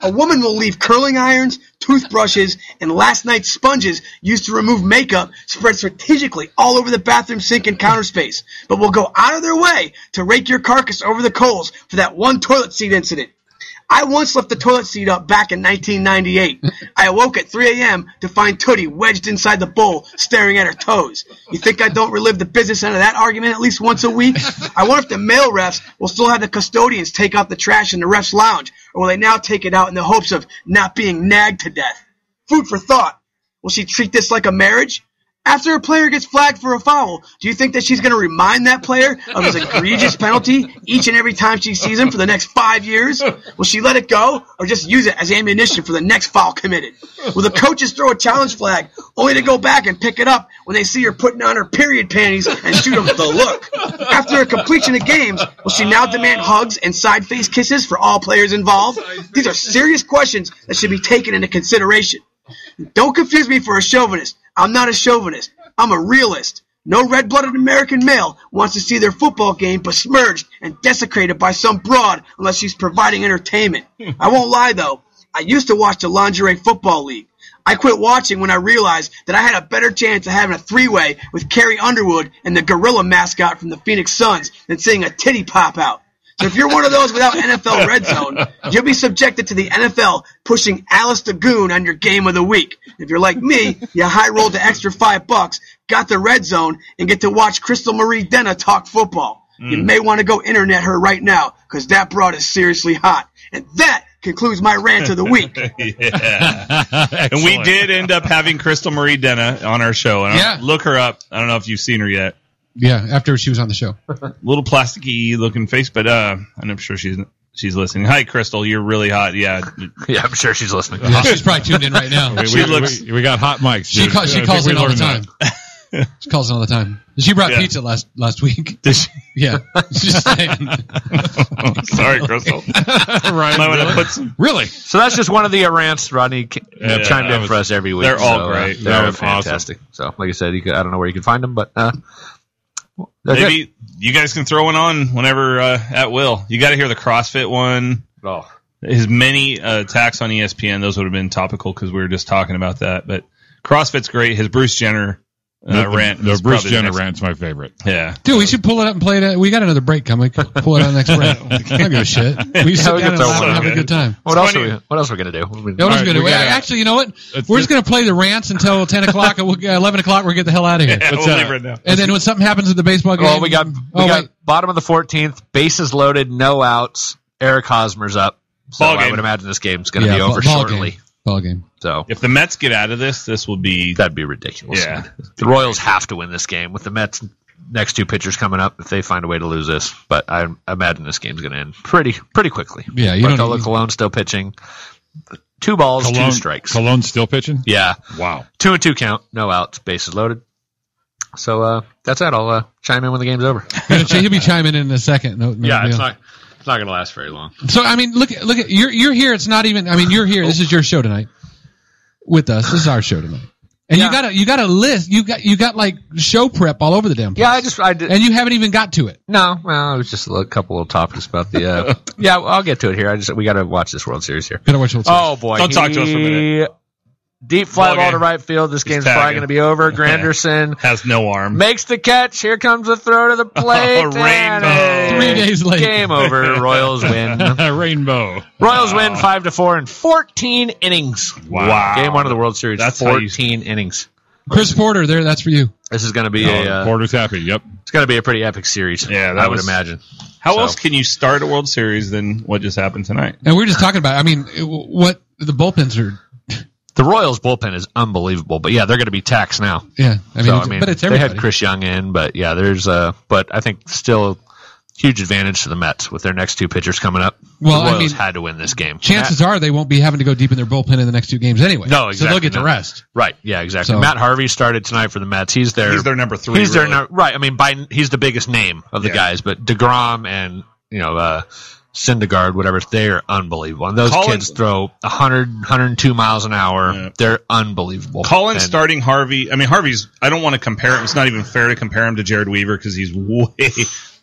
[SPEAKER 8] A woman will leave curling irons, toothbrushes, and last night's sponges used to remove makeup spread strategically all over the bathroom sink and counter space, but will go out of their way to rake your carcass over the coals for that one toilet seat incident. I once left the toilet seat up back in 1998. I awoke at 3 a.m. to find Tootie wedged inside the bowl, staring at her toes. You think I don't relive the business end of that argument at least once a week? I wonder if the male refs will still have the custodians take out the trash in the refs' lounge, or will they now take it out in the hopes of not being nagged to death? Food for thought. Will she treat this like a marriage? After a player gets flagged for a foul, do you think that she's going to remind that player of his egregious penalty each and every time she sees him for the next five years? Will she let it go or just use it as ammunition for the next foul committed? Will the coaches throw a challenge flag only to go back and pick it up when they see her putting on her period panties and shoot him the look? After a completion of games, will she now demand hugs and side face kisses for all players involved? These are serious questions that should be taken into consideration. Don't confuse me for a chauvinist. I'm not a chauvinist. I'm a realist. No red blooded American male wants to see their football game besmirched and desecrated by some broad unless she's providing entertainment. I won't lie though, I used to watch the Lingerie Football League. I quit watching when I realized that I had a better chance of having a three way with Carrie Underwood and the gorilla mascot from the Phoenix Suns than seeing a titty pop out. So if you're one of those without NFL red zone, you'll be subjected to the NFL pushing Alice the Goon on your game of the week. If you're like me, you high rolled the extra five bucks, got the red zone, and get to watch Crystal Marie Denna talk football. You may want to go internet her right now, because that broad is seriously hot. And that concludes my rant of the week.
[SPEAKER 3] yeah. And we did end up having Crystal Marie Denna on our show. And I-
[SPEAKER 1] Yeah.
[SPEAKER 3] look her up. I don't know if you've seen her yet.
[SPEAKER 1] Yeah, after she was on the show.
[SPEAKER 3] Little plasticky looking face, but uh, and I'm sure she's she's listening. Hi, Crystal. You're really hot. Yeah.
[SPEAKER 4] Yeah, I'm sure she's listening.
[SPEAKER 1] Yeah, she's probably tuned in right now.
[SPEAKER 2] We,
[SPEAKER 3] She
[SPEAKER 2] we,
[SPEAKER 3] looks-
[SPEAKER 2] we, we got hot mics.
[SPEAKER 1] She,
[SPEAKER 2] dude.
[SPEAKER 1] call, she
[SPEAKER 2] I
[SPEAKER 1] calls
[SPEAKER 2] think we
[SPEAKER 1] in all the
[SPEAKER 2] learned
[SPEAKER 1] time.
[SPEAKER 2] that.
[SPEAKER 1] She calls all the time. She brought
[SPEAKER 3] Yeah.
[SPEAKER 1] pizza last last week.
[SPEAKER 3] Did she-
[SPEAKER 1] Yeah, just saying.
[SPEAKER 3] Sorry, Crystal.
[SPEAKER 2] right.
[SPEAKER 3] Might want to
[SPEAKER 2] really?
[SPEAKER 3] put some.
[SPEAKER 2] Really?
[SPEAKER 4] So that's just one of the rants Rodney c-
[SPEAKER 3] Yeah,
[SPEAKER 4] chimed
[SPEAKER 3] that
[SPEAKER 4] in
[SPEAKER 3] was-
[SPEAKER 4] for us every week.
[SPEAKER 3] they're all
[SPEAKER 4] so, uh,
[SPEAKER 3] great. That
[SPEAKER 4] they're
[SPEAKER 2] was awesome.
[SPEAKER 4] fantastic. So, like I said, you could, I don't know where you can find them, but uh, they're good.
[SPEAKER 3] Maybe you guys can throw one on whenever uh, at will. You got to hear the CrossFit one.
[SPEAKER 4] Oh.
[SPEAKER 3] His many uh, attacks on ESPN. Those would have been topical because we were just talking about that. But CrossFit's great. His Bruce Jenner uh,
[SPEAKER 2] The- the-
[SPEAKER 3] rant.
[SPEAKER 2] The
[SPEAKER 3] is
[SPEAKER 2] Bruce
[SPEAKER 3] probably
[SPEAKER 2] Jenner
[SPEAKER 3] next-
[SPEAKER 2] rant's my favorite.
[SPEAKER 3] Yeah.
[SPEAKER 1] Dude, we should pull it up and play it. We got another break coming. We can Pull it out next break. I don't give a shit. We sit
[SPEAKER 4] we
[SPEAKER 1] down
[SPEAKER 4] can
[SPEAKER 1] and
[SPEAKER 4] throw
[SPEAKER 1] laugh
[SPEAKER 4] one
[SPEAKER 1] and
[SPEAKER 3] up.
[SPEAKER 1] have a good time.
[SPEAKER 4] What else, are
[SPEAKER 3] funny.
[SPEAKER 4] we, what else are we going to do? I mean,
[SPEAKER 1] That was
[SPEAKER 2] All right,
[SPEAKER 1] good.
[SPEAKER 2] we gotta-
[SPEAKER 1] Actually, you know what?
[SPEAKER 2] Let's
[SPEAKER 1] We're
[SPEAKER 2] do-
[SPEAKER 1] just going to play the rants until 10 o'clock. And we'll, 11 o'clock, we'll get the hell out of here.
[SPEAKER 3] Yeah,
[SPEAKER 2] What's
[SPEAKER 3] we'll
[SPEAKER 2] that?
[SPEAKER 3] leave right now.
[SPEAKER 1] And then when something happens at the baseball game.
[SPEAKER 4] uh, Well, we got we
[SPEAKER 1] oh,
[SPEAKER 4] got
[SPEAKER 1] wait.
[SPEAKER 4] bottom of the 14th, bases loaded, no outs. Eric Hosmer's up. So
[SPEAKER 3] Ball
[SPEAKER 4] I
[SPEAKER 3] game.
[SPEAKER 4] would imagine this game's going to
[SPEAKER 1] Yeah,
[SPEAKER 4] be
[SPEAKER 1] ball-
[SPEAKER 4] over
[SPEAKER 1] ball
[SPEAKER 4] shortly.
[SPEAKER 1] game. Ball game.
[SPEAKER 4] So
[SPEAKER 3] If the Mets get out of this, this will be.
[SPEAKER 4] that'd be ridiculous.
[SPEAKER 3] Yeah.
[SPEAKER 4] The Royals have to win this game with the Mets next two pitchers coming up if they find a way to lose this. But I imagine this game's going to end pretty pretty quickly.
[SPEAKER 1] Yeah, you don't
[SPEAKER 4] Bartolo
[SPEAKER 1] need-
[SPEAKER 4] Colon still pitching. Two balls, two strikes.
[SPEAKER 2] Cologne's still pitching?
[SPEAKER 4] Yeah.
[SPEAKER 2] Wow.
[SPEAKER 4] Two and two count, no outs, bases loaded. So uh, that's that. I'll uh, chime in when the game's over.
[SPEAKER 1] You're gonna ch- He'll be chiming in in a second. No, no deal.
[SPEAKER 4] it's not going to last very long.
[SPEAKER 1] So I mean, look, at look at you're you're here. It's not even. I mean, you're here. This is your show tonight with us. This is our show tonight. And you
[SPEAKER 4] Yeah.
[SPEAKER 1] got a you got a list. You got you got like show prep all over the damn. Place.
[SPEAKER 4] Yeah, I just I did.
[SPEAKER 1] And you haven't even got to it.
[SPEAKER 4] no, well, it was just a little- couple little topics about the. Uh, yeah, well, I'll get to it here. I just we got to watch this World Series here.
[SPEAKER 1] Gotta watch World Series.
[SPEAKER 4] Oh boy,
[SPEAKER 3] Don't talk to us for a minute.
[SPEAKER 4] Deep fly
[SPEAKER 3] Ball
[SPEAKER 4] ball
[SPEAKER 3] game.
[SPEAKER 4] to right field. This game's probably
[SPEAKER 3] tagging.
[SPEAKER 4] going to be over. Granderson
[SPEAKER 3] Has no arm.
[SPEAKER 4] makes the catch. Here comes the throw to the
[SPEAKER 3] Oh,
[SPEAKER 4] plate.
[SPEAKER 3] Rainbow.
[SPEAKER 4] and it's
[SPEAKER 1] Three days later.
[SPEAKER 4] Game over. Royals win.
[SPEAKER 2] Rainbow.
[SPEAKER 4] Royals win five to four in fourteen innings.
[SPEAKER 3] Wow.
[SPEAKER 4] Game one of the World Series.
[SPEAKER 3] That's how you-
[SPEAKER 4] fourteen innings.
[SPEAKER 1] Chris Porter, there. That's for you.
[SPEAKER 4] This is going to be a. Uh,
[SPEAKER 2] Porter's happy. Yep.
[SPEAKER 4] it's going to be a pretty epic series.
[SPEAKER 3] Yeah, that
[SPEAKER 4] I would
[SPEAKER 3] was-
[SPEAKER 4] imagine.
[SPEAKER 3] How
[SPEAKER 4] So-
[SPEAKER 3] else can you start a World Series than what just happened tonight?
[SPEAKER 1] And we are just talking about. I mean, it- what the bullpens are.
[SPEAKER 4] The Royals bullpen is unbelievable, but yeah, they're going to be taxed now.
[SPEAKER 1] Yeah, I mean,
[SPEAKER 4] so,
[SPEAKER 1] it's-
[SPEAKER 4] I mean,
[SPEAKER 1] but it's
[SPEAKER 4] they
[SPEAKER 1] everybody.
[SPEAKER 4] had Chris Young in, but yeah, there's uh, but I think still huge advantage to the Mets with their next two pitchers coming up.
[SPEAKER 1] Well,
[SPEAKER 4] the
[SPEAKER 1] I
[SPEAKER 4] Royals
[SPEAKER 1] mean,
[SPEAKER 4] had to win this game.
[SPEAKER 1] Chances are they won't be having to go deep in their bullpen in the next two games
[SPEAKER 4] No,
[SPEAKER 1] anyway. So they'll
[SPEAKER 4] exactly,
[SPEAKER 1] get the
[SPEAKER 4] no.
[SPEAKER 1] rest.
[SPEAKER 4] right? Yeah, exactly.
[SPEAKER 1] So-
[SPEAKER 4] Matt Harvey started tonight for the Mets. He's their
[SPEAKER 3] He's their number three.
[SPEAKER 4] he's their
[SPEAKER 3] really.
[SPEAKER 4] nu- right. I mean, by he's the biggest name of the
[SPEAKER 3] Yeah.
[SPEAKER 4] guys, but Degrom and you know. uh Syndergaard, whatever, they are unbelievable. And those
[SPEAKER 3] Collins-
[SPEAKER 4] kids throw 100, 102 miles an hour.
[SPEAKER 3] Yeah.
[SPEAKER 4] They're unbelievable.
[SPEAKER 3] Collins
[SPEAKER 4] And-
[SPEAKER 3] starting Harvey. I mean, Harvey's. I don't want to compare him. It's not even fair to compare him to Jared Weaver because he's way,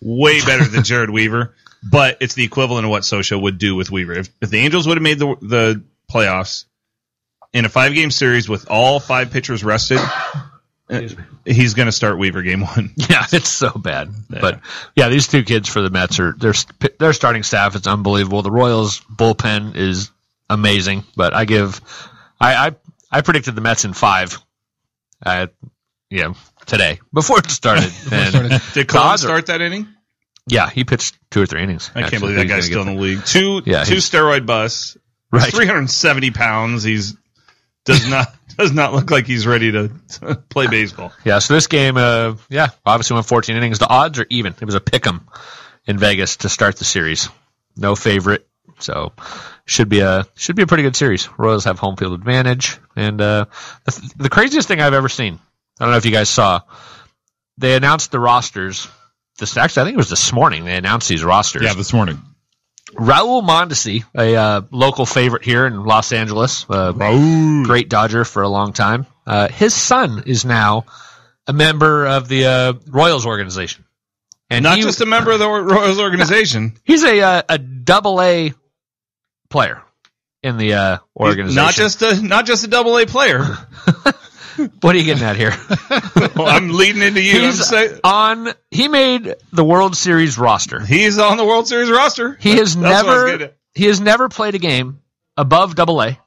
[SPEAKER 3] way better than Jared Weaver. But it's the equivalent of what Sosha would do with Weaver. If, if the Angels would have made the the playoffs in a five game series with all five pitchers rested, uh, he's going to start Weaver game one.
[SPEAKER 4] Yeah, it's so bad. But yeah, these two kids for the Mets are their their starting staff is unbelievable. The Royals bullpen is amazing, but I give I I, I predicted the Mets in five. I yeah today before it started. and
[SPEAKER 1] started.
[SPEAKER 3] Did Collins
[SPEAKER 4] odds are-
[SPEAKER 3] start that inning?
[SPEAKER 4] Yeah, he pitched two or three innings.
[SPEAKER 3] I can't
[SPEAKER 4] actually.
[SPEAKER 3] believe that
[SPEAKER 4] He's
[SPEAKER 3] guy's still
[SPEAKER 4] gonna
[SPEAKER 3] in the league. Two
[SPEAKER 4] Yeah,
[SPEAKER 3] two
[SPEAKER 4] he's-
[SPEAKER 3] steroid busts.
[SPEAKER 4] get-
[SPEAKER 3] He's 370 pounds. He's does not does not look like he's ready to, to play baseball.
[SPEAKER 4] Yeah, so this game, uh, yeah, obviously went 14 innings. The odds are even. It was a pick 'em in Vegas to start the series. No favorite, so should be a should be a pretty good series. Royals have home field advantage, and uh, the, the craziest thing I've ever seen. I don't know if you guys saw. They announced the rosters. This actually, I think it was this morning. They announced these rosters.
[SPEAKER 2] Yeah, this morning.
[SPEAKER 4] Raul Mondesi, a uh, local favorite here in Los Angeles, uh,
[SPEAKER 2] Raul.
[SPEAKER 4] great Dodger for a long time. Uh, his son is now a member of the uh, Royals organization, and
[SPEAKER 3] Not
[SPEAKER 4] he-
[SPEAKER 3] just a member of the Royals organization.
[SPEAKER 4] he's a uh, a double A player in the uh, organization.
[SPEAKER 3] Not just a not just a double A player.
[SPEAKER 4] what are you getting at here?
[SPEAKER 3] I'm leading into you. I'm
[SPEAKER 4] he's
[SPEAKER 3] say,
[SPEAKER 4] on. He made the World Series roster.
[SPEAKER 3] he's on the World Series roster.
[SPEAKER 4] He has
[SPEAKER 3] That's what I was getting
[SPEAKER 4] never
[SPEAKER 3] at.
[SPEAKER 4] he has never played a game above double A.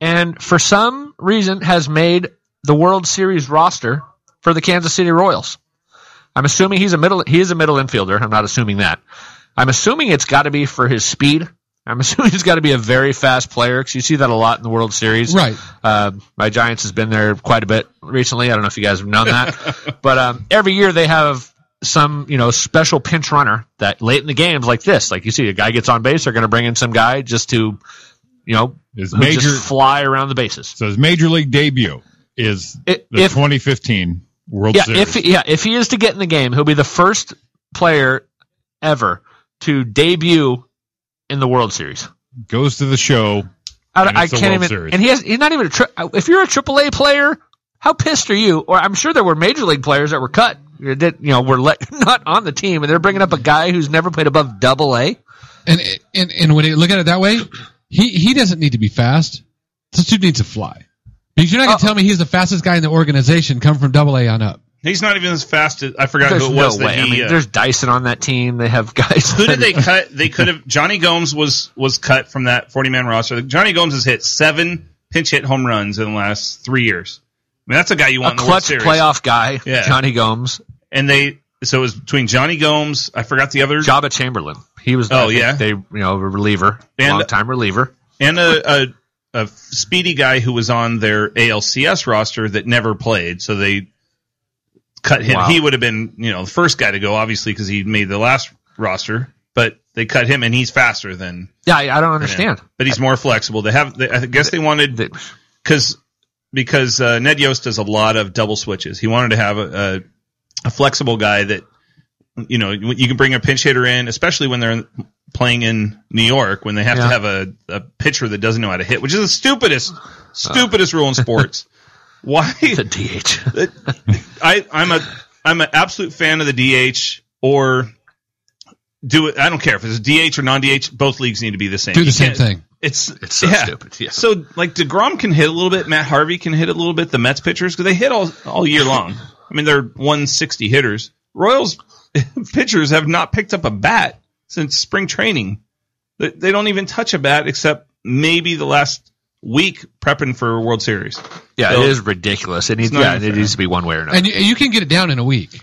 [SPEAKER 4] And for some reason has made the World Series roster for the Kansas City Royals. I'm assuming he's a middle he is a middle infielder. I'm not assuming that. I'm assuming it's got to be for his speed. I'm assuming he's got to be a very fast player because you see that a lot in the World Series.
[SPEAKER 1] Right.
[SPEAKER 4] Uh, my Giants has been there quite a bit recently. I don't know if you guys have known that, but um, every year they have some you know special pinch runner that late in the games like this, like you see a guy gets on base, they're going to bring in some guy just to you know
[SPEAKER 2] His
[SPEAKER 4] who just
[SPEAKER 2] major-
[SPEAKER 4] fly around the bases.
[SPEAKER 2] So his major league debut is
[SPEAKER 4] I-
[SPEAKER 2] the
[SPEAKER 4] if-
[SPEAKER 2] 2015 World
[SPEAKER 4] yeah,
[SPEAKER 2] Series.
[SPEAKER 4] if yeah, if he is to get in the game, he'll be the first player ever to debut in the World Series.
[SPEAKER 2] Goes to the show.
[SPEAKER 4] I,
[SPEAKER 2] And
[SPEAKER 4] I
[SPEAKER 2] it's the
[SPEAKER 4] can't
[SPEAKER 2] World
[SPEAKER 4] even.
[SPEAKER 2] Series.
[SPEAKER 4] And he has. He's not even a. Tri- if you're a AAA player, how pissed are you? Or I'm sure there were major league players that were cut. That you know were let, not on the team, and they're bringing up a guy who's never played above Double A.
[SPEAKER 1] And and and when you look at it that way, he he doesn't need to be fast. This dude needs to fly. Because you're not gonna
[SPEAKER 4] Uh-oh.
[SPEAKER 1] tell me he's the fastest guy in the organization, come from double A on up.
[SPEAKER 3] He's not even as fast as I forgot
[SPEAKER 4] There's
[SPEAKER 3] who it was. that
[SPEAKER 4] no way.
[SPEAKER 3] He,
[SPEAKER 4] I mean,
[SPEAKER 3] uh,
[SPEAKER 4] there's Dyson on that team. They have guys.
[SPEAKER 3] who did
[SPEAKER 4] that-
[SPEAKER 3] they cut? They could have Johnny Gomes was was cut from that forty man roster. Johnny Gomes has hit seven pinch hit home runs in the last three years. I mean, that's a guy you
[SPEAKER 4] A
[SPEAKER 3] want in the World
[SPEAKER 4] clutch
[SPEAKER 3] Series.
[SPEAKER 4] playoff guy,
[SPEAKER 3] Yeah.
[SPEAKER 4] Johnny Gomes,
[SPEAKER 3] And they so it was between Johnny Gomes. I forgot the other
[SPEAKER 4] Jabba Chamberlain. He was.
[SPEAKER 3] Oh,
[SPEAKER 4] I think
[SPEAKER 3] yeah?
[SPEAKER 4] they you know a reliever,
[SPEAKER 3] And-
[SPEAKER 4] long time reliever.
[SPEAKER 3] and a, a a speedy guy who was on their ALCS roster that never played. So they cut him.
[SPEAKER 4] Wow.
[SPEAKER 3] He would have been you know the first guy to go, obviously, because he made the last roster. But they cut him, and he's faster than
[SPEAKER 4] Yeah, I, I don't understand.
[SPEAKER 3] but he's more flexible. They have, they, I guess they wanted
[SPEAKER 4] That-
[SPEAKER 3] because because uh, Ned Yost does a lot of double switches. He wanted to have a, a, a flexible guy that you know you you can bring a pinch hitter in, especially when they're playing in New York when they have
[SPEAKER 4] Yeah.
[SPEAKER 3] to have a, a pitcher that doesn't know how to hit, which is the stupidest stupidest rule in sports. Why
[SPEAKER 4] the DH.
[SPEAKER 3] I, I'm a I'm an absolute fan of the DH or do it. I don't care if it's DH or non DH. Both leagues need to be the same.
[SPEAKER 1] Do the
[SPEAKER 3] You
[SPEAKER 1] same
[SPEAKER 3] can't-
[SPEAKER 1] thing.
[SPEAKER 3] It's
[SPEAKER 4] It's so
[SPEAKER 3] yeah.
[SPEAKER 4] stupid. Yeah.
[SPEAKER 3] So like Degrom can hit a little bit. Matt Harvey can hit a little bit. The Mets pitchers because they hit all all year long. I mean they're 160 hitters. Royals pitchers have not picked up a bat since spring training. They, they don't even touch a bat except maybe the last week prepping for World Series.
[SPEAKER 4] Yeah,
[SPEAKER 3] So-
[SPEAKER 4] it is ridiculous. It needs,
[SPEAKER 3] not
[SPEAKER 4] yeah,
[SPEAKER 3] even
[SPEAKER 4] it
[SPEAKER 3] fair.
[SPEAKER 4] needs to be one way or another.
[SPEAKER 1] And you, you can get it down in a week.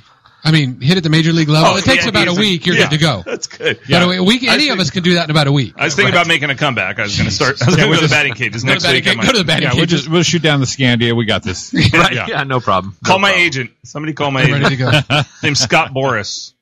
[SPEAKER 1] I mean, hit at the major league
[SPEAKER 4] Oh,
[SPEAKER 1] level. it takes
[SPEAKER 3] yeah,
[SPEAKER 1] about a
[SPEAKER 3] he's
[SPEAKER 1] week. You're
[SPEAKER 3] yeah,
[SPEAKER 1] good to go.
[SPEAKER 3] That's good.
[SPEAKER 1] But a week,
[SPEAKER 3] I
[SPEAKER 1] any of
[SPEAKER 3] think-
[SPEAKER 1] us can do that in about a week.
[SPEAKER 3] I was thinking about making a comeback. I was going to start. I was
[SPEAKER 2] Yeah,
[SPEAKER 3] going
[SPEAKER 2] we're
[SPEAKER 3] to go to the
[SPEAKER 2] just-
[SPEAKER 3] batting cages
[SPEAKER 1] Go to,
[SPEAKER 3] next
[SPEAKER 1] batting
[SPEAKER 3] week.
[SPEAKER 1] cage-
[SPEAKER 3] I'm like,
[SPEAKER 1] go to the batting
[SPEAKER 2] yeah,
[SPEAKER 1] cage.
[SPEAKER 2] we'll just we'll shoot down the Scandia. We got this.
[SPEAKER 4] right?
[SPEAKER 2] Yeah.
[SPEAKER 4] Yeah. no problem.
[SPEAKER 3] call
[SPEAKER 4] No
[SPEAKER 3] my
[SPEAKER 4] problem.
[SPEAKER 3] agent. Somebody call my
[SPEAKER 1] I'm ready to
[SPEAKER 3] agent.
[SPEAKER 1] go.
[SPEAKER 3] His name's Scott Boris.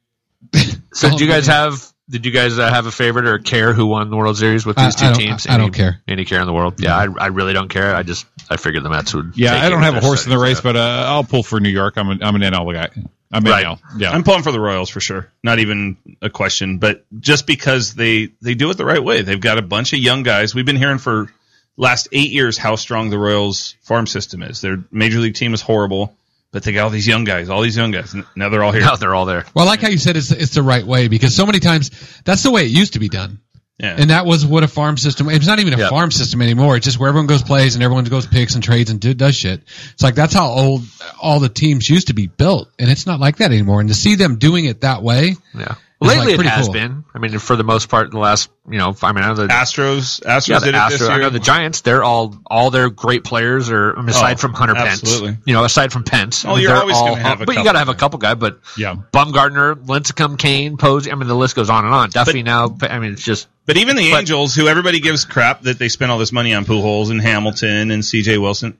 [SPEAKER 4] So,
[SPEAKER 1] Call
[SPEAKER 4] do you
[SPEAKER 1] my
[SPEAKER 4] guys
[SPEAKER 1] agent.
[SPEAKER 4] have? Did you guys uh, have a favorite or care who won the World Series with
[SPEAKER 1] I-
[SPEAKER 4] these two
[SPEAKER 1] I don't-
[SPEAKER 4] teams?
[SPEAKER 1] I- I don't care.
[SPEAKER 4] Any care in the world? Yeah, I, I really don't care. I just I figured the Mets would.
[SPEAKER 2] Yeah,
[SPEAKER 4] take
[SPEAKER 2] I
[SPEAKER 4] it
[SPEAKER 2] don't
[SPEAKER 4] with
[SPEAKER 2] have a
[SPEAKER 4] their
[SPEAKER 2] horse in the
[SPEAKER 4] settings,
[SPEAKER 2] race,
[SPEAKER 4] so.
[SPEAKER 2] but uh, I'll pull for New York. I'm an I'm an NL guy. I'm an
[SPEAKER 4] Right.
[SPEAKER 2] NL. Yeah,
[SPEAKER 3] I'm pulling for the Royals for sure. Not even a question. But just because they they do it the right way, they've got a bunch of young guys. We've been hearing for last eight years how strong the Royals farm system is. Their major league team is horrible, but they got all these young guys. All these young guys. And Now they're all here.
[SPEAKER 4] now they're all there.
[SPEAKER 1] Well, I like how you said it's it's the right way because so many times that's the way it used to be done,
[SPEAKER 3] Yeah.
[SPEAKER 1] and that was what a farm system. It's not even a
[SPEAKER 4] Yeah.
[SPEAKER 1] farm system anymore. It's just where everyone goes plays and everyone goes picks and trades and do, does shit. It's like that's how old all the teams used to be built, and it's not like that anymore. And to see them doing it that way,
[SPEAKER 4] uh, Yeah.
[SPEAKER 1] It's, like,
[SPEAKER 4] Lately, it
[SPEAKER 1] pretty
[SPEAKER 4] has
[SPEAKER 1] cool.
[SPEAKER 4] been. I mean, for the most part, in the last you know, I mean, I know the
[SPEAKER 3] Astros. Astros
[SPEAKER 4] yeah, the
[SPEAKER 3] did it
[SPEAKER 4] Astros.
[SPEAKER 3] this
[SPEAKER 4] I
[SPEAKER 3] year.
[SPEAKER 4] know the Giants. They're all all their great players are I mean, aside
[SPEAKER 3] Oh,
[SPEAKER 4] from Hunter
[SPEAKER 3] absolutely.
[SPEAKER 4] Pence. You know, aside from Pence. I
[SPEAKER 3] Oh,
[SPEAKER 4] mean,
[SPEAKER 3] you're
[SPEAKER 4] they're
[SPEAKER 3] always
[SPEAKER 4] all-
[SPEAKER 3] gonna have a
[SPEAKER 4] But you
[SPEAKER 3] couple.
[SPEAKER 4] got to have a couple guy. But
[SPEAKER 2] yeah.
[SPEAKER 4] Bumgardner, Lincecum, Kane, Posey. I mean, the list goes on and on. Duffy
[SPEAKER 3] But-
[SPEAKER 4] now. I mean, it's just
[SPEAKER 3] But even the
[SPEAKER 4] But-
[SPEAKER 3] Angels, who everybody gives crap that they spent all this money on Pujols and Hamilton and C.J. Wilson,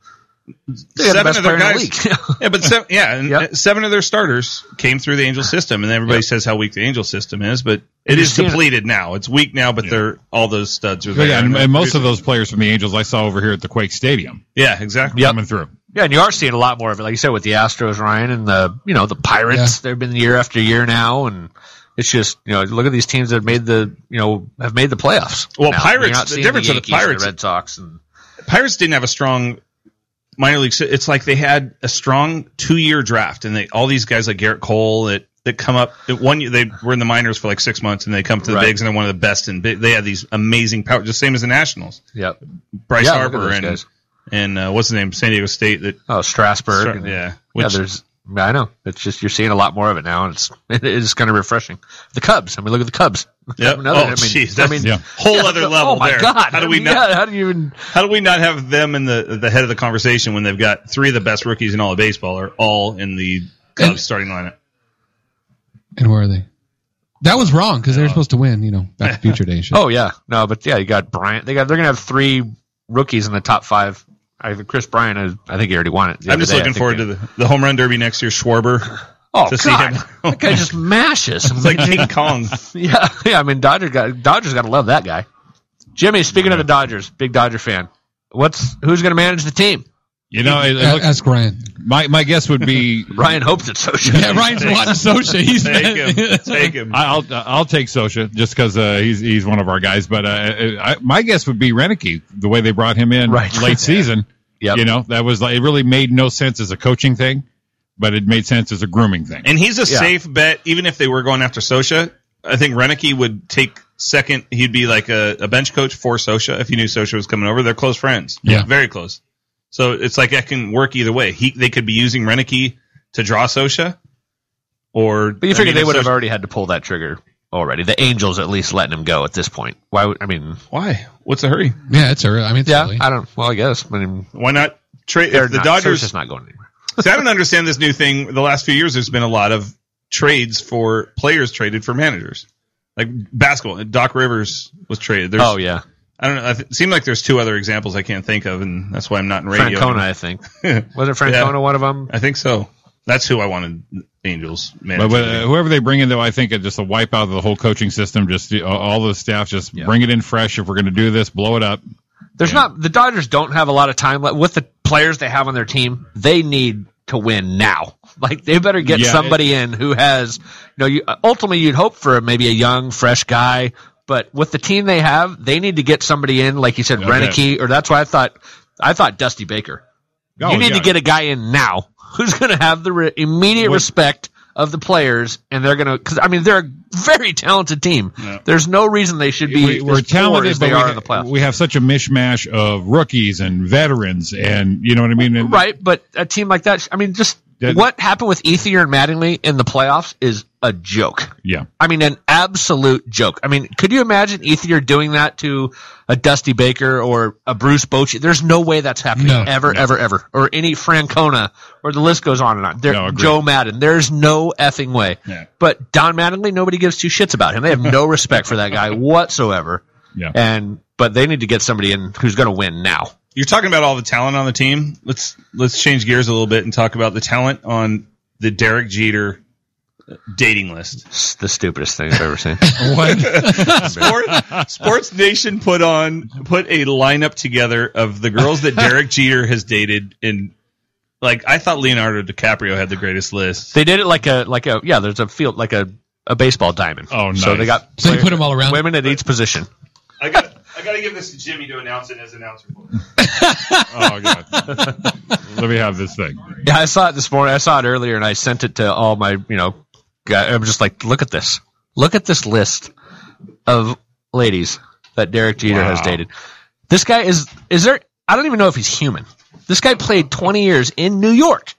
[SPEAKER 4] they got the
[SPEAKER 3] Seven
[SPEAKER 4] best
[SPEAKER 3] of their
[SPEAKER 4] player in the
[SPEAKER 3] guys-
[SPEAKER 4] league.
[SPEAKER 3] yeah, but seven, yeah, and uh,
[SPEAKER 4] Yep.
[SPEAKER 3] seven of their starters came through the Angel system, and everybody
[SPEAKER 4] Yep.
[SPEAKER 3] says how weak the Angel system is, but it
[SPEAKER 4] You're
[SPEAKER 3] is
[SPEAKER 4] seeing it.
[SPEAKER 3] depleted now. It's weak now, but they're all those studs are
[SPEAKER 2] But
[SPEAKER 3] there.
[SPEAKER 2] yeah, and,
[SPEAKER 3] they're
[SPEAKER 2] and most of
[SPEAKER 3] producing.
[SPEAKER 2] those players from the Angels I saw over here at the Quake Stadium
[SPEAKER 3] yeah, exactly.
[SPEAKER 4] Yep.
[SPEAKER 2] coming through.
[SPEAKER 4] yeah, and you are seeing a lot more of it, like you said, with the Astros, Ryan, and the you know the Pirates. They've been year after year now, and it's just you know look at these teams that have made the you know have made the playoffs.
[SPEAKER 3] Well,
[SPEAKER 4] now. You're
[SPEAKER 3] Pirates-
[SPEAKER 4] not
[SPEAKER 3] the
[SPEAKER 4] seeing
[SPEAKER 3] difference with the
[SPEAKER 4] Yankees and
[SPEAKER 3] Pirates-
[SPEAKER 4] the Red Sox, and
[SPEAKER 3] Pirates didn't have a strong minor league. si- It's like they had a strong two year draft, and they all these guys like Garrett Cole that that come up that one year they were in the minors for like six months, and they come to the
[SPEAKER 4] Right.
[SPEAKER 3] bigs, and they're one of the best. And they had these amazing power, just same as the Nationals.
[SPEAKER 4] yep.
[SPEAKER 3] Bryce
[SPEAKER 4] yeah, look at
[SPEAKER 3] Harper
[SPEAKER 4] those
[SPEAKER 3] and
[SPEAKER 4] guys.
[SPEAKER 3] and uh, what's the name? San Diego State. That
[SPEAKER 4] oh Strasburg, and-
[SPEAKER 3] yeah,
[SPEAKER 4] yeah,
[SPEAKER 3] which
[SPEAKER 4] there's. I know. It's just you're seeing a lot more of it now, and it's it is kind of refreshing. The Cubs. I mean, look at the Cubs.
[SPEAKER 3] Yep.
[SPEAKER 4] Another-
[SPEAKER 3] Oh,
[SPEAKER 4] I mean-
[SPEAKER 3] jeez,
[SPEAKER 4] I
[SPEAKER 3] that's
[SPEAKER 4] mean,
[SPEAKER 2] Yeah.
[SPEAKER 3] whole
[SPEAKER 4] yeah,
[SPEAKER 3] other
[SPEAKER 4] the-
[SPEAKER 3] level.
[SPEAKER 4] Oh my
[SPEAKER 3] there.
[SPEAKER 4] God!
[SPEAKER 3] How do
[SPEAKER 4] I
[SPEAKER 3] we
[SPEAKER 4] mean,
[SPEAKER 3] not?
[SPEAKER 4] yeah, how do you even?
[SPEAKER 3] How do we not have them in the the head of the conversation when they've got three of the best rookies in all of baseball are all in the Cubs
[SPEAKER 1] And-
[SPEAKER 3] starting lineup?
[SPEAKER 1] and where are they? That was wrong because they were supposed to win. You know, Back to Future Day. and Shit.
[SPEAKER 4] Oh yeah, no, but yeah, you got Bryant. They got they're gonna have three rookies in the top five. I think Chris Bryant. is- I think he already won it. the
[SPEAKER 3] I'm
[SPEAKER 4] other
[SPEAKER 3] just
[SPEAKER 4] day. I
[SPEAKER 3] looking
[SPEAKER 4] think
[SPEAKER 3] forward
[SPEAKER 4] they-
[SPEAKER 3] to the, the home run derby next year. Schwarber,
[SPEAKER 4] oh
[SPEAKER 3] to
[SPEAKER 4] god,
[SPEAKER 3] see him.
[SPEAKER 4] that guy just mashes.
[SPEAKER 3] it's like King Kong.
[SPEAKER 4] yeah, yeah. I mean, Dodger got Dodgers got to love that guy. Jimmy, speaking of the Dodgers, big Dodger fan. What's who's gonna manage the team?
[SPEAKER 2] You know, it, it
[SPEAKER 1] A-
[SPEAKER 2] looks-
[SPEAKER 1] Ask Ryan.
[SPEAKER 2] my my guess would be
[SPEAKER 4] Ryan hopes it's social.
[SPEAKER 1] Yeah, Ryan's wanting Socha. He's
[SPEAKER 3] Oh, Take him. Take him.
[SPEAKER 2] I- I'll I'll take Socha just because uh, he's he's one of our guys. But uh, I, my guess would be Renicky the way they brought him in
[SPEAKER 4] Right.
[SPEAKER 2] late season.
[SPEAKER 4] Yep.
[SPEAKER 2] You know that was like it really made no sense as a coaching thing, but it made sense as a grooming thing.
[SPEAKER 3] And he's a
[SPEAKER 4] Yeah.
[SPEAKER 3] safe bet, even if they were going after Sosha. I think Renicky would take second. He'd be like a, a bench coach for Sosha if he knew Sosha was coming over. They're close friends.
[SPEAKER 2] Yeah.
[SPEAKER 3] Very close. So it's like that can work either way. He They could be using Renicky to draw Sosha. Or
[SPEAKER 4] But
[SPEAKER 3] I
[SPEAKER 4] you figure
[SPEAKER 3] mean,
[SPEAKER 4] they
[SPEAKER 3] if
[SPEAKER 4] would have
[SPEAKER 3] Socha-
[SPEAKER 4] already had to pull that trigger already. The Angels at least letting him go at this point. Why? would I mean,
[SPEAKER 3] why? What's the hurry?
[SPEAKER 1] Yeah, it's early. I mean, it's
[SPEAKER 4] yeah,
[SPEAKER 1] early.
[SPEAKER 4] I don't. Well, I guess. I mean,
[SPEAKER 3] Why not trade
[SPEAKER 4] they're
[SPEAKER 3] if the
[SPEAKER 4] not,
[SPEAKER 3] Dodgers?
[SPEAKER 4] Socha's not going anywhere.
[SPEAKER 3] See, I don't understand this new thing. The last few years, there's been a lot of trades for players traded for managers, like basketball. Doc Rivers was traded. There's,
[SPEAKER 4] Oh yeah,
[SPEAKER 3] I don't know. It seemed like there's two other examples I can't think of, and that's why I'm not in radio.
[SPEAKER 4] Francona, I think. Wasn't Francona one of them?
[SPEAKER 3] I think so. That's who I wanted. Angels manager.
[SPEAKER 2] But, but, uh, whoever they bring in, though, I think it just a wipeout of the whole coaching system. Just uh, all the staff, just bring it in fresh. If we're going to do this, blow it up.
[SPEAKER 4] There's not the Dodgers don't have a lot of time left with the players they have on their team. They need to win now. Like they better get
[SPEAKER 2] Yeah,
[SPEAKER 4] somebody in who has you know you ultimately you'd hope for maybe a young fresh guy, but with the team they have, they need to get somebody in like you said
[SPEAKER 2] Okay.
[SPEAKER 4] Renicky or that's why I thought I thought Dusty Baker.
[SPEAKER 2] Oh,
[SPEAKER 4] you need
[SPEAKER 2] yeah.
[SPEAKER 4] to get a guy in now who's going to have the re- immediate
[SPEAKER 2] What-
[SPEAKER 4] respect of the players and they're going to cuz I mean they're a very talented team. There's no reason they should be
[SPEAKER 2] we,
[SPEAKER 4] as
[SPEAKER 2] we're
[SPEAKER 4] poor
[SPEAKER 2] talented,
[SPEAKER 4] as
[SPEAKER 2] but
[SPEAKER 4] they
[SPEAKER 2] we,
[SPEAKER 4] are
[SPEAKER 2] ha-
[SPEAKER 4] in the playoffs.
[SPEAKER 2] we have such a mishmash of rookies and veterans, and you know what I mean. And
[SPEAKER 4] Right, but a team like that, I mean, just
[SPEAKER 2] That-
[SPEAKER 4] what happened with Ethier and Mattingly in the playoffs is a joke.
[SPEAKER 2] Yeah.
[SPEAKER 4] I mean, an absolute joke. I mean, could you imagine Ethier doing that to a Dusty Baker or a Bruce Bochy? There's no way that's happening
[SPEAKER 1] No,
[SPEAKER 4] ever, ever, ever. Or any Francona, or the list goes on and on. There,
[SPEAKER 2] No, agreed.
[SPEAKER 4] Joe Madden. There's no effing way.
[SPEAKER 2] Yeah.
[SPEAKER 4] But Don Mattingly, nobody gives two shits about him. They have no respect for that guy whatsoever.
[SPEAKER 2] Yeah.
[SPEAKER 4] And but they need to get somebody in who's going to win now.
[SPEAKER 3] You're talking about all the talent on the team. Let's let's change gears a little bit and talk about the talent on the Derek Jeter dating list.
[SPEAKER 4] It's the stupidest thing I've ever seen.
[SPEAKER 3] Sport, Sports Nation put on put a lineup together of the girls that Derek Jeter has dated in. Like I thought Leonardo DiCaprio had the greatest list.
[SPEAKER 4] They did it like a like a yeah. There's a field like a a baseball diamond.
[SPEAKER 2] Oh,
[SPEAKER 4] So
[SPEAKER 2] nice.
[SPEAKER 4] they got
[SPEAKER 1] So you put them all around.
[SPEAKER 4] women at each position.
[SPEAKER 3] I got I got to give this to Jimmy to announce it as announcer.
[SPEAKER 2] Oh god. Let me have this thing.
[SPEAKER 4] Yeah, I saw it this morning. I saw it earlier, and I sent it to all my you know. Guy, I'm just like, look at this. Look at this list of ladies that Derek Jeter has dated. This guy is is there? I don't even know if he's human. This guy played 20 years in New York.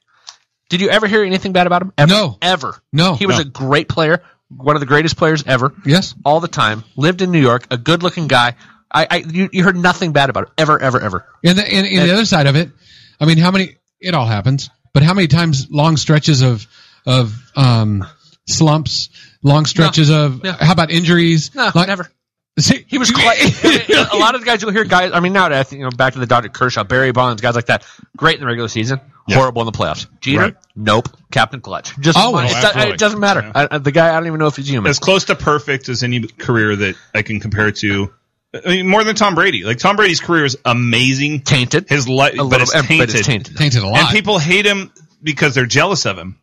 [SPEAKER 4] Did you ever hear anything bad about him? Ever,
[SPEAKER 1] No.
[SPEAKER 4] ever.
[SPEAKER 1] No.
[SPEAKER 4] He was
[SPEAKER 1] No.
[SPEAKER 4] a great player, one of the greatest players ever.
[SPEAKER 1] Yes.
[SPEAKER 4] all the time. Lived in New York, a good-looking guy. I, I you, you heard nothing bad about it ever, ever, ever.
[SPEAKER 1] And the, and, and the other side of it, I mean, how many? It all happens, but how many times long stretches of of um, slumps, long stretches of how about injuries?
[SPEAKER 4] No,
[SPEAKER 1] Like-
[SPEAKER 4] never.
[SPEAKER 1] See,
[SPEAKER 4] He was quite. a lot of the guys you'll hear, guys. I mean, now I think, you know, back to the Dr. Kershaw, Barry Bonds, guys like that. Great in the regular season, horrible in the playoffs. Jeter,
[SPEAKER 2] Right.
[SPEAKER 4] nope. Captain Clutch. Just
[SPEAKER 1] Oh,
[SPEAKER 4] it, do-
[SPEAKER 2] absolutely.
[SPEAKER 4] it doesn't matter. I, I- the guy, I don't even know if he's human.
[SPEAKER 3] As close to perfect as any career that I can compare to. I mean, more than Tom Brady. Like Tom Brady's career is amazing.
[SPEAKER 4] tainted.
[SPEAKER 3] His life,
[SPEAKER 4] a little,
[SPEAKER 3] but, it's
[SPEAKER 4] and-
[SPEAKER 3] tainted.
[SPEAKER 4] but it's tainted.
[SPEAKER 1] tainted a
[SPEAKER 3] And
[SPEAKER 1] lot.
[SPEAKER 3] people hate him because they're jealous of him.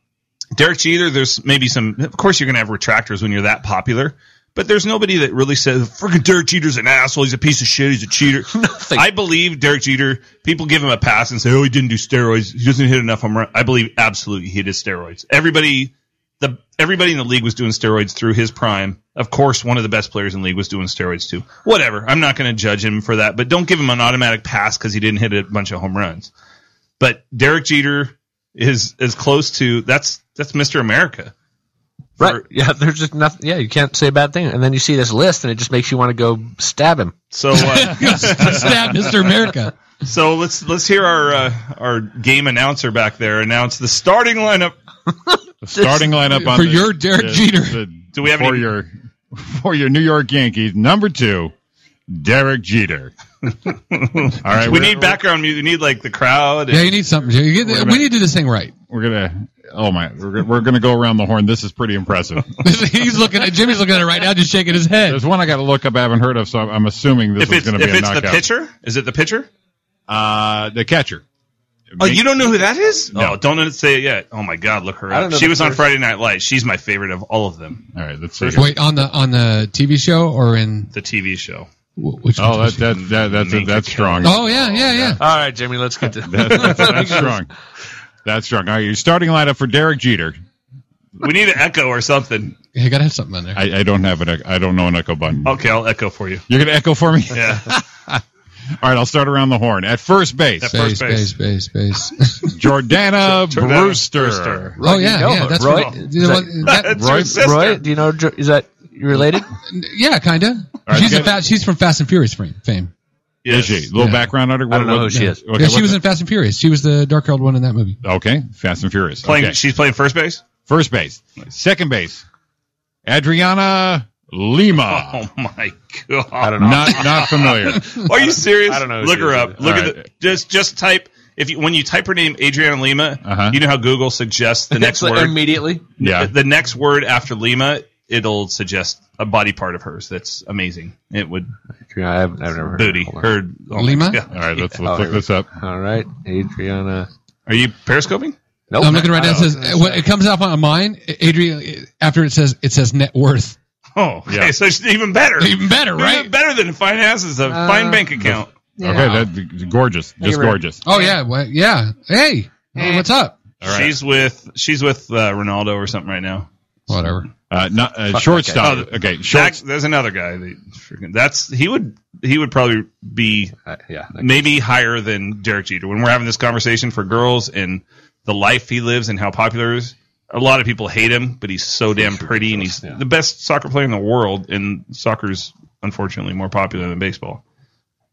[SPEAKER 3] Derek Jeter, there's maybe some. Of course, you're going to have retractors when you're that popular. But there's nobody that really says, "Freaking Derek Jeter's an asshole. He's a piece of shit. He's a cheater."
[SPEAKER 4] Nothing.
[SPEAKER 3] I believe Derek Jeter. People give him a pass and say, "Oh, he didn't do steroids. He doesn't hit enough home runs." I believe absolutely he did steroids. Everybody, the everybody in the league was doing steroids through his prime. Of course, one of the best players in the league was doing steroids too. Whatever. I'm not going to judge him for that, but don't give him an automatic pass because he didn't hit a bunch of home runs. But Derek Jeter is as close to that's that's Mr. America.
[SPEAKER 4] Right? Yeah. There's just nothing. Yeah, you can't say a bad thing. And then you see this list, and it just makes you want to go stab him.
[SPEAKER 3] So uh,
[SPEAKER 1] Stab Mr. America.
[SPEAKER 3] so let's let's hear our uh, our game announcer back there announce the starting lineup
[SPEAKER 2] The starting lineup on
[SPEAKER 1] For
[SPEAKER 2] the-
[SPEAKER 1] your Derek
[SPEAKER 2] the-
[SPEAKER 1] Jeter.
[SPEAKER 2] the-
[SPEAKER 3] Do we have
[SPEAKER 2] for
[SPEAKER 3] any-
[SPEAKER 2] your for your New York Yankees number two, Derek Jeter. All right,
[SPEAKER 3] we
[SPEAKER 2] we're-
[SPEAKER 3] need background music. We need like the crowd.
[SPEAKER 1] Yeah, you need something. You get-
[SPEAKER 2] a
[SPEAKER 1] we
[SPEAKER 2] minute.
[SPEAKER 1] need to do this thing right.
[SPEAKER 2] We're gonna. Oh my, we're, gonna- we're gonna go around the horn. This is pretty impressive.
[SPEAKER 1] He's looking at Jimmy's looking at it right now, just shaking his head.
[SPEAKER 2] There's one I got to look up. I haven't heard of, so I'm, I'm assuming this
[SPEAKER 3] if
[SPEAKER 2] is
[SPEAKER 3] it's
[SPEAKER 2] going
[SPEAKER 3] if
[SPEAKER 2] to be a
[SPEAKER 3] it's the
[SPEAKER 2] knockout.
[SPEAKER 3] pitcher, is it the pitcher?
[SPEAKER 2] Uh, the catcher.
[SPEAKER 3] Oh, you don't know who that is?
[SPEAKER 2] No.
[SPEAKER 3] No, don't say it yet. Oh my God, look her
[SPEAKER 11] I don't
[SPEAKER 3] up.
[SPEAKER 11] know
[SPEAKER 3] She
[SPEAKER 11] the
[SPEAKER 3] was on
[SPEAKER 11] first-
[SPEAKER 3] Friday Night Lights. She's my favorite of all of them.
[SPEAKER 2] All right, let's see.
[SPEAKER 1] Wait on the on the TV show or in
[SPEAKER 3] The TV show.
[SPEAKER 1] wh- which?
[SPEAKER 2] Oh,
[SPEAKER 1] one's
[SPEAKER 2] that, that, that, that's, that's strong.
[SPEAKER 1] Oh yeah, yeah, yeah.
[SPEAKER 4] All right, Jimmy, let's get to
[SPEAKER 2] That- that's, that's strong. That's strong. All right, your starting lineup for Derek Jeter.
[SPEAKER 3] We need an echo or something.
[SPEAKER 1] You gotta have something in there.
[SPEAKER 2] I, I don't have an. ec- I don't know an echo button.
[SPEAKER 3] Okay, I'll echo for you.
[SPEAKER 2] You're gonna echo for me.
[SPEAKER 3] Yeah.
[SPEAKER 2] All right, I'll start around the horn at first base.
[SPEAKER 3] At
[SPEAKER 1] Space,
[SPEAKER 3] first
[SPEAKER 1] space, space, space.
[SPEAKER 2] Jordana,
[SPEAKER 3] Jordana
[SPEAKER 2] Oh, Brewster.
[SPEAKER 3] Brewster.
[SPEAKER 1] oh yeah,
[SPEAKER 4] Roy-
[SPEAKER 1] yeah. That's
[SPEAKER 4] Roy-
[SPEAKER 1] right. That,
[SPEAKER 3] That's her
[SPEAKER 2] Roy-
[SPEAKER 3] sister.
[SPEAKER 4] Roy, do you know? Jo- Is that you related?
[SPEAKER 1] yeah, kinda.
[SPEAKER 2] right,
[SPEAKER 1] she's a
[SPEAKER 2] get-
[SPEAKER 1] fa- she's from Fast and Furious fame. fame.
[SPEAKER 2] Is
[SPEAKER 3] Yes.
[SPEAKER 2] she? A little
[SPEAKER 1] Yeah.
[SPEAKER 2] background on her.
[SPEAKER 4] I don't know who she is.
[SPEAKER 1] yeah, she was in Fast and Furious. She was the dark-haired one in that movie.
[SPEAKER 2] Okay, Fast and Furious.
[SPEAKER 3] Playing,
[SPEAKER 2] Okay.
[SPEAKER 3] She's playing first base?
[SPEAKER 2] First base, second base, Adriana Lima.
[SPEAKER 3] Oh my God.
[SPEAKER 4] I don't know.
[SPEAKER 2] Not not familiar.
[SPEAKER 3] Are you serious?
[SPEAKER 4] I don't know who
[SPEAKER 3] Look
[SPEAKER 4] she
[SPEAKER 3] her
[SPEAKER 4] is
[SPEAKER 3] up.
[SPEAKER 4] either.
[SPEAKER 3] Look
[SPEAKER 2] All
[SPEAKER 3] at
[SPEAKER 2] right.
[SPEAKER 3] the just just type if you when you type her name Adriana Lima,
[SPEAKER 2] Uh-huh.
[SPEAKER 3] you know how Google suggests the next
[SPEAKER 4] Like,
[SPEAKER 3] word.
[SPEAKER 4] immediately.
[SPEAKER 2] Yeah.
[SPEAKER 3] The next word after Lima, it'll suggest a body part of hers. That's amazing. It would
[SPEAKER 4] Yeah, I haven't, I've never heard. of
[SPEAKER 3] booty.
[SPEAKER 4] Hold on.
[SPEAKER 3] Her oh my
[SPEAKER 1] Lima?
[SPEAKER 3] God.
[SPEAKER 2] All right, let's,
[SPEAKER 4] Oh,
[SPEAKER 2] let's
[SPEAKER 4] here
[SPEAKER 2] look
[SPEAKER 4] we
[SPEAKER 2] this up.
[SPEAKER 4] All right, Adriana.
[SPEAKER 3] Are you periscoping?
[SPEAKER 4] Nope,
[SPEAKER 2] Oh,
[SPEAKER 1] I'm looking right now. It
[SPEAKER 4] I don't-
[SPEAKER 1] says when it comes up on mine, Adrian. After it says it says net worth.
[SPEAKER 3] Oh, okay.
[SPEAKER 2] Yeah.
[SPEAKER 3] So it's even better.
[SPEAKER 1] Even better, right?
[SPEAKER 3] Even better than finances, a
[SPEAKER 4] Uh,
[SPEAKER 3] fine bank account.
[SPEAKER 2] Okay, that's gorgeous. Just
[SPEAKER 4] Rick.
[SPEAKER 2] gorgeous.
[SPEAKER 1] Oh yeah, well, yeah. Hey, hey, what's up?
[SPEAKER 2] All right.
[SPEAKER 3] She's with she's with uh, Ronaldo or something right now.
[SPEAKER 1] Whatever.
[SPEAKER 2] Uh, not, uh,
[SPEAKER 4] Fuck
[SPEAKER 2] shortstop.
[SPEAKER 3] that guy.
[SPEAKER 2] Okay, short.
[SPEAKER 3] That, there's another guy. That, freaking- that's he would he would probably be
[SPEAKER 4] Uh, yeah.
[SPEAKER 3] maybe higher than Derek Jeter. When we're having this conversation for girls and the life he lives and how popular he is, a lot of people hate him, but he's so damn pretty and he's
[SPEAKER 4] Yeah.
[SPEAKER 3] the best soccer player in the world. And soccer's unfortunately more popular than baseball.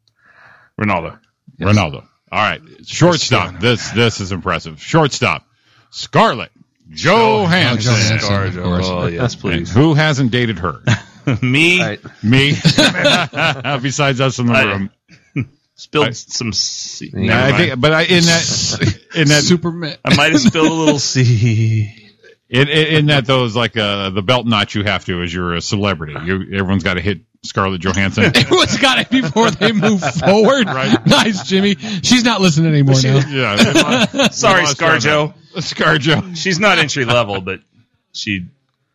[SPEAKER 3] Ronaldo.
[SPEAKER 2] Ronaldo. All right, shortstop. This this is impressive. Shortstop, Scarlett Johansson.
[SPEAKER 1] Johansson. Hanson, of course.
[SPEAKER 3] Oh yes,
[SPEAKER 2] And
[SPEAKER 3] please.
[SPEAKER 2] who hasn't dated her?
[SPEAKER 3] Me
[SPEAKER 4] All right.
[SPEAKER 2] Me. Besides us in the
[SPEAKER 3] I-
[SPEAKER 2] room,
[SPEAKER 3] spilled
[SPEAKER 2] I-
[SPEAKER 3] some. se-
[SPEAKER 4] Yeah,
[SPEAKER 3] Never
[SPEAKER 2] I
[SPEAKER 3] mind.
[SPEAKER 2] think, but I, in that in that
[SPEAKER 1] Superman.
[SPEAKER 3] I might have spilled a little seed.
[SPEAKER 2] in, in, in that though is like uh, the belt notch you have to as you're a celebrity. You everyone's got to hit Scarlett Johansson.
[SPEAKER 1] Everyone's got it before they move forward.
[SPEAKER 2] Right.
[SPEAKER 1] Nice, Jimmy. She's not listening anymore now.
[SPEAKER 2] yeah,
[SPEAKER 3] Sorry,
[SPEAKER 2] lost her on
[SPEAKER 3] ScarJo.
[SPEAKER 2] ScarJo.
[SPEAKER 3] She's not entry level, but she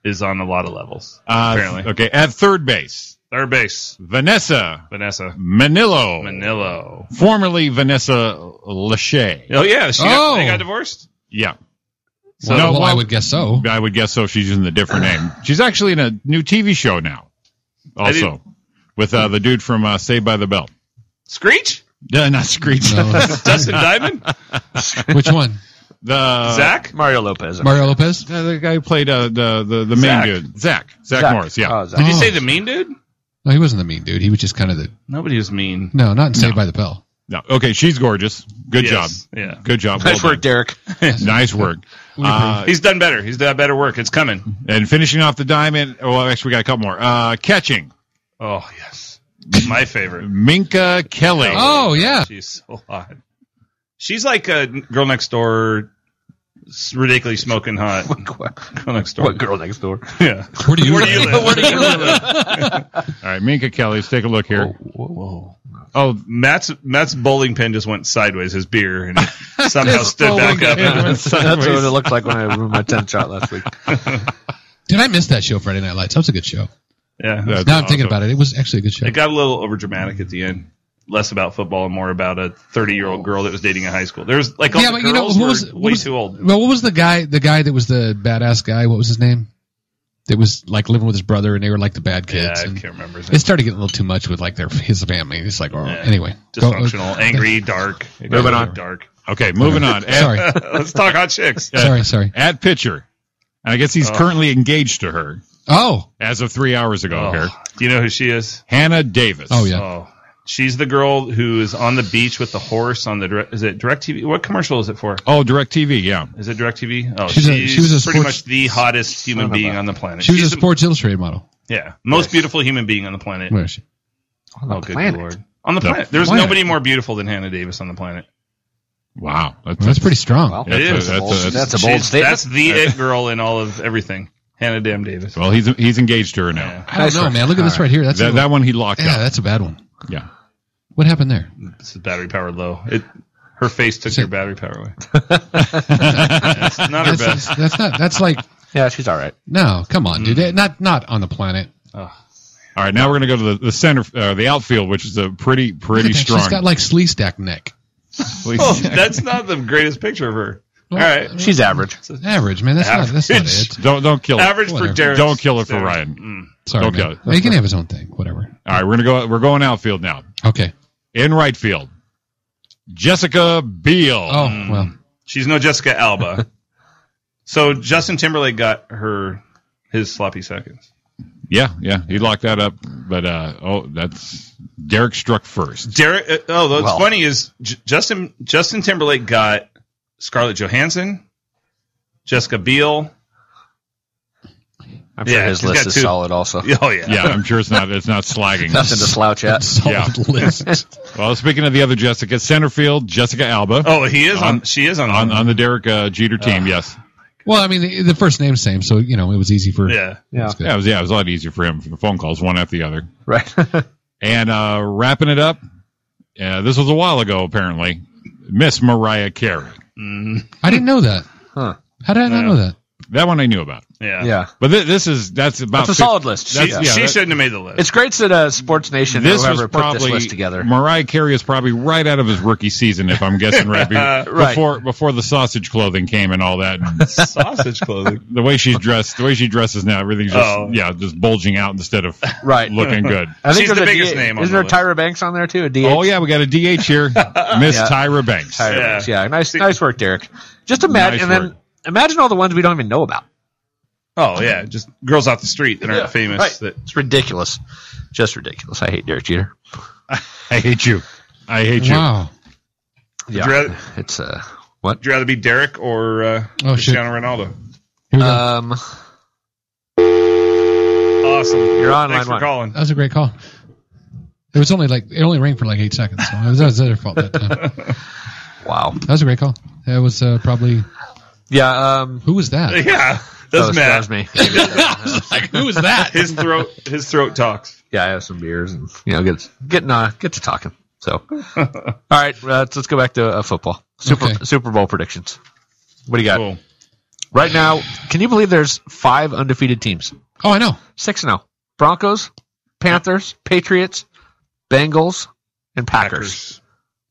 [SPEAKER 3] is on a lot of levels.
[SPEAKER 2] Uh,
[SPEAKER 3] apparently,
[SPEAKER 2] Okay, at third base,
[SPEAKER 3] third base,
[SPEAKER 2] Vanessa
[SPEAKER 3] Vanessa
[SPEAKER 2] Manillo,
[SPEAKER 3] Manillo.
[SPEAKER 2] formerly Vanessa Lachey.
[SPEAKER 3] Oh yeah, she got,
[SPEAKER 1] Oh.
[SPEAKER 3] they got divorced.
[SPEAKER 2] Yeah,
[SPEAKER 1] So,
[SPEAKER 2] No,
[SPEAKER 1] well,
[SPEAKER 2] well-
[SPEAKER 1] I would guess so.
[SPEAKER 2] I would guess so. If she's using a different name. She's actually in a new TV show now, also
[SPEAKER 3] didn't-
[SPEAKER 2] with uh, the dude from uh, Saved by the Bell.
[SPEAKER 3] Screech,
[SPEAKER 2] Uh, not Screech.
[SPEAKER 1] No, it's-
[SPEAKER 3] Dustin Diamond,
[SPEAKER 1] which one?
[SPEAKER 2] The
[SPEAKER 3] Zach.
[SPEAKER 4] Mario Lopez.
[SPEAKER 1] Mario Lopez?
[SPEAKER 2] Uh, the guy who played uh, the the the main
[SPEAKER 3] Zach.
[SPEAKER 2] dude, Zach. Zach. Morris. Yeah.
[SPEAKER 4] Oh, Zach.
[SPEAKER 3] Did you
[SPEAKER 1] Oh.
[SPEAKER 3] say the mean dude?
[SPEAKER 1] No, he wasn't the mean dude. He was just kind of the
[SPEAKER 3] Nobody was mean.
[SPEAKER 1] no, not in Saved by the Bell.
[SPEAKER 2] no. Okay. She's gorgeous. Good
[SPEAKER 3] Yes,
[SPEAKER 2] job.
[SPEAKER 3] Yeah,
[SPEAKER 2] Good job.
[SPEAKER 4] nice
[SPEAKER 2] Well
[SPEAKER 4] work, Derek.
[SPEAKER 2] done. Nice work. Uh,
[SPEAKER 3] he's done better. He's done better work. It's coming.
[SPEAKER 2] and finishing off the diamond. Oh, Well, actually, we got a couple more. Uh, catching
[SPEAKER 3] Oh yes, my favorite.
[SPEAKER 2] Minka Kelly.
[SPEAKER 1] Oh yeah,
[SPEAKER 3] She's so hot. She's like a girl next door, s- ridiculously smoking hot.
[SPEAKER 4] What,
[SPEAKER 3] Girl next door.
[SPEAKER 4] what girl next door?
[SPEAKER 3] Yeah.
[SPEAKER 1] where do you?
[SPEAKER 3] Where do you live?
[SPEAKER 4] Where do you
[SPEAKER 2] All right, Minka Kelly. Let's take a look here.
[SPEAKER 4] Whoa.
[SPEAKER 2] Oh,
[SPEAKER 3] Matt's Matt's bowling pin just went sideways. His beer and somehow stood back
[SPEAKER 2] bowling
[SPEAKER 3] up.
[SPEAKER 2] pin went
[SPEAKER 4] That's, that's what it looked like when I ruined my 10th shot last week.
[SPEAKER 1] Did I miss that show Friday Night Lights? That was a good show.
[SPEAKER 3] yeah,
[SPEAKER 2] that's
[SPEAKER 1] now I'm thinking
[SPEAKER 2] awesome.
[SPEAKER 1] about it. It was actually a good show.
[SPEAKER 3] it got a little over dramatic at the end. Less about football and more about a 30 year old girl that was dating a high school. There's like all
[SPEAKER 1] Yeah,
[SPEAKER 3] the
[SPEAKER 1] but you know,
[SPEAKER 3] girls
[SPEAKER 1] who
[SPEAKER 3] were
[SPEAKER 1] was- who
[SPEAKER 3] way
[SPEAKER 1] was-
[SPEAKER 3] too old.
[SPEAKER 1] Well, what was the guy? The guy that was the badass guy. What was his name? That was like living with his brother, and they were like the bad
[SPEAKER 3] Yeah, I
[SPEAKER 1] kids. and
[SPEAKER 3] can't remember. His
[SPEAKER 1] it
[SPEAKER 3] name.
[SPEAKER 1] started getting a little too much with like their his family. It's like, oh,
[SPEAKER 3] Yeah.
[SPEAKER 1] anyway,
[SPEAKER 3] Dysfunctional, angry, dark. It got
[SPEAKER 4] Moving on.
[SPEAKER 3] Dark.
[SPEAKER 2] Okay, moving on. At,
[SPEAKER 1] Sorry,
[SPEAKER 3] Let's talk hot chicks.
[SPEAKER 1] sorry, sorry.
[SPEAKER 2] at pitcher, and I guess he's
[SPEAKER 3] Oh.
[SPEAKER 2] currently engaged to her
[SPEAKER 1] Oh,
[SPEAKER 2] as of three hours ago.
[SPEAKER 3] Oh,
[SPEAKER 2] Here,
[SPEAKER 3] Do you know who she is?
[SPEAKER 2] Hannah Davis.
[SPEAKER 1] oh yeah.
[SPEAKER 3] Oh, she's the girl who is on the beach with the horse on the direct. Is it Direct TV? What commercial is it for?
[SPEAKER 2] Oh, Directv. Yeah.
[SPEAKER 3] Is it Direct TV? Oh,
[SPEAKER 1] She's
[SPEAKER 3] she's,
[SPEAKER 1] a- she was a
[SPEAKER 3] pretty
[SPEAKER 1] sports-
[SPEAKER 3] much the hottest human
[SPEAKER 4] Son of a-
[SPEAKER 3] being on the planet.
[SPEAKER 1] She was a
[SPEAKER 3] She's the-
[SPEAKER 1] Sports Illustrated model.
[SPEAKER 3] yeah, most beautiful human being on the planet.
[SPEAKER 1] Where is she?
[SPEAKER 3] Oh, good
[SPEAKER 4] planet.
[SPEAKER 3] lord! On the
[SPEAKER 2] The
[SPEAKER 3] planet, there's
[SPEAKER 1] planet.
[SPEAKER 3] nobody more beautiful than Hannah Davis on the planet.
[SPEAKER 2] Wow.
[SPEAKER 1] Well, that's pretty strong.
[SPEAKER 4] Well,
[SPEAKER 2] That's
[SPEAKER 3] It
[SPEAKER 2] a-
[SPEAKER 3] is.
[SPEAKER 2] that's a- that's-
[SPEAKER 4] That's a bold
[SPEAKER 3] She's,
[SPEAKER 4] statement.
[SPEAKER 3] that's the it girl in all of everything. Hannah Damn Davis.
[SPEAKER 2] Well, he's he's engaged to her now.
[SPEAKER 3] Yeah.
[SPEAKER 1] I don't
[SPEAKER 4] Nice
[SPEAKER 1] know,
[SPEAKER 4] try.
[SPEAKER 1] man. Look at this right here. That's a
[SPEAKER 2] that, that one he locked
[SPEAKER 1] yeah,
[SPEAKER 2] up.
[SPEAKER 1] that's a bad one.
[SPEAKER 2] Yeah.
[SPEAKER 1] What happened there?
[SPEAKER 3] This is battery powered low. It Her face took your battery power away.
[SPEAKER 4] yeah,
[SPEAKER 3] Not her
[SPEAKER 1] that's,
[SPEAKER 3] best.
[SPEAKER 1] that's not. That's like
[SPEAKER 4] she's all right.
[SPEAKER 1] no. Come on, dude.
[SPEAKER 3] Mm.
[SPEAKER 1] That- Not not on the planet.
[SPEAKER 2] All right, now we're going to go to the, the center, uh, the outfield, which is a pretty,
[SPEAKER 1] Look
[SPEAKER 2] pretty
[SPEAKER 1] at that.
[SPEAKER 2] strong.
[SPEAKER 1] She's got like slee stack neck.
[SPEAKER 3] Oh, that's not the greatest picture of her. All right.
[SPEAKER 4] She's average.
[SPEAKER 1] Average man. That's not. That's not
[SPEAKER 3] Average.
[SPEAKER 1] it.
[SPEAKER 2] don't don't kill her.
[SPEAKER 3] Average for
[SPEAKER 1] Whatever.
[SPEAKER 3] Derek.
[SPEAKER 2] Don't kill it for Ryan.
[SPEAKER 3] Mm.
[SPEAKER 1] Sorry,
[SPEAKER 2] Okay.
[SPEAKER 1] man. He can have his own thing. Whatever.
[SPEAKER 2] All right, we're gonna go. We're going outfield now.
[SPEAKER 1] Okay.
[SPEAKER 2] In right field, Jessica Biel.
[SPEAKER 1] Oh well.
[SPEAKER 3] She's no Jessica Alba. so Justin Timberlake got her his sloppy seconds.
[SPEAKER 2] Yeah, yeah, he locked that up. But uh, oh, that's Derek struck first.
[SPEAKER 3] Derek. Uh, oh, what's
[SPEAKER 4] Well.
[SPEAKER 3] funny is J- Justin Justin Timberlake got Scarlett Johansson, Jessica Biel.
[SPEAKER 4] I'm sure
[SPEAKER 3] Yeah,
[SPEAKER 4] his
[SPEAKER 3] she's
[SPEAKER 4] list
[SPEAKER 3] got
[SPEAKER 4] is
[SPEAKER 3] two.
[SPEAKER 4] solid also.
[SPEAKER 3] Oh yeah.
[SPEAKER 2] Yeah, I'm sure it's not. It's not slagging.
[SPEAKER 4] Nothing to slouch at.
[SPEAKER 1] Solid list.
[SPEAKER 2] Well, speaking of the other Jessica, center field, Jessica Alba
[SPEAKER 3] Oh, he is on.
[SPEAKER 2] On-
[SPEAKER 3] she is on.
[SPEAKER 2] on on the Derek uh, Jeter team. yes,
[SPEAKER 1] Well, I mean, the, the first name's same, so you know it was easy for.
[SPEAKER 3] yeah.
[SPEAKER 4] Yeah.
[SPEAKER 1] That's good.
[SPEAKER 2] yeah, it was, yeah, it was a lot easier for him for the phone calls, one after the other.
[SPEAKER 4] Right.
[SPEAKER 2] And uh, wrapping it up, uh, this was a while ago apparently. Miss Mariah Carey.
[SPEAKER 3] Mm,
[SPEAKER 1] I didn't know that.
[SPEAKER 4] Huh.
[SPEAKER 1] How did I not
[SPEAKER 3] Yeah.
[SPEAKER 1] know that?
[SPEAKER 2] That one I knew about.
[SPEAKER 3] yeah.
[SPEAKER 4] yeah.
[SPEAKER 2] But thi- this is that's about
[SPEAKER 4] That's a
[SPEAKER 2] fif-
[SPEAKER 4] solid list.
[SPEAKER 3] She,
[SPEAKER 2] That's-
[SPEAKER 4] yeah.
[SPEAKER 2] yeah,
[SPEAKER 3] she
[SPEAKER 2] that-
[SPEAKER 3] shouldn't have made the list.
[SPEAKER 4] It's great that uh, Sports Nation or whoever put this list together.
[SPEAKER 2] Mariah Carey is probably right out of his rookie season, if I'm guessing right, be-
[SPEAKER 4] Right.
[SPEAKER 2] before before the sausage clothing came and all that. And
[SPEAKER 3] sausage clothing.
[SPEAKER 2] the way she's dressed, the way she dresses now, everything's just
[SPEAKER 3] Oh.
[SPEAKER 2] yeah, just bulging out instead of
[SPEAKER 4] Right.
[SPEAKER 2] looking good.
[SPEAKER 4] I
[SPEAKER 3] She's
[SPEAKER 4] there's
[SPEAKER 3] the
[SPEAKER 4] a
[SPEAKER 3] biggest
[SPEAKER 4] DH.
[SPEAKER 3] name on
[SPEAKER 4] Isn't
[SPEAKER 3] the
[SPEAKER 4] there
[SPEAKER 3] list.
[SPEAKER 4] Tyra Banks on there too? A DH.
[SPEAKER 2] Oh yeah, we got a DH here, Miss
[SPEAKER 4] Yeah.
[SPEAKER 2] Tyra Banks.
[SPEAKER 4] Tyra
[SPEAKER 3] Yeah.
[SPEAKER 4] Banks. Yeah. Nice.
[SPEAKER 3] See-
[SPEAKER 4] nice work, Derek. Just imagine.
[SPEAKER 2] Nice
[SPEAKER 4] and then
[SPEAKER 2] work.
[SPEAKER 4] imagine all the ones we don't even know about.
[SPEAKER 3] Oh yeah, just girls off the street that aren't
[SPEAKER 4] Yeah,
[SPEAKER 3] famous.
[SPEAKER 4] right.
[SPEAKER 3] That
[SPEAKER 4] It's ridiculous. Just ridiculous. I hate Derek Jeter.
[SPEAKER 2] I hate you. I hate you.
[SPEAKER 1] Wow.
[SPEAKER 3] Would
[SPEAKER 4] Yeah.
[SPEAKER 3] you rather-
[SPEAKER 4] it's uh
[SPEAKER 3] would you rather be Derek or uh,
[SPEAKER 1] Oh shit.
[SPEAKER 3] Cristiano Ronaldo?
[SPEAKER 1] Here we go.
[SPEAKER 4] um
[SPEAKER 3] Awesome.
[SPEAKER 4] You're on
[SPEAKER 3] Thanks for
[SPEAKER 4] line one.
[SPEAKER 3] calling.
[SPEAKER 1] that was a great call. It was only like it only rang for like eight seconds. So it was, that was their fault. That, time. that
[SPEAKER 4] wow.
[SPEAKER 1] was a great call. That was uh, probably
[SPEAKER 4] Yeah, um
[SPEAKER 1] who was that?
[SPEAKER 3] Yeah,
[SPEAKER 4] that
[SPEAKER 3] that's Matt.
[SPEAKER 4] was, that was me.
[SPEAKER 1] I was like, who was that?
[SPEAKER 3] His throat, his throat talks.
[SPEAKER 4] yeah, I have some beers and you know, get getting uh get to talking. So all right, uh, let's, let's go back to uh, football. Super
[SPEAKER 1] Okay.
[SPEAKER 4] Super Bowl predictions. What do you got?
[SPEAKER 3] Cool.
[SPEAKER 4] Right now, can you believe there's five undefeated teams?
[SPEAKER 1] Oh, I know.
[SPEAKER 4] Six and oh. Broncos, Panthers, Patriots, Bengals, and Packers.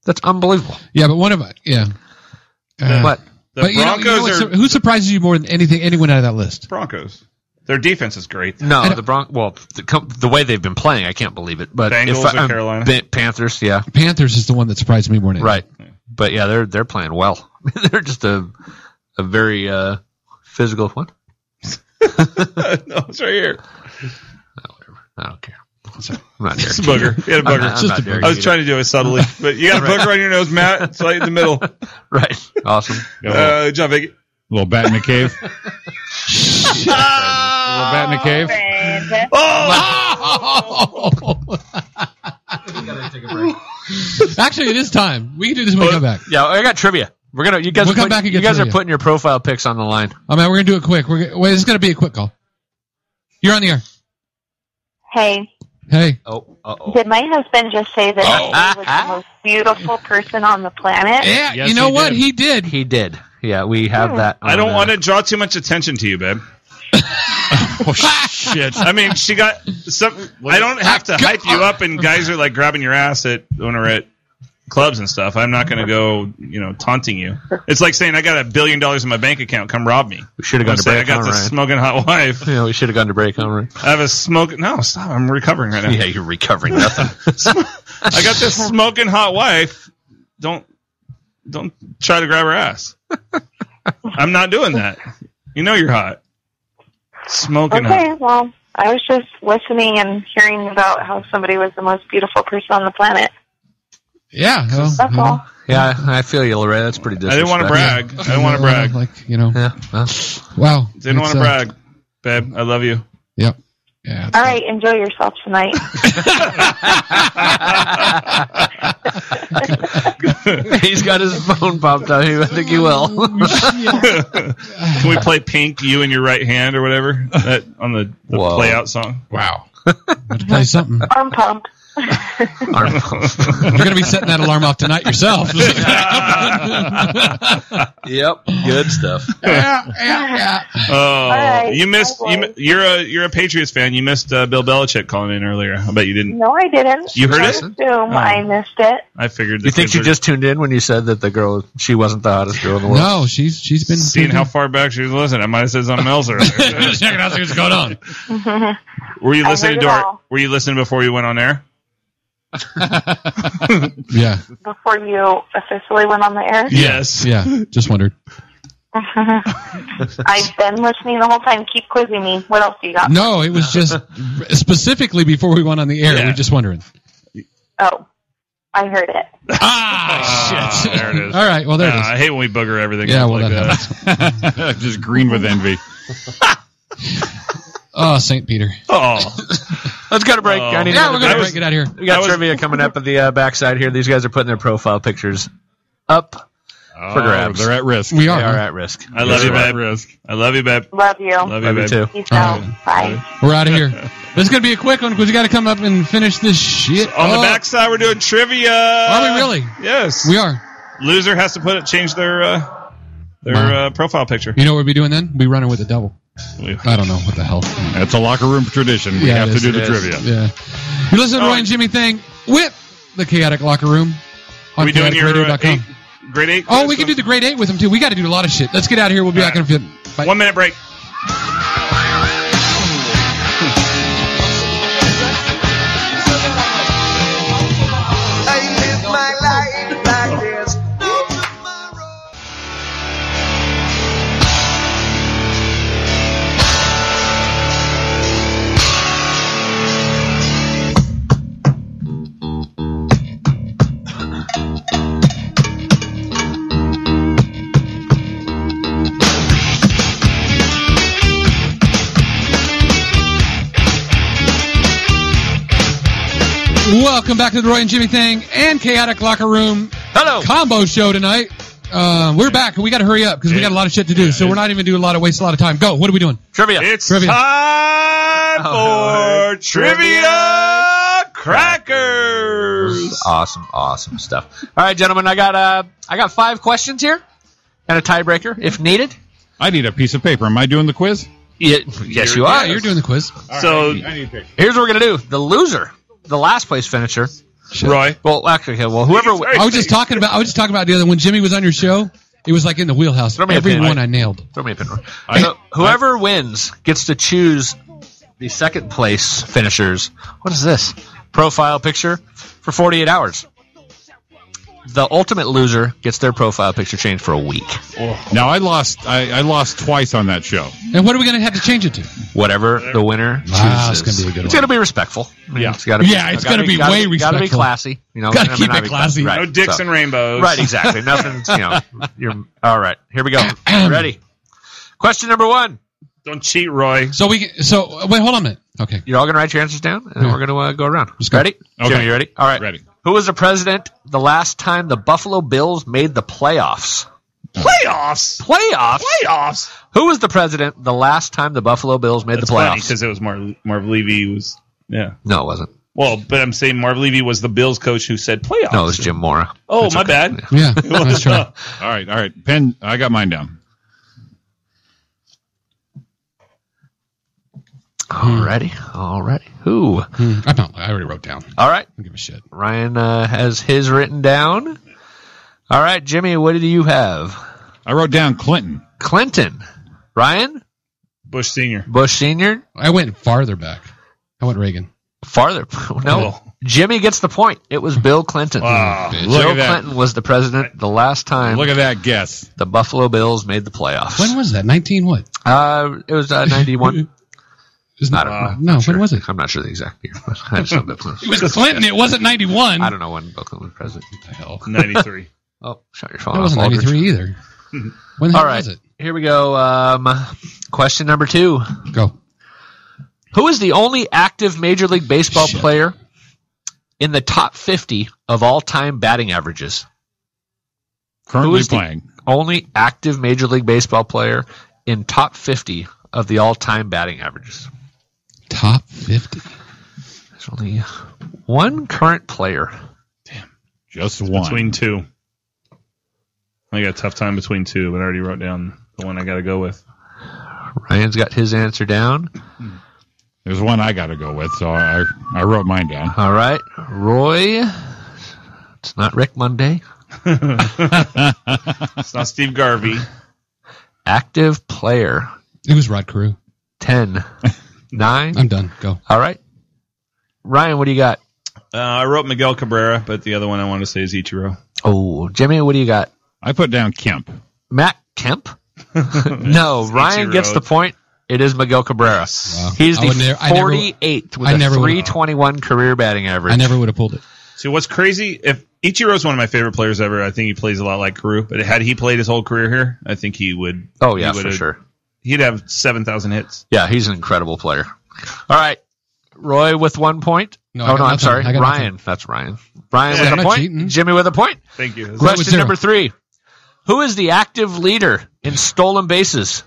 [SPEAKER 4] That's unbelievable.
[SPEAKER 1] Yeah, but one of yeah. Uh,
[SPEAKER 4] but
[SPEAKER 3] The
[SPEAKER 1] but you know, you
[SPEAKER 3] Broncos
[SPEAKER 1] know what's-
[SPEAKER 3] are
[SPEAKER 1] who surprises you more than anything anyone out of that list?
[SPEAKER 3] Broncos. Their defense is great.
[SPEAKER 1] I
[SPEAKER 4] No,
[SPEAKER 1] don't-
[SPEAKER 4] the Bron. Well, the, com- the way they've been playing, I can't believe it. But
[SPEAKER 3] Bengals
[SPEAKER 4] if I-
[SPEAKER 3] or
[SPEAKER 4] I'm-
[SPEAKER 3] Carolina?
[SPEAKER 4] Ba- Panthers, yeah,
[SPEAKER 1] Panthers is the one that surprised me more than
[SPEAKER 4] right. But yeah, they're they're playing well. they're just a a very uh, physical one.
[SPEAKER 3] no, it's right here.
[SPEAKER 4] I don't care.
[SPEAKER 1] Sorry.
[SPEAKER 4] I'm not
[SPEAKER 3] It's
[SPEAKER 4] Derek.
[SPEAKER 3] a booger. You had a
[SPEAKER 4] I'm
[SPEAKER 3] booger.
[SPEAKER 4] not, I'm
[SPEAKER 1] Just
[SPEAKER 4] not
[SPEAKER 1] a
[SPEAKER 4] Derek
[SPEAKER 1] booger.
[SPEAKER 3] I was
[SPEAKER 4] either.
[SPEAKER 3] trying to do it subtly, but you got a booger on your nose, Matt. It's right in the middle.
[SPEAKER 4] Right. Awesome.
[SPEAKER 2] Got a little,
[SPEAKER 3] Uh, John Vick.
[SPEAKER 2] little bat in the cave.
[SPEAKER 1] Uh,
[SPEAKER 2] little bat in the cave.
[SPEAKER 11] Oh!
[SPEAKER 1] Oh! Actually, it is time. We can do this when we come back.
[SPEAKER 4] Yeah, I got trivia. We're gonna. You guys.
[SPEAKER 1] We'll
[SPEAKER 4] are
[SPEAKER 1] come
[SPEAKER 4] putting,
[SPEAKER 1] back and
[SPEAKER 4] You
[SPEAKER 1] get
[SPEAKER 4] guys are
[SPEAKER 1] trivia.
[SPEAKER 4] putting your profile pics on the line.
[SPEAKER 1] I mean, Oh, we're gonna do it quick. We're gonna, wait. This is gonna be a quick call. You're on the air.
[SPEAKER 11] Hey,
[SPEAKER 1] Hey,
[SPEAKER 4] Oh. Uh oh.
[SPEAKER 11] did my husband just say that I was the most beautiful person on the planet?
[SPEAKER 1] Oh. yeah.
[SPEAKER 2] Yes,
[SPEAKER 1] you know
[SPEAKER 2] he
[SPEAKER 1] what
[SPEAKER 2] did.
[SPEAKER 1] he did?
[SPEAKER 4] He did. Yeah, we have that.
[SPEAKER 3] I don't want
[SPEAKER 4] to.
[SPEAKER 3] to draw too much attention to you, babe.
[SPEAKER 2] Oh shit!
[SPEAKER 3] I mean, she got some. I don't have to hype you up, and guys are like grabbing your ass at when we're at clubs and stuff. I'm not going to go, you know, taunting you. It's like saying I got a billion dollars in my bank account. Come rob me.
[SPEAKER 4] We should have
[SPEAKER 3] I'm
[SPEAKER 4] gone to
[SPEAKER 3] saying I
[SPEAKER 4] break
[SPEAKER 3] got
[SPEAKER 4] on
[SPEAKER 3] this
[SPEAKER 4] Ryan.
[SPEAKER 3] smoking hot wife.
[SPEAKER 4] Yeah, we should have gone to break on Ryan.
[SPEAKER 3] I have a smoke. No, stop. I'm recovering right now.
[SPEAKER 4] Yeah, you're recovering nothing.
[SPEAKER 3] I got this smoking hot wife. Don't don't try to grab her ass. I'm not doing that. You know you're hot. Smoking hot.
[SPEAKER 11] Okay, well, I was just listening and hearing about how somebody was the most beautiful person on the planet.
[SPEAKER 1] Yeah. well,
[SPEAKER 11] That's
[SPEAKER 1] you know,
[SPEAKER 11] all.
[SPEAKER 4] Yeah, I I feel you, Loretta. That's pretty
[SPEAKER 3] I didn't
[SPEAKER 4] disrespectful.
[SPEAKER 3] want to brag. I didn't want to
[SPEAKER 1] a lot of,
[SPEAKER 3] brag.
[SPEAKER 1] Like you know,
[SPEAKER 4] Yeah, well,
[SPEAKER 1] wow.
[SPEAKER 3] Didn't want
[SPEAKER 1] It's,
[SPEAKER 3] to
[SPEAKER 1] uh,
[SPEAKER 3] brag, babe. I love you.
[SPEAKER 1] Yep. Yeah.
[SPEAKER 11] All right, enjoy yourself tonight.
[SPEAKER 4] he's got his phone popped up. I think he will.
[SPEAKER 3] Can we play Pink, You and Your Right Hand, or whatever that on the, the
[SPEAKER 4] Whoa.
[SPEAKER 3] play out song?
[SPEAKER 1] Wow. Let's play something.
[SPEAKER 11] Arm pump.
[SPEAKER 4] Arm pump.
[SPEAKER 1] You're going to be setting that alarm off tonight yourself.
[SPEAKER 12] yep, good stuff.
[SPEAKER 3] Oh,
[SPEAKER 11] right,
[SPEAKER 3] you missed.
[SPEAKER 11] no
[SPEAKER 3] You, mi- you're a you're a Patriots fan. You missed uh, Bill Belichick calling in earlier. I bet you didn't.
[SPEAKER 11] No, I didn't.
[SPEAKER 3] You heard
[SPEAKER 11] I
[SPEAKER 3] it?
[SPEAKER 11] Assume
[SPEAKER 1] Oh.
[SPEAKER 11] I missed it.
[SPEAKER 3] I figured.
[SPEAKER 4] You
[SPEAKER 3] that
[SPEAKER 4] think
[SPEAKER 3] they
[SPEAKER 4] she
[SPEAKER 3] were
[SPEAKER 4] just tuned in when you said that the girl she wasn't the hottest girl in the world?
[SPEAKER 1] no, she's she's been
[SPEAKER 3] seeing how far back she was listening? I might have said something else earlier.
[SPEAKER 1] Check it out. See what's going on.
[SPEAKER 3] were you
[SPEAKER 11] I
[SPEAKER 3] listening
[SPEAKER 11] heard
[SPEAKER 3] to
[SPEAKER 11] it
[SPEAKER 3] our?
[SPEAKER 11] all.
[SPEAKER 3] Were you listening before you went on air?
[SPEAKER 1] Yeah,
[SPEAKER 11] Before you officially went on the air,
[SPEAKER 3] Yes.
[SPEAKER 1] yeah. Just wondered.
[SPEAKER 11] I've been listening the whole time. Keep quizzing me. What else do you got?
[SPEAKER 1] No, it was just specifically before we went on the air.
[SPEAKER 3] Yeah.
[SPEAKER 1] We're just wondering.
[SPEAKER 11] Oh, I heard it.
[SPEAKER 1] Ah,
[SPEAKER 3] Ah,
[SPEAKER 1] shit.
[SPEAKER 3] there it is.
[SPEAKER 1] All right. Well, there
[SPEAKER 3] Yeah,
[SPEAKER 1] it
[SPEAKER 3] Uh, I hate when we booger everything.
[SPEAKER 1] Yeah,
[SPEAKER 3] up
[SPEAKER 1] well,
[SPEAKER 3] like
[SPEAKER 1] that
[SPEAKER 3] that.
[SPEAKER 2] just green with envy.
[SPEAKER 1] is. Oh, St. Peter.
[SPEAKER 3] Oh,
[SPEAKER 4] Let's go to break.
[SPEAKER 3] Oh.
[SPEAKER 4] I need
[SPEAKER 1] Yeah,
[SPEAKER 4] another
[SPEAKER 1] we're going
[SPEAKER 4] break.
[SPEAKER 1] to break it out here.
[SPEAKER 4] We got
[SPEAKER 3] That was-
[SPEAKER 4] trivia coming up at the uh, backside here. These guys are putting their profile pictures up.
[SPEAKER 2] Oh,
[SPEAKER 4] grabs.
[SPEAKER 2] They're at risk.
[SPEAKER 1] We
[SPEAKER 4] They
[SPEAKER 1] are.
[SPEAKER 4] are
[SPEAKER 1] huh?
[SPEAKER 4] at risk.
[SPEAKER 3] I love
[SPEAKER 4] Yes,
[SPEAKER 3] you,
[SPEAKER 4] they are.
[SPEAKER 3] babe. I love you, babe.
[SPEAKER 11] Love you.
[SPEAKER 3] Love you,
[SPEAKER 4] Love you
[SPEAKER 3] babe.
[SPEAKER 4] too.
[SPEAKER 11] Peace out.
[SPEAKER 1] right.
[SPEAKER 11] Bye.
[SPEAKER 1] We're out of here. This is going to be a quick one because you got to come up and finish this shit.
[SPEAKER 3] On the
[SPEAKER 1] up.
[SPEAKER 3] backside, we're doing trivia.
[SPEAKER 1] Are we really?
[SPEAKER 3] Yes.
[SPEAKER 1] We are.
[SPEAKER 3] Loser has to put it, change their uh, their
[SPEAKER 1] Wow.
[SPEAKER 3] uh, profile picture.
[SPEAKER 1] You know what we'll be doing then? We running with the devil.
[SPEAKER 3] We-
[SPEAKER 1] I don't know what the hell.
[SPEAKER 2] That's a locker room tradition. We
[SPEAKER 1] Yeah,
[SPEAKER 2] have
[SPEAKER 1] it
[SPEAKER 2] to
[SPEAKER 1] is,
[SPEAKER 2] do
[SPEAKER 1] it
[SPEAKER 2] the
[SPEAKER 1] is.
[SPEAKER 2] trivia.
[SPEAKER 1] Yeah. You listen to
[SPEAKER 3] Oh.
[SPEAKER 1] Roy and Jimmy Thing with the Chaotic Locker Room on
[SPEAKER 3] we doing your uh,
[SPEAKER 1] chaoticradio.com.
[SPEAKER 3] eight, grade eight?
[SPEAKER 1] Oh, we can do the grade eight with them too. We got to do a lot of shit. Let's get out of here. We'll be back in a few. Bye.
[SPEAKER 3] one minute break.
[SPEAKER 8] I live my life like there's no tomorrow.
[SPEAKER 1] Welcome back to the Roy and Jimmy Thing and Chaotic Locker Room
[SPEAKER 4] Hello.
[SPEAKER 1] combo show tonight. Uh, we're back. We got to hurry up because we got a lot of shit to do. So we're not even doing a lot of waste a lot of time. Go. What are we doing?
[SPEAKER 4] Trivia.
[SPEAKER 3] It's
[SPEAKER 1] Trivia.
[SPEAKER 3] time
[SPEAKER 4] Oh,
[SPEAKER 3] for trivia crackers.
[SPEAKER 4] Awesome, awesome stuff. All right, gentlemen, I got uh, I got five questions here and a tiebreaker if needed.
[SPEAKER 2] I need a piece of paper. Am I doing the quiz?
[SPEAKER 4] Yeah, yes, you
[SPEAKER 1] Ah,
[SPEAKER 4] are.
[SPEAKER 1] you're doing the quiz.
[SPEAKER 3] So,
[SPEAKER 4] Here's what we're gonna do: the loser, the last place finisher.
[SPEAKER 3] Roy,
[SPEAKER 4] Well, actually, okay, well, whoever.
[SPEAKER 3] Sorry.
[SPEAKER 1] I was just talking about. I was just talking about the other when Jimmy was on your show. It was like in the wheelhouse.
[SPEAKER 4] Throw me a
[SPEAKER 1] Every
[SPEAKER 4] pin.
[SPEAKER 1] one I nailed.
[SPEAKER 4] Throw me a pin. Roy. So whoever wins gets to choose the second place finishers. What is this? Profile picture for 48 hours. The ultimate loser gets their profile picture changed for a week.
[SPEAKER 1] Oh.
[SPEAKER 2] Now I lost. I, I lost twice on that show.
[SPEAKER 1] And what are we going to have to change it to?
[SPEAKER 4] Whatever the winner chooses.
[SPEAKER 1] Wow, it's gonna be a good
[SPEAKER 4] It's
[SPEAKER 1] one.
[SPEAKER 4] gonna be respectful. I mean,
[SPEAKER 2] Yeah.
[SPEAKER 4] it's gotta be,
[SPEAKER 1] Yeah, it's
[SPEAKER 4] gotta
[SPEAKER 1] gonna be
[SPEAKER 4] gotta
[SPEAKER 1] way
[SPEAKER 4] Gotta be
[SPEAKER 1] respectful.
[SPEAKER 4] classy. You know,
[SPEAKER 1] Gotta
[SPEAKER 4] I mean,
[SPEAKER 1] keep
[SPEAKER 4] not
[SPEAKER 1] it
[SPEAKER 4] be-
[SPEAKER 1] classy.
[SPEAKER 4] Right,
[SPEAKER 3] no dicks
[SPEAKER 4] so-
[SPEAKER 3] and rainbows.
[SPEAKER 4] Right, exactly. Nothing's, you know, you're, all right. Here we go. Ready? Question number one.
[SPEAKER 3] Don't cheat, Roy.
[SPEAKER 1] So we. can- So wait, hold on a minute. Okay.
[SPEAKER 4] You're all going to write your answers down, and then we're going to uh, go around.
[SPEAKER 1] Let's go.
[SPEAKER 4] Ready?
[SPEAKER 2] Okay.
[SPEAKER 4] Jimmy, you ready? All right.
[SPEAKER 2] Ready.
[SPEAKER 4] Who was the president the last time the Buffalo Bills made the playoffs?
[SPEAKER 3] Playoffs.
[SPEAKER 4] Playoffs?
[SPEAKER 3] Playoffs.
[SPEAKER 4] Who was the president the last time the Buffalo Bills made
[SPEAKER 3] That's
[SPEAKER 4] the
[SPEAKER 3] funny
[SPEAKER 4] playoffs?
[SPEAKER 3] because it was Marv, Marv Levy was yeah.
[SPEAKER 4] no, it wasn't.
[SPEAKER 3] Well, but I'm saying Marv Levy was the Bills coach who said playoffs.
[SPEAKER 4] No, it was Jim Mora.
[SPEAKER 3] oh,
[SPEAKER 4] That's
[SPEAKER 3] my
[SPEAKER 4] okay.
[SPEAKER 3] bad.
[SPEAKER 1] Yeah. Nice try.
[SPEAKER 2] All right, all right. Pen. I got mine down.
[SPEAKER 4] Alrighty. Alrighty. Who?
[SPEAKER 1] Hmm, I'm not. I already wrote down. I
[SPEAKER 4] All right.
[SPEAKER 1] don't give a shit.
[SPEAKER 4] Ryan uh, has his written down. All right, Jimmy, what do you have?
[SPEAKER 2] I wrote down Clinton.
[SPEAKER 4] Clinton. Ryan?
[SPEAKER 3] Bush Senior.
[SPEAKER 4] Bush Sr.?
[SPEAKER 1] I went farther back. I went Reagan.
[SPEAKER 4] Farther. no.
[SPEAKER 3] Oh.
[SPEAKER 4] Jimmy gets the point. It was Bill Clinton.
[SPEAKER 3] Wow.
[SPEAKER 1] Bitch.
[SPEAKER 2] Look
[SPEAKER 4] Bill
[SPEAKER 2] at that.
[SPEAKER 4] Clinton was the president the last time
[SPEAKER 2] Look at that guess.
[SPEAKER 4] the Buffalo Bills made the playoffs.
[SPEAKER 1] When was that? 19 what?
[SPEAKER 4] uh, it was uh, 91.
[SPEAKER 1] Isn't
[SPEAKER 4] I don't know.
[SPEAKER 1] No, when was it?
[SPEAKER 4] I'm not sure the exact year. But I, just know Bill Clinton-
[SPEAKER 1] It was Clinton. It wasn't 91.
[SPEAKER 4] I don't know when Bill Clinton was president.
[SPEAKER 1] the hell.
[SPEAKER 3] Ninety three.
[SPEAKER 4] Oh, shut your phone
[SPEAKER 1] That
[SPEAKER 4] off,
[SPEAKER 1] wasn't
[SPEAKER 4] Aldridge.
[SPEAKER 1] 93 either. When the
[SPEAKER 4] All
[SPEAKER 1] hell
[SPEAKER 4] right.
[SPEAKER 1] was it?
[SPEAKER 4] Here we go. Um, question number two.
[SPEAKER 1] Go.
[SPEAKER 4] Who is the only active Major League Baseball
[SPEAKER 1] Shit.
[SPEAKER 4] player in the top 50 of all time batting averages? Who
[SPEAKER 2] Currently
[SPEAKER 4] is the-
[SPEAKER 2] playing.
[SPEAKER 4] Only active Major League Baseball player in top 50 of the all time batting averages.
[SPEAKER 1] Top 50.
[SPEAKER 4] There's only one current player.
[SPEAKER 2] Just one.
[SPEAKER 3] Between two. I got a tough time between two, but I already wrote down the one I got to go with.
[SPEAKER 4] Ryan's got his answer down.
[SPEAKER 2] There's one I got to go with, so I I wrote mine down.
[SPEAKER 4] All right, Roy. It's not Rick Monday.
[SPEAKER 3] It's not Steve Garvey.
[SPEAKER 4] Active player.
[SPEAKER 1] It was Rod Carew.
[SPEAKER 4] Ten. Nine.
[SPEAKER 1] I'm done. Go.
[SPEAKER 4] All right. Ryan, what do you got?
[SPEAKER 3] Uh, I wrote Miguel Cabrera, but the other one I want to say is Ichiro.
[SPEAKER 4] Oh, Jimmy, what do you got?
[SPEAKER 2] I put down Kemp.
[SPEAKER 4] Matt Kemp? no, Ryan
[SPEAKER 3] Ichiro.
[SPEAKER 4] gets the point. It is Miguel Cabrera. He's
[SPEAKER 1] I would
[SPEAKER 4] the
[SPEAKER 1] never- I never-
[SPEAKER 4] forty eighth with
[SPEAKER 1] I
[SPEAKER 4] a
[SPEAKER 1] never would've-
[SPEAKER 4] three twenty one career batting average.
[SPEAKER 1] I never would have pulled it.
[SPEAKER 3] See, what's crazy? If Ichiro's one of my favorite players ever, I think he plays a lot like Carew. But had he played his whole career here, I think he would.
[SPEAKER 4] Oh
[SPEAKER 3] he
[SPEAKER 4] yeah, for
[SPEAKER 3] would've-
[SPEAKER 4] sure.
[SPEAKER 3] He'd have seven thousand hits.
[SPEAKER 4] Yeah, he's an incredible player. All right. Roy with one point.
[SPEAKER 1] No, I
[SPEAKER 4] oh
[SPEAKER 1] got
[SPEAKER 4] no, I'm
[SPEAKER 1] nothing.
[SPEAKER 4] sorry.
[SPEAKER 1] I got
[SPEAKER 4] Ryan. That's Ryan. Ryan
[SPEAKER 1] Yeah,
[SPEAKER 4] with
[SPEAKER 1] I'm
[SPEAKER 4] a
[SPEAKER 1] not
[SPEAKER 4] point.
[SPEAKER 1] cheating.
[SPEAKER 4] Jimmy with a point.
[SPEAKER 3] Thank you.
[SPEAKER 1] That was
[SPEAKER 4] Question
[SPEAKER 1] zero.
[SPEAKER 4] number three. Who is the active leader in stolen bases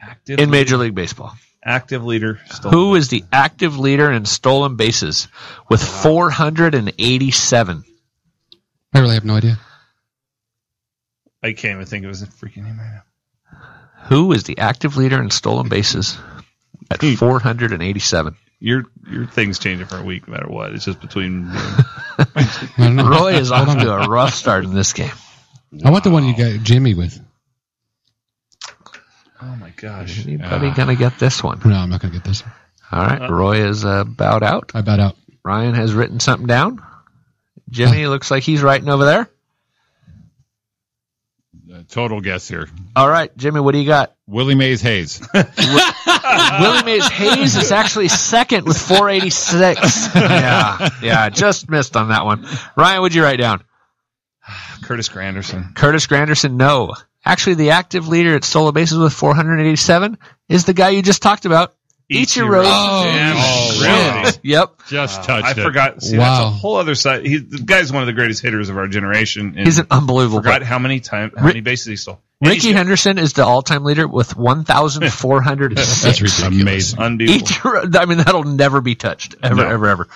[SPEAKER 3] Active,
[SPEAKER 4] in Major League Baseball?
[SPEAKER 3] active leader. Stolen.
[SPEAKER 4] Who is the active leader in stolen bases with 487?
[SPEAKER 1] I really have no idea.
[SPEAKER 3] I can't even think of his freaking name right now.
[SPEAKER 4] Who is the active leader in stolen bases at 487?
[SPEAKER 3] Your your things change every week, no matter what. It's just between.
[SPEAKER 1] I don't know.
[SPEAKER 4] Roy is off to a rough start in this game.
[SPEAKER 1] I want the one you got Jimmy with.
[SPEAKER 3] oh my gosh. Uh,
[SPEAKER 4] Anybody going to get this one?
[SPEAKER 1] No, I'm not going to get this. one.
[SPEAKER 4] All right. Roy is uh, about out.
[SPEAKER 1] I bowed out.
[SPEAKER 4] Ryan has written something down. Jimmy looks like he's writing over there.
[SPEAKER 2] Uh, Total guess here.
[SPEAKER 4] All right, Jimmy, what do you got?
[SPEAKER 2] Willie Mays Hayes.
[SPEAKER 4] Willie Mays Hayes is actually second with 486. yeah, yeah, just missed on that one. Ryan, what'd you write down?
[SPEAKER 3] Curtis Granderson.
[SPEAKER 4] Curtis Granderson, no. Actually, the active leader at solo bases with 487 is the guy you just talked about, Ichiro.
[SPEAKER 1] Oh,
[SPEAKER 3] Damn it.
[SPEAKER 2] shit.
[SPEAKER 3] Really?
[SPEAKER 4] Yep,
[SPEAKER 2] Just touched
[SPEAKER 3] I
[SPEAKER 2] it.
[SPEAKER 3] forgot. See,
[SPEAKER 1] Wow.
[SPEAKER 3] That's a whole other side. He, the guy's one of the greatest hitters of our generation. And
[SPEAKER 4] he's an unbelievable.
[SPEAKER 3] forgot
[SPEAKER 4] player.
[SPEAKER 3] how many times, how
[SPEAKER 4] Ri-
[SPEAKER 3] many bases he stole. And
[SPEAKER 4] Ricky
[SPEAKER 3] he's
[SPEAKER 4] Henderson is the all-time leader with 1,406.
[SPEAKER 1] That's ridiculous.
[SPEAKER 2] Amazing.
[SPEAKER 3] unbeatable.
[SPEAKER 4] Ichiro, I mean, that'll never be touched ever,
[SPEAKER 2] No.
[SPEAKER 4] ever, ever.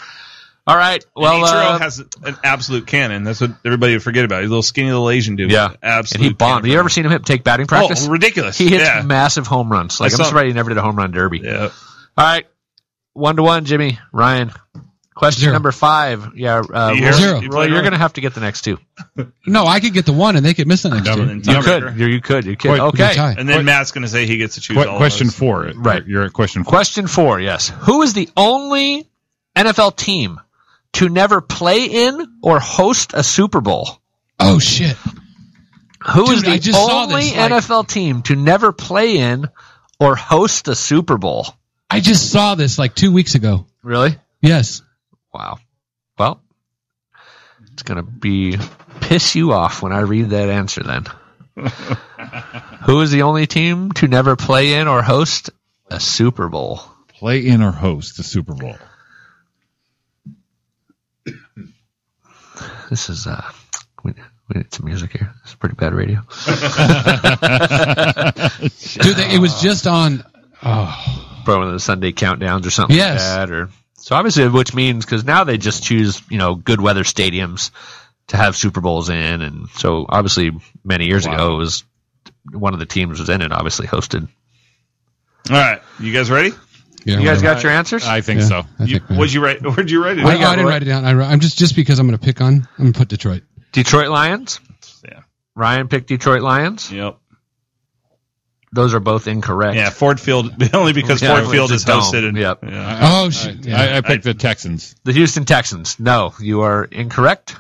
[SPEAKER 4] All right.
[SPEAKER 3] Well,
[SPEAKER 4] Well,
[SPEAKER 3] Ichiro
[SPEAKER 4] uh,
[SPEAKER 3] has an absolute cannon. That's what everybody would forget about. He's a little skinny little Asian dude.
[SPEAKER 4] Yeah. and
[SPEAKER 3] absolutely.
[SPEAKER 4] he bombed. Have you ever seen him hit- take batting practice?
[SPEAKER 3] Oh, ridiculous!
[SPEAKER 4] he hits
[SPEAKER 3] yeah.
[SPEAKER 4] massive home runs.
[SPEAKER 3] I
[SPEAKER 4] Like I'm
[SPEAKER 3] saw-
[SPEAKER 4] surprised he never did a home run derby.
[SPEAKER 3] yeah.
[SPEAKER 4] All right, one to one, Jimmy Ryan. Question
[SPEAKER 1] Zero.
[SPEAKER 4] number five. Yeah, uh,
[SPEAKER 3] You hear-
[SPEAKER 1] Zero.
[SPEAKER 3] you
[SPEAKER 4] Roy,
[SPEAKER 3] play
[SPEAKER 4] you're
[SPEAKER 3] around.
[SPEAKER 4] going to have to get the next two.
[SPEAKER 1] No, I could get the one and they could miss the next
[SPEAKER 2] Double
[SPEAKER 1] two.
[SPEAKER 2] and
[SPEAKER 3] You
[SPEAKER 4] You
[SPEAKER 2] Yeah,
[SPEAKER 4] could. You, you could. You could.
[SPEAKER 2] Wait,
[SPEAKER 1] It'd be a
[SPEAKER 4] okay.
[SPEAKER 1] tie.
[SPEAKER 3] And then Matt's going to say he gets to choose.
[SPEAKER 2] Qu-
[SPEAKER 3] all
[SPEAKER 2] question
[SPEAKER 3] of us.
[SPEAKER 2] four.
[SPEAKER 4] Right.
[SPEAKER 2] You're at question four.
[SPEAKER 4] Question four. Yes. Who is the only NFL team to never play in or host a Super Bowl?
[SPEAKER 1] Oh shit!
[SPEAKER 4] Who is
[SPEAKER 1] Dude, I
[SPEAKER 4] the
[SPEAKER 1] just saw
[SPEAKER 4] only
[SPEAKER 1] this, like-
[SPEAKER 4] NFL team to never play in or host a Super Bowl?
[SPEAKER 1] I just saw this like two weeks ago.
[SPEAKER 4] Really?
[SPEAKER 1] Yes.
[SPEAKER 4] Wow. Well, it's going to be piss you off when I read that answer then. Who is the only team to never play in or host a Super Bowl?
[SPEAKER 2] Play in or host the Super Bowl.
[SPEAKER 4] This is uh we, we need some music here. It's pretty bad radio.
[SPEAKER 1] Dude, they, it was just on. oh,
[SPEAKER 4] Probably one of the Sunday countdowns or something
[SPEAKER 1] Yes.
[SPEAKER 4] like that or so obviously which means cuz now they just choose, you know, good weather stadiums to have Super Bowls in and so obviously many years ago it was one of the teams was in it obviously hosted.
[SPEAKER 3] All right, you guys ready?
[SPEAKER 1] Yeah,
[SPEAKER 4] You guys
[SPEAKER 1] whatever.
[SPEAKER 4] got your answers?
[SPEAKER 2] I think
[SPEAKER 1] Yeah.
[SPEAKER 2] so.
[SPEAKER 1] I
[SPEAKER 3] You,
[SPEAKER 1] think we-
[SPEAKER 3] what'd you write? Where'd you write it?
[SPEAKER 1] I, I
[SPEAKER 4] got
[SPEAKER 1] didn't
[SPEAKER 4] Roy.
[SPEAKER 1] write it down. I, wrote- I'm just just because I'm going to pick on. I'm going to put Detroit.
[SPEAKER 4] Detroit Lions.
[SPEAKER 3] Yeah.
[SPEAKER 4] Ryan picked Detroit Lions.
[SPEAKER 3] Yep.
[SPEAKER 4] Those are both incorrect.
[SPEAKER 3] Yeah, Ford Field. Only because
[SPEAKER 4] Yeah,
[SPEAKER 3] Ford Field
[SPEAKER 4] it's
[SPEAKER 3] is
[SPEAKER 4] a dome.
[SPEAKER 3] hosted. And,
[SPEAKER 4] Yep.
[SPEAKER 3] Yeah.
[SPEAKER 1] Oh shit! Yeah.
[SPEAKER 2] I, I picked the Texans.
[SPEAKER 4] The Houston Texans. No, you are incorrect.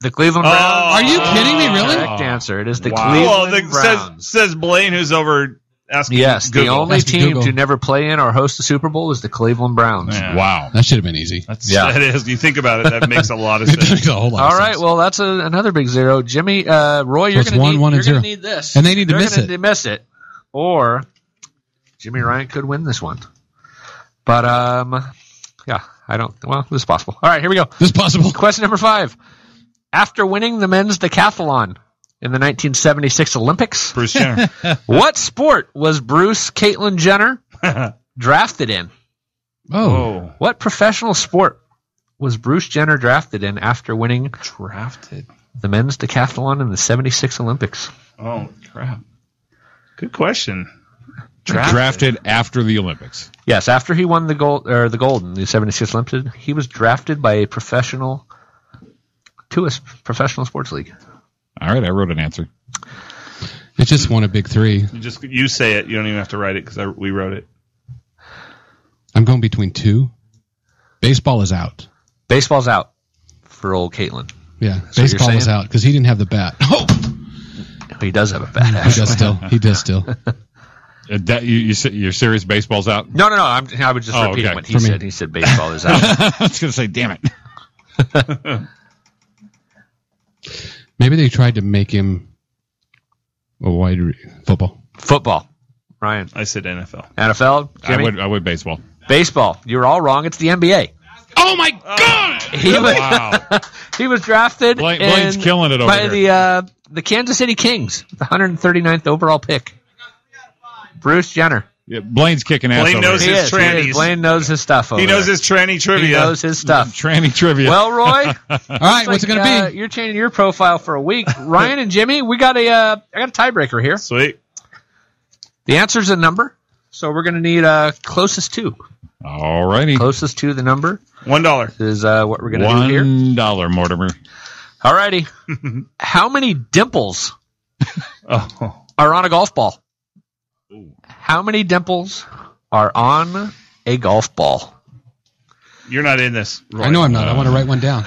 [SPEAKER 4] The Cleveland
[SPEAKER 3] Oh.
[SPEAKER 4] Browns.
[SPEAKER 1] Are you kidding me? Really?
[SPEAKER 4] Correct answer. It is Oh, the
[SPEAKER 2] Wow.
[SPEAKER 3] Well,
[SPEAKER 4] Cleveland
[SPEAKER 3] the,
[SPEAKER 4] Browns.
[SPEAKER 3] says says Blaine, who's over asking.
[SPEAKER 4] yes, the
[SPEAKER 3] Google.
[SPEAKER 4] only
[SPEAKER 1] Ask
[SPEAKER 4] team
[SPEAKER 1] Google.
[SPEAKER 4] to never play in or host a Super Bowl is the Cleveland Browns.
[SPEAKER 3] Yeah.
[SPEAKER 2] Wow.
[SPEAKER 1] that should have been easy.
[SPEAKER 3] That's,
[SPEAKER 4] Yeah.
[SPEAKER 3] That is. You think about it, that makes a lot of
[SPEAKER 1] That
[SPEAKER 3] sense.
[SPEAKER 1] makes a whole lot.
[SPEAKER 4] All
[SPEAKER 1] of
[SPEAKER 4] right,
[SPEAKER 1] sense.
[SPEAKER 4] well, that's a, another big zero. Jimmy, uh, Roy, you're
[SPEAKER 1] it's
[SPEAKER 4] going
[SPEAKER 1] one,
[SPEAKER 4] to
[SPEAKER 1] one,
[SPEAKER 4] you're
[SPEAKER 1] and
[SPEAKER 4] gonna
[SPEAKER 1] zero.
[SPEAKER 4] need this.
[SPEAKER 1] And they need to
[SPEAKER 4] They're
[SPEAKER 1] miss
[SPEAKER 4] gonna
[SPEAKER 1] it.
[SPEAKER 4] miss it. Or Jimmy Ryan could win this one. But, um, yeah, I don't. Well, this is possible. All right, here we go.
[SPEAKER 1] this is possible.
[SPEAKER 4] Question number five. After winning the men's decathlon in the 1976 Olympics,
[SPEAKER 3] Bruce Jenner.
[SPEAKER 4] what sport was Bruce Caitlin Jenner drafted in?
[SPEAKER 1] Oh.
[SPEAKER 4] What professional sport was Bruce Jenner drafted in after winning
[SPEAKER 1] drafted
[SPEAKER 4] the men's decathlon in the 76 Olympics?
[SPEAKER 13] Oh, crap.
[SPEAKER 4] Good question.
[SPEAKER 2] Drafted. after the Olympics.
[SPEAKER 4] Yes, after he won the gold or the gold in the 76 Olympics, he was drafted by a professional to a s- professional sports league.
[SPEAKER 2] All right, I wrote an answer.
[SPEAKER 1] It's just one of big three.
[SPEAKER 3] You just you say it. You don't even have to write it because we wrote it.
[SPEAKER 1] I'm going between two. Baseball is out.
[SPEAKER 4] Baseball's out for old Caitlin.
[SPEAKER 1] Yeah,
[SPEAKER 4] So you're
[SPEAKER 1] baseball is
[SPEAKER 4] saying-
[SPEAKER 1] out because he didn't have the bat. Oh,
[SPEAKER 4] He does have a bad
[SPEAKER 1] he does still. He does still.
[SPEAKER 2] Uh, that, you, you, se- you're serious? Baseball's out?
[SPEAKER 4] No, no, no. I'm, I was just
[SPEAKER 2] Oh,
[SPEAKER 4] repeating
[SPEAKER 2] okay.
[SPEAKER 4] what he
[SPEAKER 2] For me.
[SPEAKER 4] said. He said baseball is out.
[SPEAKER 2] I was going to say, damn it.
[SPEAKER 1] Maybe they tried to make him a wide re- football.
[SPEAKER 4] Football. Ryan.
[SPEAKER 3] I said NFL.
[SPEAKER 4] NFL.
[SPEAKER 2] I
[SPEAKER 4] Jimmy?
[SPEAKER 2] would, I would baseball.
[SPEAKER 4] Baseball. You're all wrong. It's the NBA.
[SPEAKER 1] Oh my God!
[SPEAKER 4] He was, he was drafted
[SPEAKER 2] Blaine-
[SPEAKER 4] in-
[SPEAKER 2] Blaine's killing it over
[SPEAKER 4] by
[SPEAKER 2] here.
[SPEAKER 4] the uh, the Kansas City Kings, the 139th overall pick. Bruce Jenner.
[SPEAKER 2] Yeah, Blaine's kicking ass.
[SPEAKER 3] Blaine
[SPEAKER 2] over
[SPEAKER 3] knows
[SPEAKER 2] here.
[SPEAKER 3] his
[SPEAKER 4] He is.
[SPEAKER 3] trannies.
[SPEAKER 4] Blaine knows his stuff. Over
[SPEAKER 3] he knows
[SPEAKER 4] there.
[SPEAKER 3] his tranny trivia.
[SPEAKER 4] He knows his stuff.
[SPEAKER 2] Tranny trivia.
[SPEAKER 4] Well, Roy.
[SPEAKER 1] All right, what's it
[SPEAKER 4] like,
[SPEAKER 1] going to
[SPEAKER 4] uh,
[SPEAKER 1] be?
[SPEAKER 4] You're changing your profile for a week. Ryan and Jimmy, we got a uh, I got a tiebreaker here.
[SPEAKER 3] Sweet.
[SPEAKER 4] The answer's a number, so we're gonna need uh closest to.
[SPEAKER 2] All righty.
[SPEAKER 4] Closest to the number
[SPEAKER 3] One dollar.
[SPEAKER 4] is uh, what we're gonna do here.
[SPEAKER 2] One dollar, Mortimer.
[SPEAKER 4] Alrighty. How many dimples
[SPEAKER 3] Oh,
[SPEAKER 4] are on a golf ball? How many dimples are on a golf ball?
[SPEAKER 3] you're not in this. Roy.
[SPEAKER 1] I know I'm not. I want to write one down.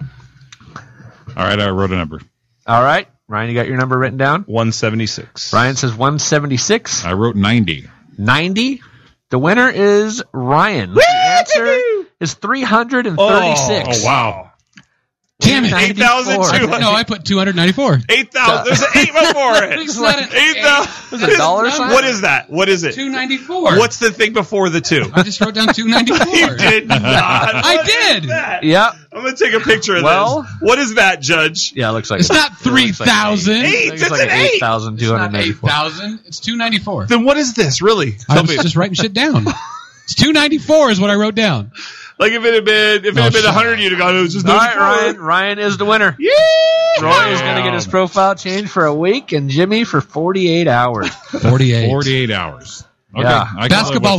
[SPEAKER 2] Uh, All right, I wrote a number.
[SPEAKER 4] All right. Ryan, you got your number written down?
[SPEAKER 3] One seventy six.
[SPEAKER 4] Ryan says 176.
[SPEAKER 2] I wrote ninety.
[SPEAKER 4] 90. The winner is Ryan. The answer is 336.
[SPEAKER 3] Oh wow.
[SPEAKER 1] Damn it!
[SPEAKER 4] 8,200.
[SPEAKER 1] I- no, I put 294.
[SPEAKER 3] Eight thousand. There's an eight before
[SPEAKER 1] It's
[SPEAKER 3] it.
[SPEAKER 1] not
[SPEAKER 3] Eight
[SPEAKER 1] an
[SPEAKER 4] Was it
[SPEAKER 3] thousand.
[SPEAKER 4] a dollar sign?
[SPEAKER 3] What is that? What is it?
[SPEAKER 1] 294.
[SPEAKER 3] What's the thing before the two?
[SPEAKER 1] I just wrote down 294.
[SPEAKER 3] You did not.
[SPEAKER 1] I
[SPEAKER 3] What is
[SPEAKER 1] did.
[SPEAKER 3] that?
[SPEAKER 4] Yep.
[SPEAKER 3] I'm gonna take a picture of
[SPEAKER 4] Well-
[SPEAKER 3] this. What is that, Judge?
[SPEAKER 4] Yeah, it looks like
[SPEAKER 1] It's not
[SPEAKER 4] looks like an
[SPEAKER 1] 3,000.
[SPEAKER 3] eight.
[SPEAKER 4] It's,
[SPEAKER 3] It's
[SPEAKER 4] like
[SPEAKER 3] an
[SPEAKER 4] an
[SPEAKER 3] eight.
[SPEAKER 4] 8,294.
[SPEAKER 1] 8,000. It's 294.
[SPEAKER 3] Then what is this really?
[SPEAKER 1] I
[SPEAKER 3] Tell
[SPEAKER 1] was
[SPEAKER 3] me.
[SPEAKER 1] just writing shit down. It's 294 is what I wrote down.
[SPEAKER 3] Like if it had been if it
[SPEAKER 1] Oh,
[SPEAKER 3] had been
[SPEAKER 1] shut
[SPEAKER 3] hundred, you'd have gone. It was just
[SPEAKER 4] All
[SPEAKER 3] no
[SPEAKER 4] right, Ryan. Ryan is the winner. Yeah. Roy is going to get his profile changed for a week, and Jimmy for 48 hours.
[SPEAKER 1] 48.
[SPEAKER 2] Forty-eight hours. Okay.
[SPEAKER 4] Yeah.
[SPEAKER 2] I can
[SPEAKER 1] Basketball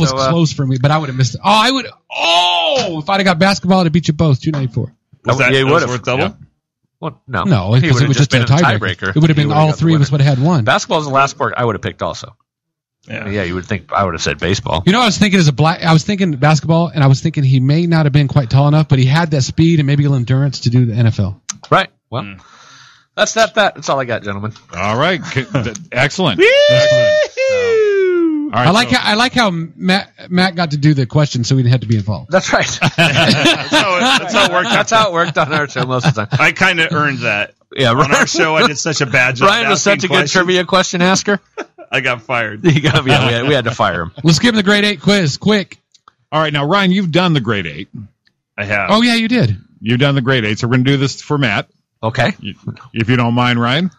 [SPEAKER 2] live
[SPEAKER 1] was
[SPEAKER 4] So, uh,
[SPEAKER 1] close for me, but I would have missed it. Oh, I would. Oh, if I'd have got basketball, I'd have beat you both 294.
[SPEAKER 3] Was
[SPEAKER 4] Yeah,
[SPEAKER 3] that,
[SPEAKER 4] he
[SPEAKER 3] that was
[SPEAKER 4] would've.
[SPEAKER 3] worth double?
[SPEAKER 2] Yeah.
[SPEAKER 4] Well, no,
[SPEAKER 1] No,
[SPEAKER 4] He
[SPEAKER 1] because
[SPEAKER 4] would've
[SPEAKER 1] it was just,
[SPEAKER 4] been
[SPEAKER 1] a tiebreaker. It would have
[SPEAKER 4] He
[SPEAKER 1] been
[SPEAKER 4] would've
[SPEAKER 1] all
[SPEAKER 4] got the
[SPEAKER 1] three of us
[SPEAKER 4] winner.
[SPEAKER 1] would have had one.
[SPEAKER 4] Basketball's the last sport I would have picked also.
[SPEAKER 3] Yeah.
[SPEAKER 4] Yeah. you would think I would have said baseball.
[SPEAKER 1] You know, what I was thinking as a black. I was thinking basketball, and I was thinking he may not have been quite tall enough, but he had that speed and maybe a little endurance to do the NFL.
[SPEAKER 4] Right. Well, that's that. That that's all I got, gentlemen.
[SPEAKER 2] Hmm. All right. C- th- Excellent. All right,
[SPEAKER 1] I like
[SPEAKER 2] so-
[SPEAKER 1] how I like how Matt Matt got to do the question, so we didn't have to be involved.
[SPEAKER 4] That's right.
[SPEAKER 3] That's how it, that's how it worked.
[SPEAKER 4] that's how it worked on our show most of the time.
[SPEAKER 3] I kind of earned that
[SPEAKER 4] Yeah,
[SPEAKER 3] on our
[SPEAKER 4] Ryan,
[SPEAKER 3] show. I did such a bad job.
[SPEAKER 4] Ryan was such a
[SPEAKER 3] asking
[SPEAKER 4] good
[SPEAKER 3] questions.
[SPEAKER 4] trivia question asker.
[SPEAKER 3] I got fired.
[SPEAKER 4] You got- yeah, we, had, we had to fire him.
[SPEAKER 1] Let's give him the grade eight quiz, quick.
[SPEAKER 2] All right, now Ryan, you've done the grade eight.
[SPEAKER 3] I have.
[SPEAKER 1] Oh yeah, you did.
[SPEAKER 2] You've done the grade eight, so we're going to do this for Matt,
[SPEAKER 4] Okay.
[SPEAKER 2] you- if you don't mind, Ryan,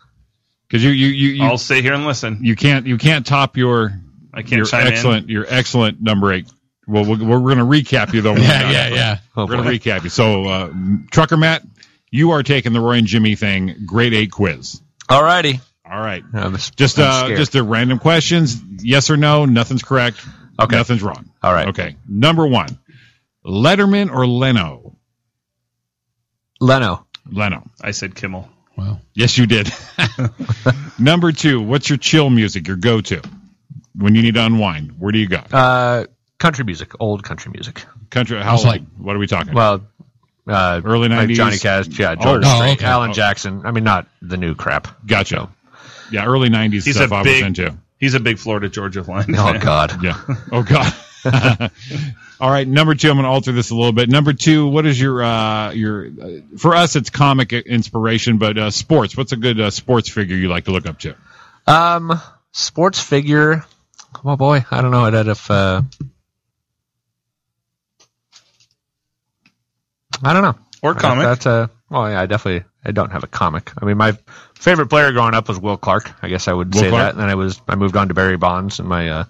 [SPEAKER 2] because you you you you,
[SPEAKER 3] I'll stay here and listen.
[SPEAKER 2] you can't you can't top your
[SPEAKER 3] I can't
[SPEAKER 2] your
[SPEAKER 3] chime
[SPEAKER 2] excellent your excellent number eight. Well, we're, we're going to recap you though.
[SPEAKER 4] Oh,
[SPEAKER 2] We're going
[SPEAKER 4] boy.
[SPEAKER 2] to recap you. So, uh, Trucker Matt, you are taking the Roy and Jimmy thing grade eight quiz.
[SPEAKER 4] All righty.
[SPEAKER 2] All right.
[SPEAKER 4] I'm
[SPEAKER 2] Just
[SPEAKER 4] I'm
[SPEAKER 2] uh,
[SPEAKER 4] scared.
[SPEAKER 2] just the random questions. Yes or no. Nothing's correct.
[SPEAKER 4] Okay.
[SPEAKER 2] Nothing's wrong.
[SPEAKER 4] all right.
[SPEAKER 2] Okay. Number one, Letterman or Leno?
[SPEAKER 4] Leno.
[SPEAKER 2] Leno.
[SPEAKER 3] in. I said Kimmel.
[SPEAKER 1] Wow.
[SPEAKER 2] Yes, you did. Number two, what's your chill music? Your go-to when you need to unwind? Where do you go?
[SPEAKER 4] Uh, country music. Old country music.
[SPEAKER 2] Country? How
[SPEAKER 1] was
[SPEAKER 2] old?
[SPEAKER 1] like-
[SPEAKER 2] what are we talking?
[SPEAKER 4] Well. Uh,
[SPEAKER 2] Early
[SPEAKER 4] like
[SPEAKER 2] nineties.
[SPEAKER 4] Johnny Cash, yeah,
[SPEAKER 2] Oh,
[SPEAKER 4] George
[SPEAKER 1] oh,
[SPEAKER 4] Strait,
[SPEAKER 1] okay.
[SPEAKER 4] Alan
[SPEAKER 2] Oh.
[SPEAKER 4] Jackson. I mean, not the new crap.
[SPEAKER 2] gotcha. Yeah, early nineties
[SPEAKER 3] He's
[SPEAKER 2] stuff
[SPEAKER 3] a
[SPEAKER 2] I was
[SPEAKER 3] big-
[SPEAKER 2] into.
[SPEAKER 3] He's a big Florida Georgia line.
[SPEAKER 4] Oh God,
[SPEAKER 2] Yeah. Oh God. All right, number two. I'm going to alter this a little bit. Number two, what is your uh, your? Uh, for us, it's comic inspiration, but uh, sports. What's a good uh, sports figure you like to look up to?
[SPEAKER 4] Um, sports figure. Oh boy, I don't know. I'd if uh, I don't know.
[SPEAKER 3] Or comic.
[SPEAKER 4] That's a. Well, Oh, yeah, I definitely. I don't have a comic. I mean, my favorite player growing up was Will Clark. I guess I would
[SPEAKER 2] Will
[SPEAKER 4] say
[SPEAKER 2] Clark?
[SPEAKER 4] that. And then I was. I moved on to Barry Bonds, and my uh,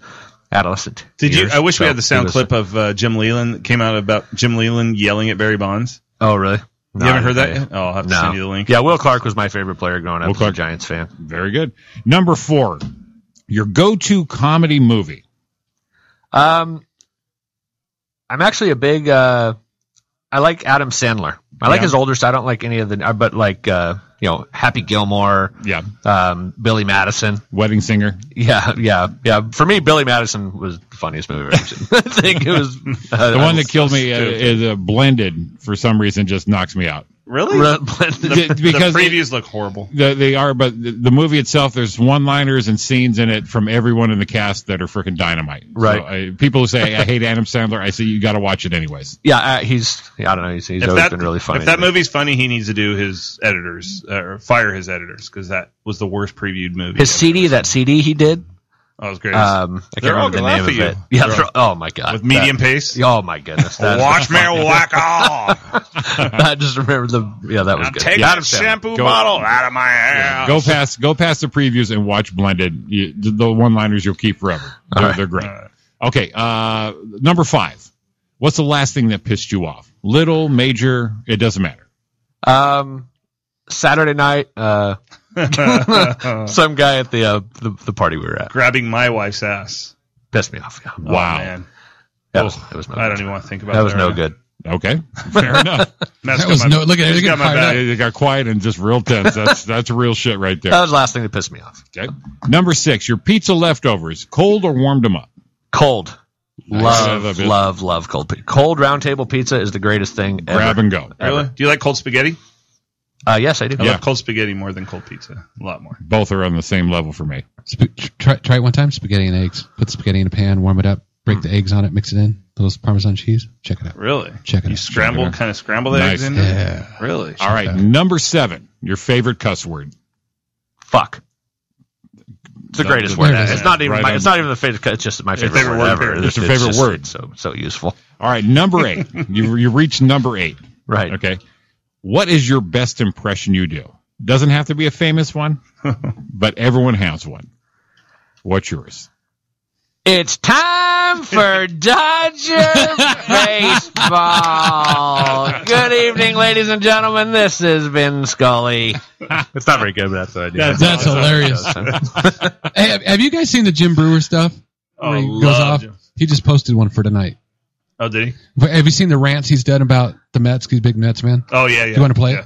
[SPEAKER 4] adolescent.
[SPEAKER 13] Did you?
[SPEAKER 4] years.
[SPEAKER 13] I wish we
[SPEAKER 4] So,
[SPEAKER 13] had the sound
[SPEAKER 4] it was-
[SPEAKER 13] clip of uh, Jim Leland that came out about Jim Leland yelling at Barry Bonds.
[SPEAKER 4] Oh, really?
[SPEAKER 13] You haven't heard that yet? Oh, I'll have to
[SPEAKER 4] no.
[SPEAKER 13] send you the link.
[SPEAKER 4] Yeah, Will Clark was my favorite player growing up.
[SPEAKER 2] Will
[SPEAKER 4] Will
[SPEAKER 2] Clark.
[SPEAKER 4] Clark, Giants fan.
[SPEAKER 2] Very good. Number four, your go-to comedy movie.
[SPEAKER 4] Um, I'm actually a big. Uh, I like Adam Sandler. I like
[SPEAKER 2] Yeah.
[SPEAKER 4] his older stuff. I don't like any of the, uh, but like uh, you know, Happy Gilmore.
[SPEAKER 2] Yeah.
[SPEAKER 4] Um, Billy Madison.
[SPEAKER 2] Wedding Singer.
[SPEAKER 4] Yeah, yeah, yeah. For me, Billy Madison was the funniest movie I've ever seen. I think it was uh,
[SPEAKER 2] the
[SPEAKER 4] I
[SPEAKER 2] one
[SPEAKER 4] was-
[SPEAKER 2] that killed me uh,
[SPEAKER 4] stupid.
[SPEAKER 2] is uh, blended. For some reason, just knocks me out.
[SPEAKER 13] Really?
[SPEAKER 4] Re-
[SPEAKER 13] The,
[SPEAKER 2] because
[SPEAKER 13] the previews look horrible.
[SPEAKER 2] They, they are, but the, the movie itself, there's one-liners and scenes in it from everyone in the cast that are freaking dynamite.
[SPEAKER 4] Right.
[SPEAKER 2] So, uh, people who say I hate Adam Sandler, I say you got to watch it anyways.
[SPEAKER 4] Yeah, uh, he's. I don't know. He's, he's
[SPEAKER 2] If
[SPEAKER 4] always
[SPEAKER 2] that-
[SPEAKER 4] been really funny.
[SPEAKER 2] if
[SPEAKER 4] to
[SPEAKER 13] that
[SPEAKER 4] me.
[SPEAKER 13] movie's funny, he needs to do his editors uh, or fire his editors because that was the worst previewed movie.
[SPEAKER 4] his CD, that CD he did.
[SPEAKER 13] That was great.
[SPEAKER 4] Um, I
[SPEAKER 13] They're
[SPEAKER 4] can't
[SPEAKER 13] all
[SPEAKER 4] remember the
[SPEAKER 13] gonna
[SPEAKER 4] name
[SPEAKER 13] laugh
[SPEAKER 4] of
[SPEAKER 13] at you.
[SPEAKER 4] it. Yeah.
[SPEAKER 13] They're
[SPEAKER 4] they're- oh my god.
[SPEAKER 13] With medium
[SPEAKER 4] that-
[SPEAKER 13] pace?
[SPEAKER 4] Oh my goodness. that-
[SPEAKER 13] Watch me whack off.
[SPEAKER 4] I just remember the. Yeah, that was
[SPEAKER 13] I'm
[SPEAKER 4] good.
[SPEAKER 13] taking
[SPEAKER 4] yeah,
[SPEAKER 13] that
[SPEAKER 4] Adam Sandler.
[SPEAKER 13] shampoo
[SPEAKER 2] Go-
[SPEAKER 13] bottle out of my ass.
[SPEAKER 2] Go past go past the previews and watch Blended. You, the- the one-liners you'll keep forever. They're, they're great. Okay, uh, number five. What's the last thing that pissed you off? Little, major, it doesn't matter.
[SPEAKER 4] Um, Saturday night, uh, some guy at the, uh, the the party we were at
[SPEAKER 13] grabbing my wife's ass.
[SPEAKER 4] pissed me off. Yeah,
[SPEAKER 13] Oh, man.
[SPEAKER 4] that was, that was
[SPEAKER 13] I
[SPEAKER 4] no good.
[SPEAKER 13] don't even want to think about
[SPEAKER 4] That was
[SPEAKER 13] that
[SPEAKER 4] no
[SPEAKER 13] right
[SPEAKER 4] good.
[SPEAKER 2] Okay, fair enough.
[SPEAKER 13] now. Matt's
[SPEAKER 1] That
[SPEAKER 13] got
[SPEAKER 1] was
[SPEAKER 13] my-
[SPEAKER 1] no. Look at it.
[SPEAKER 13] he's
[SPEAKER 1] They're
[SPEAKER 13] got
[SPEAKER 1] getting
[SPEAKER 13] my
[SPEAKER 1] fired
[SPEAKER 13] back.
[SPEAKER 1] up.
[SPEAKER 2] It got quiet and just real tense. That's that's real shit right
[SPEAKER 4] That
[SPEAKER 2] there.
[SPEAKER 4] was the last thing that pissed me off.
[SPEAKER 2] Okay. Number six, your pizza leftovers, cold or warmed them up?
[SPEAKER 4] Cold. Love,
[SPEAKER 2] love
[SPEAKER 4] love,
[SPEAKER 2] it.
[SPEAKER 4] love, cold pizza. Cold round table pizza is the greatest thing ever.
[SPEAKER 2] Grab and go.
[SPEAKER 13] Really? Do you like cold spaghetti?
[SPEAKER 4] Uh, yes, I do.
[SPEAKER 13] I
[SPEAKER 2] Yeah.
[SPEAKER 13] love cold spaghetti more than cold pizza. A lot more.
[SPEAKER 2] Both are on the same level for me.
[SPEAKER 1] Sp- try, try it one time. Spaghetti and eggs. Put the spaghetti in a pan. Warm it up. Break the eggs on it. Mix it in. Little Parmesan cheese. Check it out.
[SPEAKER 13] Really?
[SPEAKER 1] Check it
[SPEAKER 13] You
[SPEAKER 1] out.
[SPEAKER 13] scramble,
[SPEAKER 2] Check it out.
[SPEAKER 13] kind of scramble the eggs
[SPEAKER 2] Nice.
[SPEAKER 13] in? there?
[SPEAKER 1] Yeah.
[SPEAKER 13] Really?
[SPEAKER 2] All right. Number seven, your favorite cuss word.
[SPEAKER 4] Fuck. It's the
[SPEAKER 2] That-
[SPEAKER 4] greatest
[SPEAKER 2] that-
[SPEAKER 4] word.
[SPEAKER 2] that-
[SPEAKER 4] It's not even.
[SPEAKER 2] right
[SPEAKER 4] my,
[SPEAKER 2] on.
[SPEAKER 4] it's not even the favorite. It's just my
[SPEAKER 2] It's
[SPEAKER 4] favorite,
[SPEAKER 2] favorite
[SPEAKER 4] word,
[SPEAKER 2] word,
[SPEAKER 4] ever.
[SPEAKER 2] period. It's your favorite
[SPEAKER 4] just
[SPEAKER 2] word.
[SPEAKER 4] So so useful.
[SPEAKER 2] All right. Number eight, you you reached number eight.
[SPEAKER 4] Right.
[SPEAKER 2] Okay. What is your best impression you do? Doesn't have to be a famous one, but everyone has one. What's yours?
[SPEAKER 4] It's time for Dodger baseball. Oh, Good evening, ladies and gentlemen. This has been Scully. It's not very good, but that's the idea.
[SPEAKER 1] That's, hilarious. hey, have, have you guys seen the Jim Brewer stuff?
[SPEAKER 13] Oh,
[SPEAKER 1] Where he goes
[SPEAKER 13] love
[SPEAKER 1] off.
[SPEAKER 13] Jim.
[SPEAKER 1] He just posted one for tonight.
[SPEAKER 13] Oh, did he?
[SPEAKER 1] But Have you seen the rants he's done about the Mets? 'Cause He's a big Mets man.
[SPEAKER 13] Oh, yeah, yeah.
[SPEAKER 1] you wanna play it?
[SPEAKER 13] yeah.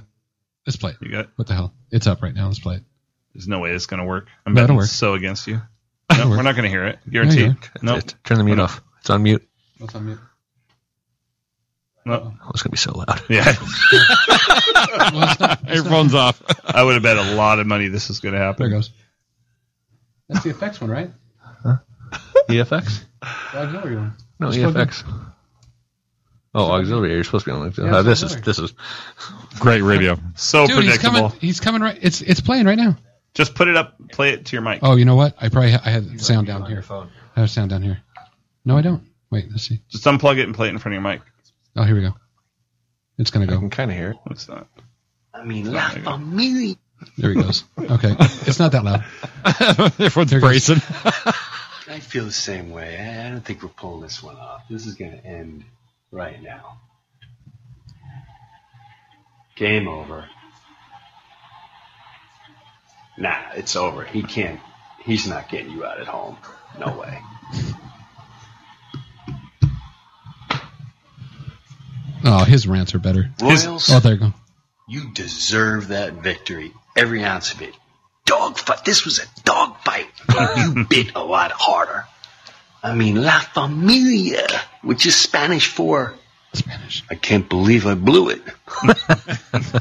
[SPEAKER 1] Let's play it.
[SPEAKER 13] You got it.
[SPEAKER 1] What the hell? It's up right now. Let's play it.
[SPEAKER 13] There's no way it's going to work. I'm
[SPEAKER 1] That'll
[SPEAKER 13] betting
[SPEAKER 1] work.
[SPEAKER 13] it's so against you. No,
[SPEAKER 1] work.
[SPEAKER 13] we're not going to hear it. Guaranteed. No.
[SPEAKER 4] Turn the mute off. It's on mute.
[SPEAKER 13] No.
[SPEAKER 4] Oh, it's gonna be so loud.
[SPEAKER 13] Yeah.
[SPEAKER 2] Everyone's off.
[SPEAKER 13] I would have bet a lot of money this is going to
[SPEAKER 1] There it
[SPEAKER 13] happen.
[SPEAKER 1] goes. That's the effects one, right?
[SPEAKER 4] EFX?
[SPEAKER 1] Auxiliary one.
[SPEAKER 4] No
[SPEAKER 1] It's plugged in.
[SPEAKER 4] EFX. Oh, auxiliary. You're supposed to be on. the- Uh, this is this is.
[SPEAKER 2] Great radio.
[SPEAKER 13] So
[SPEAKER 1] Dude, he's
[SPEAKER 13] predictable.
[SPEAKER 1] coming. He's coming right. It's it's playing right now.
[SPEAKER 13] Just put it up, play it to your mic.
[SPEAKER 1] Oh, you know what? I probably ha- I had sound down here. I have sound down here. No, I don't. Wait, let's see.
[SPEAKER 13] Just unplug it and play it in front of your mic.
[SPEAKER 1] Oh, here we go. It's gonna
[SPEAKER 4] I
[SPEAKER 1] go.
[SPEAKER 4] can kind of hear it.
[SPEAKER 13] What's that?
[SPEAKER 1] There he goes. Okay, it's not that loud.
[SPEAKER 2] Everyone's
[SPEAKER 1] There it goes.
[SPEAKER 2] bracing.
[SPEAKER 14] I feel the same way. I I don't think we're pulling this one off. This is going to end right now. Game over. Nah, it's over. He can't. He's not getting you out at home. No way.
[SPEAKER 1] Oh, his rants are better.
[SPEAKER 14] Royals,
[SPEAKER 1] Oh, there you go.
[SPEAKER 14] you deserve that victory. Every ounce of it. Dogfight. This was a dogfight. you bit a lot harder. I mean, La Familia, which is Spanish for
[SPEAKER 1] Spanish.
[SPEAKER 14] I can't believe I blew it.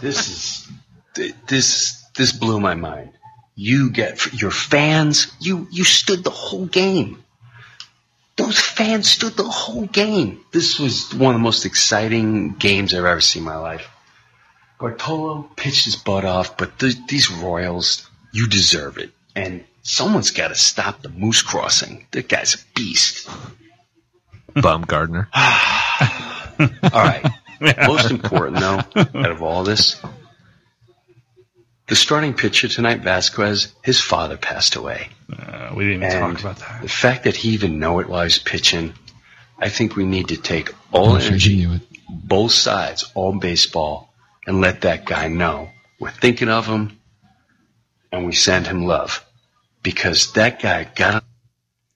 [SPEAKER 14] this is th- this this blew my mind. You get your fans. You you stood the whole game. Those fans stood the whole game. This was one of the most exciting games I've ever seen in my life. Bartolo pitched his butt off, but th- these Royals, you deserve it. And someone's got to stop the moose crossing. That guy's a beast.
[SPEAKER 4] Baumgartner.
[SPEAKER 14] All right. Most important, though, out of all this, The starting pitcher tonight, Vasquez, his father passed away.
[SPEAKER 3] Uh,
[SPEAKER 14] we didn't
[SPEAKER 13] even
[SPEAKER 14] talk about that. The fact that he even know it while he's pitching, I think we need to take all energy, both sides, all baseball, and let that guy know we're thinking of him, and we send him love because that guy got.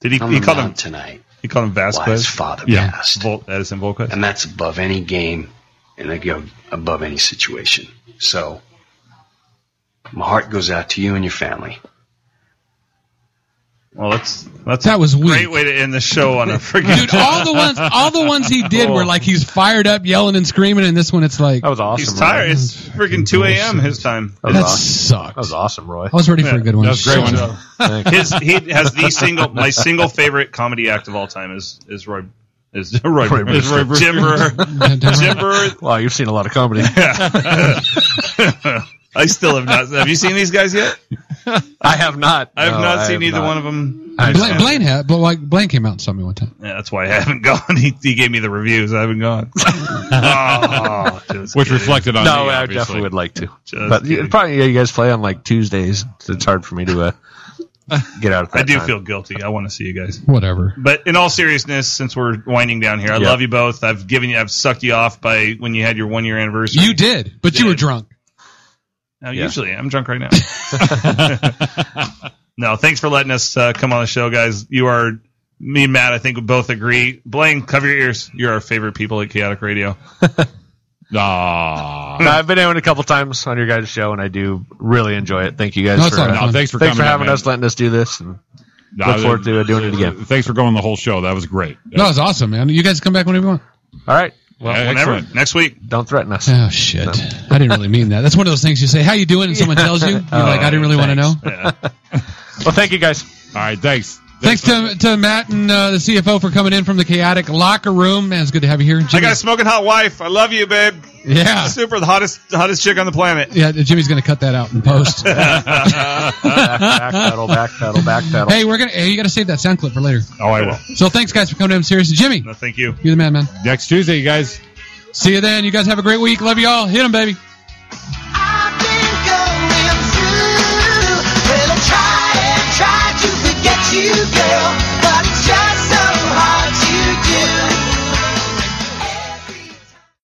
[SPEAKER 3] Did he-
[SPEAKER 14] on
[SPEAKER 3] he
[SPEAKER 14] the
[SPEAKER 3] called him-
[SPEAKER 14] mound tonight?
[SPEAKER 3] You call him Vasquez.
[SPEAKER 14] Why his father
[SPEAKER 3] yeah.
[SPEAKER 14] passed.
[SPEAKER 3] Vol- Edison Volquez.
[SPEAKER 14] and that's above any game, and they go above any situation. So, my heart goes out to you and your family.
[SPEAKER 3] Well, that's that's
[SPEAKER 1] that was weird.
[SPEAKER 3] Great way to end the show on a freaking.
[SPEAKER 1] Dude, all the ones, all the ones he did were like he's fired up, yelling and screaming, and this one it's like that was awesome.
[SPEAKER 13] He's tired. It's freaking 2 a.m. his time.
[SPEAKER 1] That That awesome. sucked.
[SPEAKER 4] That was awesome, Roy.
[SPEAKER 1] I was ready for a good one. So-
[SPEAKER 13] Thanks.
[SPEAKER 3] His he has the single my single favorite comedy act of all time is is Roy is Roy,
[SPEAKER 4] Roy
[SPEAKER 3] is Roy
[SPEAKER 4] Brewster.
[SPEAKER 3] Jim Brewer. Jim Brewer.
[SPEAKER 4] Wow, you've seen a lot of comedy.
[SPEAKER 3] I still have not. Have you seen these guys yet?
[SPEAKER 4] I have not.
[SPEAKER 3] I have
[SPEAKER 4] No,
[SPEAKER 3] not
[SPEAKER 4] I
[SPEAKER 3] seen
[SPEAKER 4] have
[SPEAKER 3] either
[SPEAKER 4] not.
[SPEAKER 3] one of them.
[SPEAKER 1] Blaine, Blaine had, but like Blaine came out and saw me one time.
[SPEAKER 3] Yeah, that's why I haven't gone. He, he gave me the reviews. I haven't gone. Oh, just
[SPEAKER 2] Which
[SPEAKER 3] kidding.
[SPEAKER 2] reflected on
[SPEAKER 4] no,
[SPEAKER 2] me,
[SPEAKER 4] I
[SPEAKER 2] obviously.
[SPEAKER 4] definitely would like to.
[SPEAKER 3] Just
[SPEAKER 4] but you-
[SPEAKER 3] kidding.
[SPEAKER 4] probably yeah, you guys play on like Tuesdays. So it's hard for me to uh, get out. At that
[SPEAKER 13] I do
[SPEAKER 4] time.
[SPEAKER 13] feel guilty. I want to see you guys.
[SPEAKER 1] Whatever.
[SPEAKER 3] But in all seriousness, since we're winding down here, I
[SPEAKER 13] Yeah.
[SPEAKER 3] love you both. I've given you, I've sucked you off by when you had your one year anniversary.
[SPEAKER 1] You did, but you were drunk.
[SPEAKER 3] No,
[SPEAKER 1] Yeah.
[SPEAKER 3] usually I'm drunk right now. no, thanks for letting us uh, come on the show, guys. You are me and Matt. I think we both agree. Blaine, cover your ears. You're our favorite people at Chaotic Radio.
[SPEAKER 2] Aww.
[SPEAKER 4] No, I've been in a couple times on your guys' show, and I do really enjoy it. Thank you guys
[SPEAKER 2] No, it's
[SPEAKER 4] for,
[SPEAKER 2] a
[SPEAKER 4] uh,
[SPEAKER 2] lot of fun. No, thanks for
[SPEAKER 4] thanks for
[SPEAKER 2] coming in,
[SPEAKER 4] having
[SPEAKER 2] man.
[SPEAKER 4] us, letting us do this, and look forward to uh, doing it again.
[SPEAKER 2] Thanks for going the whole show. That was great.
[SPEAKER 1] No, it was awesome, man. You guys come back whenever you want.
[SPEAKER 4] All right.
[SPEAKER 2] Well, excellent.
[SPEAKER 3] next week.
[SPEAKER 4] Don't threaten us.
[SPEAKER 1] Oh shit! I didn't really mean that. That's one of those things you say, "How you doing?" and someone tells you, "You're
[SPEAKER 3] Oh,
[SPEAKER 1] like, I didn't really want to know."
[SPEAKER 4] Uh, Well, thank you guys.
[SPEAKER 2] All right, thanks.
[SPEAKER 1] Thanks to, to Matt and uh, the CFO for coming in from the chaotic locker room. Man, it's good to have you here.
[SPEAKER 3] I
[SPEAKER 1] Jimmy-
[SPEAKER 3] got a smoking hot wife. I love you, babe.
[SPEAKER 1] Yeah.
[SPEAKER 3] super the hottest, the hottest chick on the planet.
[SPEAKER 1] yeah, Uh, Jimmy's going to cut that out in post.
[SPEAKER 4] backpedal, backpedal, backpedal.
[SPEAKER 1] Hey, we're gonna. Hey, you got to save that sound clip for later.
[SPEAKER 2] Oh, I will.
[SPEAKER 1] So thanks, guys, for coming in. Seriously, Jimmy,
[SPEAKER 3] No, thank you.
[SPEAKER 1] you're the man, man.
[SPEAKER 2] Next Tuesday, you guys.
[SPEAKER 1] See you then. You guys have a great week. Love you all. Hit them, baby.
[SPEAKER 8] Well, I try and try to forget you, girl.